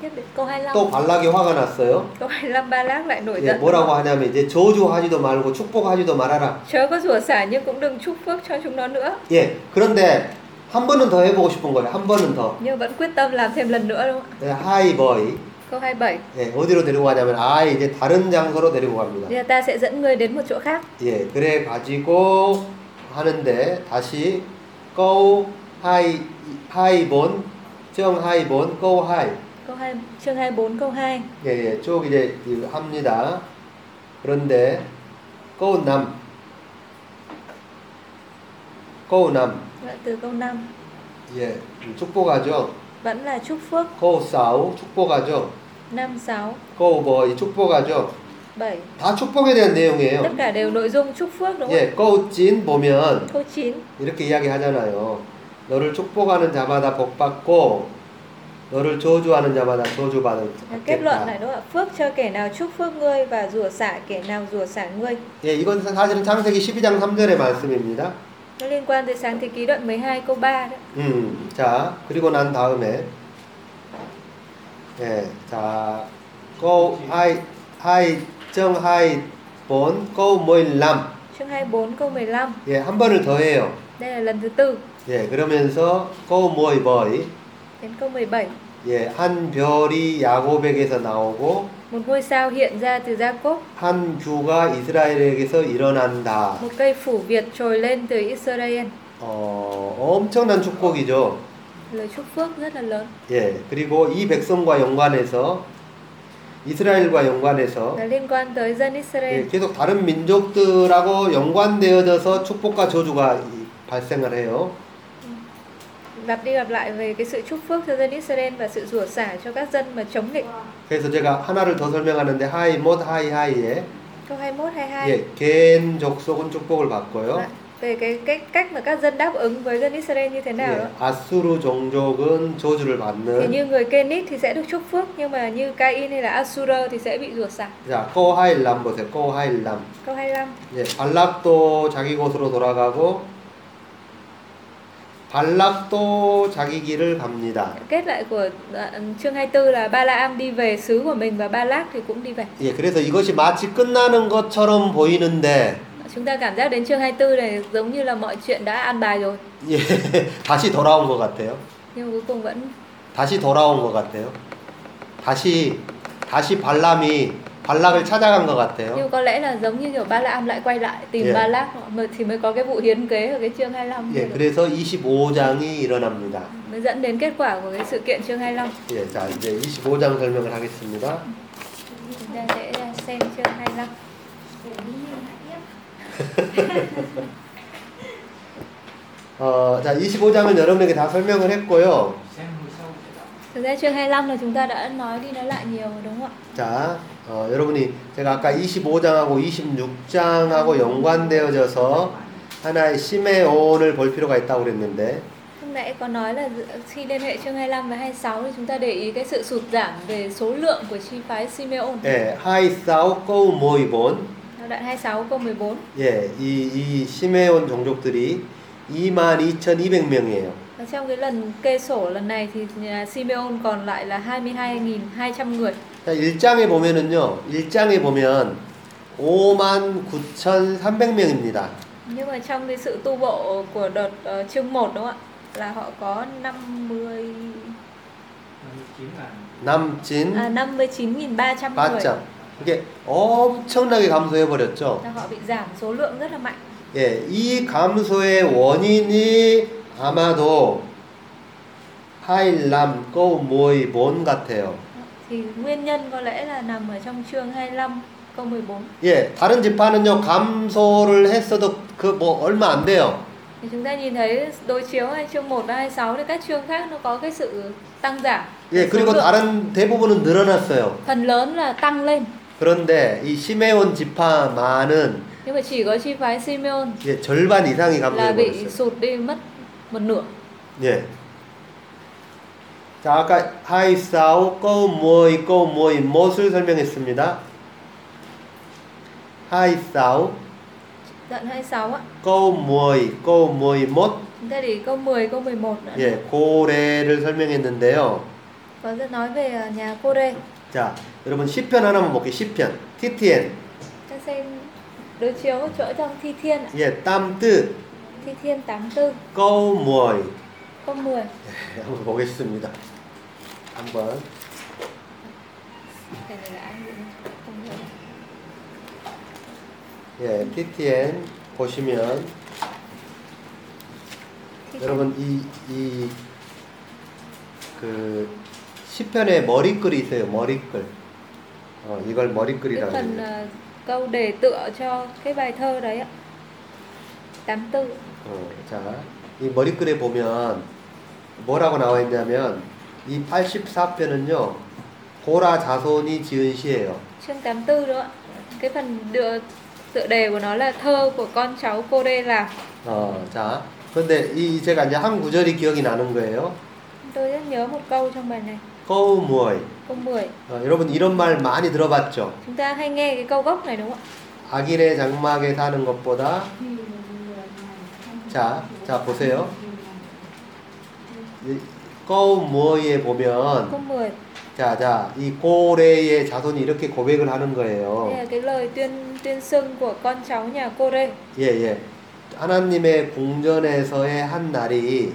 S1: Tiếp đến câu 25.
S2: 또 발락이 화가 났어요.
S1: Câu 25 ba lác lại nổi
S2: 예,
S1: giận.
S2: 뭐라고 하냐면 이제 저주하지도 말고 축복하지도 말아라.
S1: Chớ có rủa xả nhưng cũng đừng chúc phước cho chúng nó nữa.
S2: 예, 그런데 한 번은 더 해보고 싶은 거예요. 한 번은 더.
S1: Nhưng vẫn quyết tâm làm thêm lần nữa đúng không ạ?
S2: 예, 하이 보이.
S1: Câu 27.
S2: 예, 어디로 데리고 가냐면 아 이제 다른 장소로 데리고 갑니다.
S1: Bây giờ ta sẽ dẫn người đến một chỗ khác.
S2: 예, 그래 가지고 하는데 다시 go 하이 하이 본, 정 하이 본, go 하이.
S1: Câu 2 chương 24 câu 2.
S2: 예, 예, 쭉 이제 이- 합니다. 그런데 go 남, go 남.
S1: Đoạn từ câu 5
S2: 예, 축복하죠.
S1: vẫn là chúc phước
S2: go 싸우 축복하죠.
S1: 5 6
S2: go boy 축복하죠.
S1: 7.
S2: 다 축복에 대한
S1: Tất
S2: 내용이에요.
S1: cả đều nội dung chúc phước đúng không?
S2: 예, go 찐 보면
S1: Câu 9
S2: 이렇게 이야기하잖아요. 너를 축복하는 자마다 복 받고 너를 저주하는 자마다 저주 받을
S1: là kết luận này đúng không ạ? Phước cho kẻ nào chúc phước ngươi và rủa xả kẻ nào rủa xả ngươi.
S2: 예, 이건 사- 사실은 창세기 12장 3절의 말씀입니다.
S1: Nó liên quan tới sáng thế ký đoạn 12 câu 3 đó.
S2: 음, 자 그리고 난 다음에 예, 자 go 하이 하이 정 하이 본 go 모일람
S1: Chương 24 câu 15.
S2: 예, 한 번을 더 해요.
S1: Đây là lần thứ tư
S2: 예, 그러면서 go 모이 보이
S1: đến câu 17.
S2: 예, 한 별이 야곱에게서 나오고
S1: Một ngôi sao hiện ra từ Jacob,
S2: 한 규가 이스라엘에게서 일어난다.
S1: một cây phủ Việt trồi lên từ Israel.
S2: 어, 엄청난 축복이죠.
S1: Lời chúc phước rất là lớn.
S2: 예, 그리고 이 백성과 연관해서 이스라엘과 연관해서
S1: Nó liên quan tới dân Israel.
S2: 예, 계속 다른 민족들하고 연관되어져서 축복과 저주가 이- 발생을 해요.
S1: Lặp đi lặp lại về cái sự chúc phước cho dân Israel và sự rủa xả cho các dân mà chống nghịch.
S2: 그래서 제가 하나를 더 설명하는데 하이 못 하이 하이에
S1: Câu 21 22.
S2: 예, 겐 족속은 축복을 받고요.
S1: Lại Vâng. Về cái cách cách mà các dân đáp ứng với dân Israel như thế nào đó.
S2: 예, 아수르 종족은 저주를
S1: Thì
S2: 받는
S1: như người Kenit thì sẽ được chúc phước nhưng mà như Cain hay là Asura thì sẽ bị rủa xả.
S2: 자, 꼬하일람 보세요. 꼬하일람.
S1: Câu 25.
S2: 예, 발락도 자기 곳으로 돌아가고 발락도 자기 길을 갑니다.
S1: Kết lại của đoạn chương 24 là Ba La Am đi về xứ của mình và Ba Lác thì cũng đi về.
S2: 예, 그래서 이것이 마치 끝나는 것처럼 보이는데
S1: Chúng ta cảm giác đến chương 24 này giống như là mọi chuyện đã an bài rồi
S2: 예, 다시 돌아온 것 같아요.
S1: nhưng mà cuối cùng vẫn
S2: 다시 돌아온 것 같아요. 다시 다시 발람이 발락을 찾아간 것
S1: nhưng
S2: 같아요.
S1: mà có lẽ là giống như kiểu Ba La Am lại quay lại tìm
S2: Yeah.
S1: Ba Lác họ- mà thì mới có cái vụ hiến kế ở cái chương 25 kia
S2: 예,
S1: rồi.
S2: 그래서 25장이 일어납니다.
S1: mới dẫn đến kết quả của cái sự kiện chương 25.
S2: 예, 자 이제 25장 설명을 하겠습니다.
S1: Chúng ta sẽ xem chương 25.
S6: để đi nhìn lại tiếp
S2: 어, 자 25장은 여러분에게 다 설명을 했고요.
S3: xem hồi sau sẽ đọc
S1: Thực ra chương 25 là chúng ta đã nói đi nói lại nhiều rồi đúng không ạ?
S2: 자, 어, 여러분이 제가 아까 25장하고 26장하고 연관되어져서 하나의 시메온을 볼 필요가 있다고 그랬는데
S1: Hôm nãy có nói là giữa- khi liên hệ chương 25 và 26 thì chúng ta để ý cái sự sụt giảm về số lượng của chi phái Simeon.
S2: 예, 하이사우 꼬우 모이본
S1: Đoạn 26 câu 14
S2: 예, 이, 이 시메온 종족들이 22,200명이에요.
S1: Và trong cái lần kê sổ lần này thì nhà Simeon còn lại là 22.200 người.
S2: 자, 1장에 보면은요. 1장에 보면 59,300명입니다.
S1: Nhưng mà trong cái sự tu bộ của đợt ờ, chương 1 đúng không ạ? Là họ có 50
S3: năm mươi chín Ờ, là
S2: 남진
S1: à, 59.300 người.
S2: 8장. 이게 엄청나게 감소해 버렸죠.
S1: Là họ bị giảm số lượng rất là mạnh.
S2: 예, 이 감소의 원인이 아마도 하일람 꼬모이본 같아요.
S1: Thì thì nguyên nhân có lẽ là nằm ở trong chương 25 câu 14
S2: 예, 다른 지파는요 감소를 했어도 그 뭐 얼마 안 돼요.
S1: thì chúng ta nhìn thấy đối chiếu hay chương 1 và 26 thì các chương khác nó có cái sự tăng giảm
S2: 예,
S1: Số
S2: 그리고
S1: lượng
S2: 다른 대부분은 늘어났어요.
S1: phần lớn là tăng lên
S2: 그런데 이 시메온 지파만은
S1: nhưng mà chỉ có chi phái Simeon
S2: 이제 절반 이상이
S1: là
S2: 감소해
S1: bị
S2: 버렸어요.
S1: sụt đi mất một nửa
S2: 예. 자, 아까 하이사오 꼬모이 꼬모이 못을 설명했습니다. 하이사오
S1: đoạn 26 ạ
S2: 꼬모이 꼬모이 못
S1: chúng ta để ý câu 10 câu 11 nữa
S2: 예, 고래를 설명했는데요.
S1: có rất nói về à, nhà cô đây
S2: 자, 여러분 시편 하나만 볼게요. 시편. TTN.
S1: ta xem đối chiếu một chỗ trong thi thiên ạ.
S2: 예, 땀뜨
S1: thi thiên 84
S2: 꼬모이.
S1: câu 10
S2: 예, 한번 보겠습니다. 한번.
S1: Cái này là anh cũng không hiểu.
S2: 예, TTN 보시면
S1: Thi thiên.
S2: 여러분 이 이 그 시편에 머리글이 있어요. 머리글. 어, 이걸
S1: cái
S2: 머리글이라고
S1: phần
S2: 해요.
S1: à, câu đề tựa cho cái bài thơ đấy ạ 84
S2: 어, 자, 이 머리글에 보면 뭐라고 나와 있냐면 이 84편은요. 고라 자손이 지은 시예요.
S1: chương 84 đó ạ cái phần đưa tựa đề của nó là thơ của con cháu cô đây làm
S2: 어, 자. 근데 이 제가 이제 한 구절이 기억이 나는 거예요.
S1: tôi rất nhớ một câu trong bài này
S2: 거우무어이.
S1: câu 10
S2: 어, 여러분 이런 말 많이 들어봤죠?
S1: chúng ta hay nghe cái câu gốc này đúng không ạ
S2: 악인의 장막에 사는 것보다
S6: Vì người này không-
S2: 자, 자 보세요. 이
S1: câu
S2: 거우무어이에 보면
S1: 10
S2: 자, 자, 이 고래의 자손이 이렇게 고백을
S1: Đây
S2: 하는 거예요.
S1: là cái lời tuyên tuyên xưng của con cháu nhà cô đây.
S2: 예, 예. 하나님의 궁전에서의 한 날이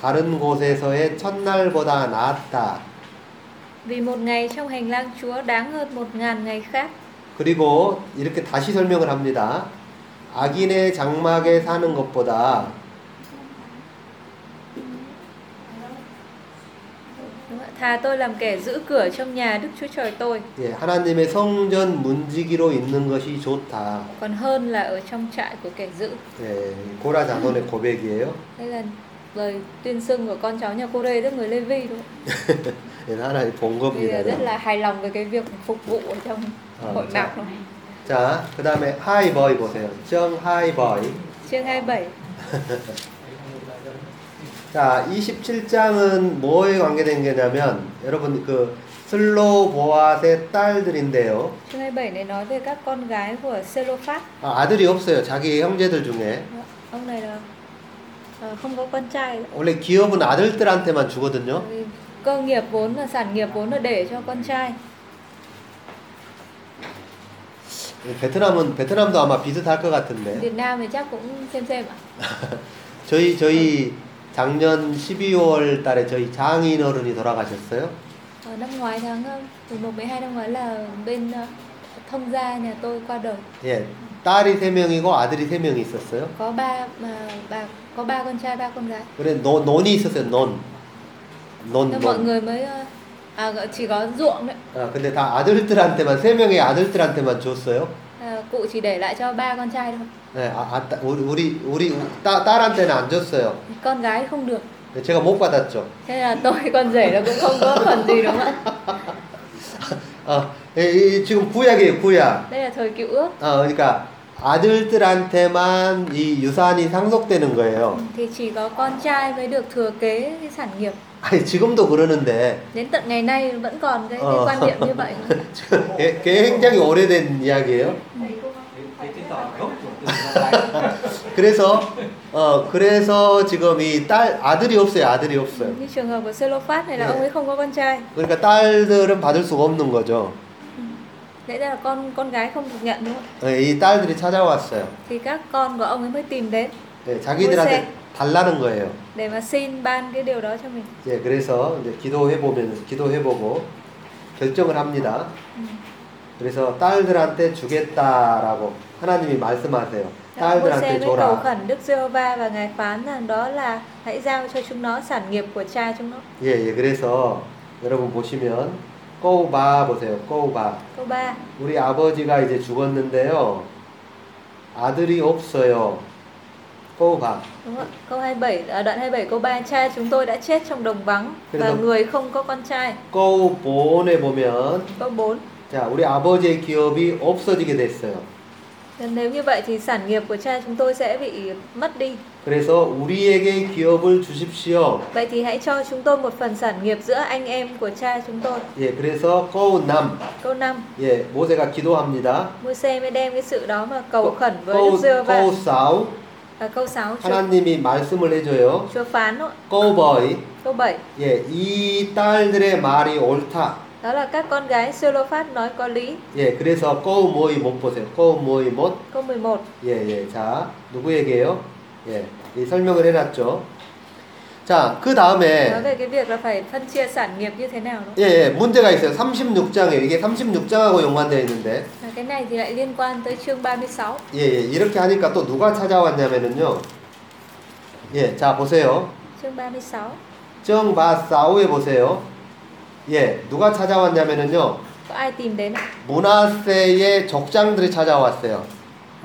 S2: 다른 곳에서의 첫날보다 나았다.
S1: Vì một ngày trong hành lang Chúa đáng hơn một ngàn ngày khác.
S2: 그리고 이렇게 다시 설명을 합니다. 악인의 장막에 사는 것보다
S1: Đúng không ạ? Thà tôi làm kẻ giữ cửa trong nhà Đức Chúa Trời tôi
S2: 예, 하나님의 성전 문지기로 있는 것이 좋다.
S1: còn hơn là ở trong trại của kẻ giữ.
S2: 예, 고라 자손의 고백이에요.
S1: Đây là lời tuyên xưng của con cháu nhà cô đây tức người Lê Vi đúng không?
S2: 예, 하나님 본
S1: Vì
S2: 겁니다.
S1: rất là hài lòng với cái việc phục vụ ở trong
S2: Ờ,
S1: hội
S2: chắc.
S1: mạc này.
S2: 자, 그 다음에 하이버이 보세요. 정 하이버이.
S1: Chương 27
S2: 자, 27장은 뭐에 관계된 게냐면 여러분 그 슬로보아의 딸들인데요.
S1: Chương 27 này nói về các con gái của Selophat.
S2: 아, 아들이 없어요. 자기 형제들 중에.
S1: Ông này là ờ, không có con trai nữa.
S2: 원래 기업은 아들들한테만 주거든요.
S1: Vì cơ nghiệp vốn là sản nghiệp vốn là để cho con trai
S2: 예, 베트남은 베트남도 아마 비슷할 것 같은데.
S1: Việt Nam thì chắc cũng xem xem ạ
S2: 저희 저희 작년 12월 달에 저희 장인 어른이 돌아가셨어요.
S1: Ờ, năm ngoái tháng ờ, 11 12 năm ngoái là bên ờ, thông gia nhà tôi qua đời
S2: 예. 딸이 세명이고 아들이 세명이 있었어요.
S1: có ba mà bà có ba con trai ba con gái
S2: 그래 노, 논이 있었어요. 논. 논,
S1: nên mọi
S2: 논.
S1: người mới ờ, à, gọi- chỉ có ruộng đấy
S2: 아, 근데 다 아들들한테만 세 명의 아들들한테만 줬어요.
S1: à, cụ chỉ để lại cho ba con trai thôi
S2: 네, 아, 아, 따- 우리 우리 우리 따, 딸한테는 안 줬어요.
S1: con gái không được
S2: 네, 제가 못 받았죠.
S1: thế là tôi con rể là cũng không có phần gì đúng không ạ
S2: 아, 이, 이, 지금 구약이에요, 구약.
S1: đây là thời cựu ước
S2: 아, 그러니까 아들들한테만 이 유산이 상속되는 거예요.
S1: thì chỉ có con trai mới được thừa kế cái sản nghiệp
S2: 아니 지금도 그러는데
S1: đến tận ngày nay vẫn còn cái, cái
S2: Ờ.
S1: quan niệm như vậy
S2: 지금 예, 굉장히 오래된 이야기예요.
S5: thầy cô
S3: cái cái cái tỏi gốc của từng gia lai
S2: 그래서 어 그래서 지금 이 딸 아들이 없어요, 아들이 없어요.
S1: như trường hợp của Selophat này là
S2: Dạ.
S1: ông ấy không có con trai
S2: 그러니까 딸들은 받을 수가 없는 거죠.
S1: lẽ ra là con con gái không được nhận đúng không ạ?
S2: 예, 이 딸들이 찾아왔어요.
S1: thì các con của ông ấy mới tìm đến
S2: 예, 자기들한테 달라는 거예요.
S1: để mà xin ban cái điều đó cho mình
S2: 예, 그래서 이제 기도해 보면 기도해 보고 결정을 합니다. 그래서 딸들한테 주겠다라고 하나님이 말씀하세요.
S1: Đã Môi-se
S2: 딸들한테
S1: mới cầu
S2: 줘라.
S1: khẩn Đức Giê-hô-va và ngài phán rằng đó là hãy giao cho chúng nó sản nghiệp của cha chúng nó
S2: 예, 예. 그래서 여러분 보시면 꼬우바 보세요. 꼬우바.
S1: câu 3
S2: 우리 아버지가 이제 죽었는데요. 아들이 없어요. 꼬우바.
S1: đúng không ạ câu 27 à, đoạn 27 câu 3 cha chúng tôi đã chết trong đồng vắng
S2: Thế
S1: và
S2: là-
S1: người không có con trai
S2: 꼬우본에 보면
S1: câu 4
S2: 자, 우리 아버지의 기업이 없어지게 됐어요.
S1: nếu như vậy thì sản nghiệp của cha chúng tôi sẽ bị mất đi
S2: 그래서 우리에게 기업을 주십시오.
S1: vậy thì hãy cho chúng tôi một phần sản nghiệp giữa anh em của cha chúng tôi
S2: 예, 그래서 꼬우남.
S1: câu 5
S2: 예, 모세가 기도합니다.
S1: Môi-se mới đem cái sự đó mà
S2: 뭐
S1: cầu khẩn với Đức
S2: 꼬우,
S1: Giê-hô-va
S2: 꼬우싸우.
S1: và câu 6 Chúa,
S2: 하나님이 말씀을 해줘요.
S1: Chúa phán đó.
S2: 꼬우버이.
S1: câu 7
S2: 예, 이 딸들의 말이 옳다.
S1: đó là các con gái Siêu-lô-phát nói có lý
S2: 예, 그래서 꼬우모이 못 보세요. 꼬우모이 못.
S1: câu 11
S2: 예, 예. 자, 누구에게요? 예, 이 설명을 해놨죠. 자,
S1: nói
S2: 그 다음에
S1: về cái việc là phải phân chia sản nghiệp như thế nào đó
S2: 예, 예, 문제가 있어요. 36장에 이게 36장하고 연관되어 있는데
S1: Và À, cái này thì lại liên quan tới chương 36
S2: 예, 예, 이렇게 하니까 또 누가 찾아왔냐면은요. 예, 자 보세요.
S1: chương 36
S2: 정바 싸우에 보세요. 예, 누가 찾아왔냐면은요.
S1: có ai tìm đến ạ?
S2: 문하세의 적장들이 찾아왔어요.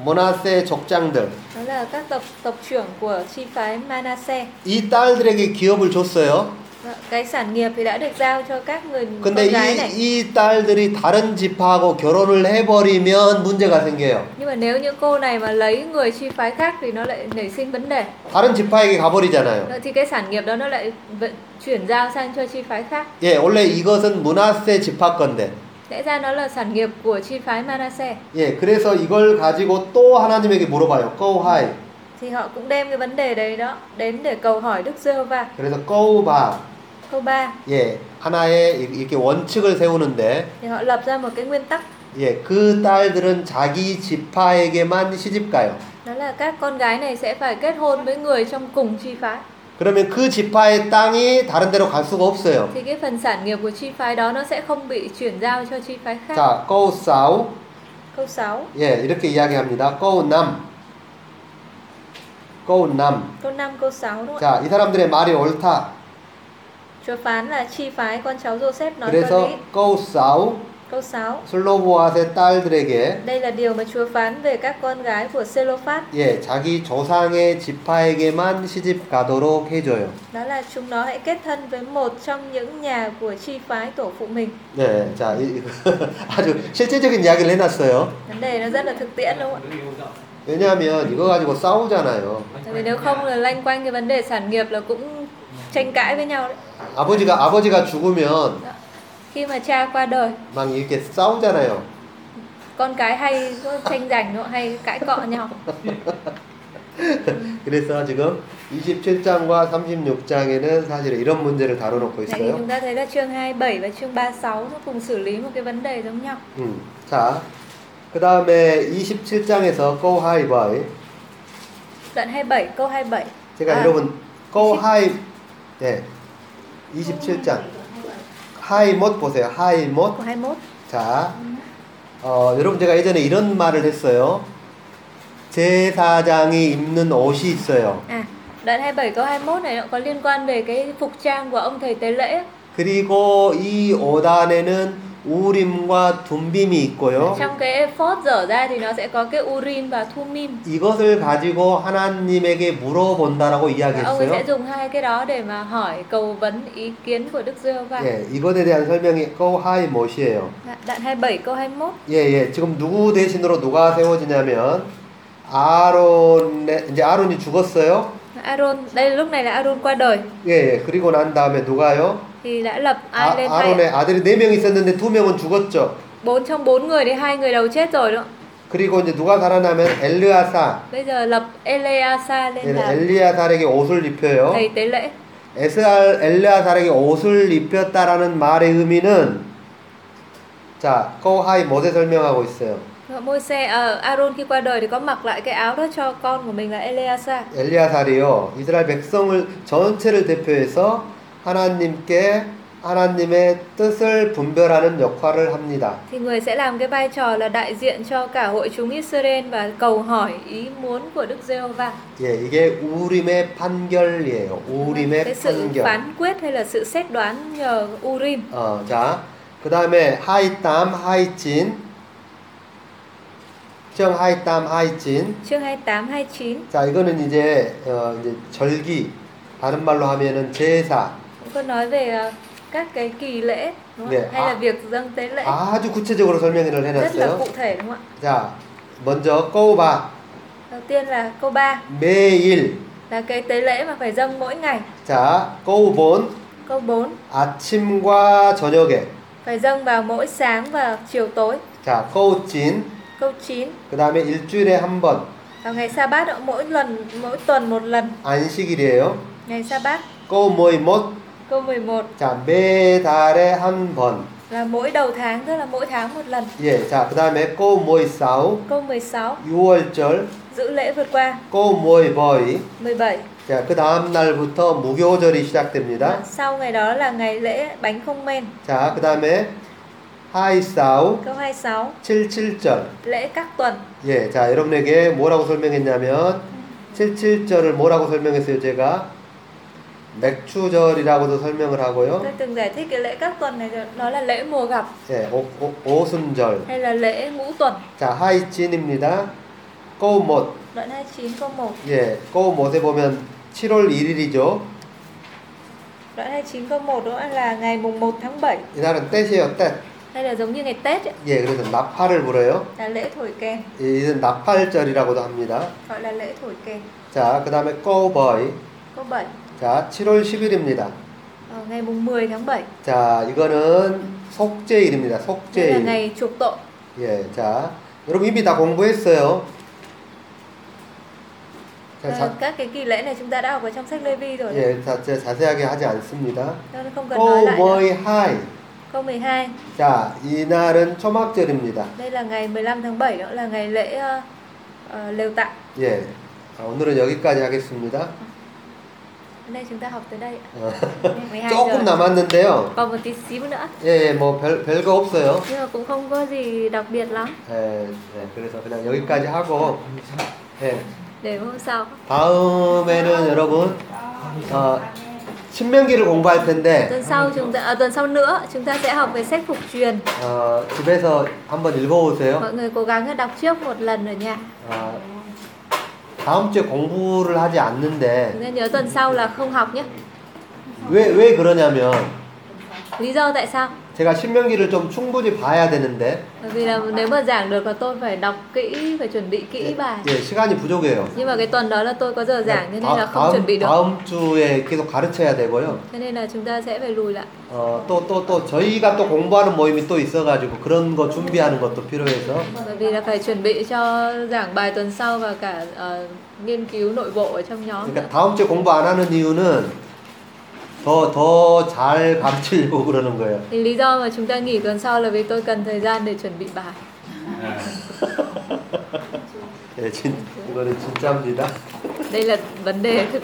S2: 문하세의 적장들.
S1: đó là các tộc tộc trưởng của chi phái Manasseh
S2: 이 딸들에게 기업을 줬어요.
S1: Vâng, cái sản nghiệp thì đã được giao cho các người con
S2: 근데
S1: gái này
S2: 이, 이 딸들이 다른 집하고 결혼을 해버리면 문제가 생겨요.
S1: nhưng mà nếu những cô này mà lấy người chi phái khác thì nó lại nảy sinh vấn đề
S2: 다른 집파에게 가버리잖아요.
S1: Vậy thì cái sản nghiệp đó nó lại vận chuyển giao sang cho chi phái khác
S2: 예, 원래 이것은 문하세 집파 건데.
S1: lẽ ra nó là sản nghiệp của chi phái Manasseh
S2: 예, 그래서 이걸 가지고 또 하나님에게 물어봐요. 꺼우하이.
S1: thì họ cũng đem cái vấn đề đấy đó đến để cầu hỏi Đức Giê-hô-va
S2: 그래서 꺼우바.
S1: câu 3
S2: 예, 하나의 이- 이렇게 원칙을 세우는데,
S1: thì họ lập ra một cái nguyên tắc
S2: 예, 그 딸들은 자기 집파에게만 시집가요.
S1: đó là các con gái này sẽ phải kết hôn với người trong cùng chi phái
S2: 그러면 그 집파의 땅이 다른 데로 갈 수가 없어요.
S1: thì cái phần sản nghiệp của chi phái đó nó sẽ không bị chuyển giao cho chi phái khác
S2: 자, 꺼우싸우.
S1: câu 6
S2: 예, 이렇게 이야기합니다. 꺼우남. 꺼우남.
S1: câu 5 câu 6 đúng không ạ
S2: 자, 이 사람들의 말이 옳다.
S1: Chúa phán là chi phái con cháu Joseph nói
S2: 그래서
S1: con lý
S2: 꺼우싸우.
S1: câu 6
S2: 슬로보아의 딸들에게
S1: đây là điều mà Chúa phán về các con gái của Selophat
S2: 예, 자기 조상의 지파에게만 시집 가도록 해줘요.
S1: đó là chúng nó hãy kết thân với một trong những nhà của chi phái tổ phụ mình
S2: 네, 자, 이, 아주 실제적인 이야기를 해놨어요.
S1: vấn đề nó rất là thực tiễn đúng không ạ
S3: Người yêu rộng.
S2: 왜냐하면 이거 가지고 싸우잖아요.
S1: tại vì nếu không là lanh quanh cái vấn đề sản nghiệp là cũng tranh cãi với nhau đấy
S2: 아버지가 아버지가 죽으면
S1: Đó. khi mà cha qua đời
S2: 막 이렇게 싸우잖아요.
S1: con cái hay có tranh giành đúng không? hay cãi cọ nhau
S2: 그래서 지금 27장과 36장에는 사실은 이런 문제를 다뤄놓고
S1: Đấy, thì
S2: 있어요.
S1: chúng ta thấy là chương 27 và chương 36 nó cùng xử lý một cái vấn đề giống nhau.
S2: 음, 자, 그 다음에 27장에서 go high boy.
S1: Đoạn 27, câu À, 27.
S2: 제가
S1: 아,
S2: 여러분 go high, 네, 27장 high 못 보세요. high 못.
S1: Câu 21.
S2: 자, 어, 여러분 제가 예전에 이런 말을 했어요. 제사장이 입는 옷이 있어요.
S1: À, đoạn 27 câu 21 này nó có liên quan về cái phục trang của ông thầy tế lễ.
S2: 그리고 이 옷안에는 우림과 둠빔이 있고요.
S1: Trong cái phốt dở ra thì nó sẽ có cái urin và thu mim.
S2: 이것을 가지고 하나님에게
S1: Và ông
S2: 물어본다라고
S1: ấy sẽ
S2: 아, 이야기했어요. 네,
S1: dùng hai cái đó để mà hỏi cầu vấn ý kiến của Đức Giê-hô-va.
S2: 예, 이것에 대한 설명이 꺼하이 못이에요.
S1: Dạ, Đoạn 27 câu 21.
S2: 예, 예. 지금 누구 대신으로 누가 세워지냐면 아론의 이제 아론이 죽었어요.
S1: Aaron, đây lúc này là Aaron qua đời
S2: 예, 예. 그리고 난 다음에 누가요?
S1: thì đã lập ai
S2: 아,
S1: lên thay?
S2: 아론의
S1: À, ạ?
S2: 아들이 네 명 있었는데 두 명은 죽었죠.
S1: Bốn trong bốn người thì hai người đầu chết rồi đúng không?
S2: 그리고 이제 누가 살아나면 엘르아사.
S1: Bây giờ lập Eleasa lên
S2: 얘는
S1: làm
S2: 엘리아살에게 네, 옷을 입혀요.
S1: thầy tế lễ.
S2: 에스알 엘르아살에게 옷을 입혔다라는 말의 의미는 자, 거하이 모세 설명하고 있어요.
S1: Môi xe ờ, Aaron khi qua đời thì có mặc lại cái áo đó cho con của mình là Eleasa.
S2: 엘리아살이요. 이스라엘 백성을 전체를 대표해서 하나님께 하나님의 뜻을 분별하는 역할을 합니다.
S1: thì người sẽ làm cái vai trò là đại diện cho cả hội chúng Israel và cầu hỏi ý muốn của Đức Giê-hô-va.
S2: 예, 이게 우림의 판결이에요. 우림의
S1: Cái sự
S2: 판결.
S1: phán quyết hay là sự xét đoán nhờ Urim.
S2: 어, 자, 그 다음에 하이땀, 하이진. 정 하이땀, 하이진.
S1: Chương 28 29.
S2: 자, 이거는 이제, 어, 이제 절기. 다른 말로 하면은 제사.
S1: Chúng con nói về ờ, các cái kỳ lễ đúng không?
S2: Để
S1: Hay là
S2: hạ-
S1: việc dâng tế lễ.
S2: 아주 구체적으로 설명을
S1: Rất là
S2: 해놨어요.
S1: cụ thể đúng không
S2: 자, 먼저 꼬우바.
S1: ạ? Đầu tiên là câu 3
S2: 매일.
S1: là cái tế lễ mà phải dâng mỗi ngày.
S2: 자, 꼬우본.
S1: Câu 4
S2: 아침과 저녁에.
S1: phải dâng vào mỗi sáng và chiều tối.
S2: 자, 꼬우진.
S1: Câu 9
S2: 그 다음에 일주일에 한 번.
S1: vào ngày sa bát mỗi lần mỗi tuần một lần
S2: 안식일이에요.
S1: ngày sa bát.
S2: 꼬모이못.
S1: Câu 11
S2: 자, 매달에 한 번.
S1: là mỗi đầu tháng tức là mỗi tháng một lần.
S2: 예, 자, 그 다음에 꼬모이싸우.
S1: Câu 16
S2: 6월절.
S1: giữ lễ vượt qua.
S2: 꼬모이버이.
S1: 17
S2: 자, 그 다음 날부터 무교절이 시작됩니다.
S1: sau ngày đó là ngày lễ bánh không men.
S2: 자, 그 다음에 하이싸우.
S1: Câu 26
S2: 77절.
S1: lễ các tuần.
S2: 예, 자, 여러분에게 뭐라고 설명했냐면 77절을 뭐라고 설명했어요, 제가? 맥추절이라고도 설명을
S1: Tôi
S2: 하고요.
S1: từng giải thích cái lễ các tuần này rồi, đó là lễ mùa gặp
S2: 예, 오, 오, 오순절.
S1: hay là lễ ngũ tuần.
S2: 자, 하이진입니다. 꼬못.
S1: Đoạn 29 câu 1,
S2: 예, 꼬못에 보면 7월 1일이죠.
S1: đoạn 29 câu 1 đó là ngày mùng 1 tháng 7
S2: 이날은 떼시에요, 떼.
S1: hay là giống như ngày Tết ấy,
S2: 예, 그래서 나팔을 불어요.
S1: là lễ thổi kèn,
S2: 예, 이는 나팔절이라고도 합니다.
S1: gọi là lễ thổi kèn.
S2: 자, 그 다음에 꼬버이.
S1: Câu 7,
S2: 자, 7월 10일입니다.
S1: ờ, ngày mùng 10 tháng 7
S2: 자, 이거는 속죄일입니다.
S1: đây là
S2: 속죄일.
S1: ngày chuộc tội.
S2: 예, 자, 여러분 이미 다 공부했어요. 자,
S1: Ờ,
S2: 자,
S1: các cái kỳ lễ này chúng ta đã học ở trong sách Lê Vi rồi. đấy.
S2: 예, 자, 제 자세하게 하지 않습니다.
S1: Cho nên không cần nói lại. nữa.
S2: 꼬머이 하이.
S1: Câu 12,
S2: 자, 이날은 초막절입니다.
S1: đây là ngày 15 tháng 7 đó là ngày lễ ờ, ờ, lều tạm.
S2: 예, 자, 오늘은 여기까지 하겠습니다.
S1: Hôm nay chúng ta học tới đây. ạ.
S2: 어,
S1: 12
S2: 조금
S1: giờ.
S2: 남았는데요.
S1: Còn một tí xíu nữa.
S2: 예, 예, 뭐 별, 별거 없어요.
S1: nhưng mà cũng không có gì đặc biệt lắm
S2: 예, 예, 그래서 그냥 여기까지 하고, 예,
S1: để hôm sau
S2: 다음에는 여러분, 어, 신명기를 공부할 텐데,
S1: tuần sau chúng ta à, tuần sau nữa chúng ta sẽ học về sách phục truyền
S2: 어, 집에서 한번 읽어보세요.
S1: mọi người cố gắng đọc trước một lần ở nhà
S2: 아, 다음 주에 공부를 하지
S1: chúng
S2: 않는데
S1: ta nhớ tuần sau là không học nhé
S2: 왜 왜 그러냐면
S1: lý do tại sao
S2: 제가 신명기를 좀 충분히 봐야 되는데
S1: bởi vì là nếu mà giảng được là tôi phải đọc kỹ phải chuẩn bị kỹ
S2: 예,
S1: bài
S2: 예, 시간이 부족해요.
S1: nhưng mà cái tuần đó là tôi Dạ. có giờ giảng cho nên là
S2: 다-
S1: không chuẩn bị
S2: 다음,
S1: được
S2: 다음 주에 계속 가르쳐야 되고요.
S1: cho nên là chúng ta sẽ phải lùi lại
S2: 어, 또 또 또 저희가 또 공부하는 모임이 또 있어가지고 그런 거 준비하는 것도 필요해서
S1: bởi vì là phải chuẩn bị cho giảng bài tuần sau và cả ờ, nghiên cứu nội bộ ở trong nhóm nữa.
S2: 그러니까 다음 주에 공부 안 하는 이유는 더 더 잘 가르치려고 그러는 거예요.
S1: thì lý do mà chúng ta nghỉ tuần sau là vì tôi cần thời gian để chuẩn bị bài
S4: À.
S2: 예, 진, 이거는 진짜입니다.
S1: đây là vấn đề thực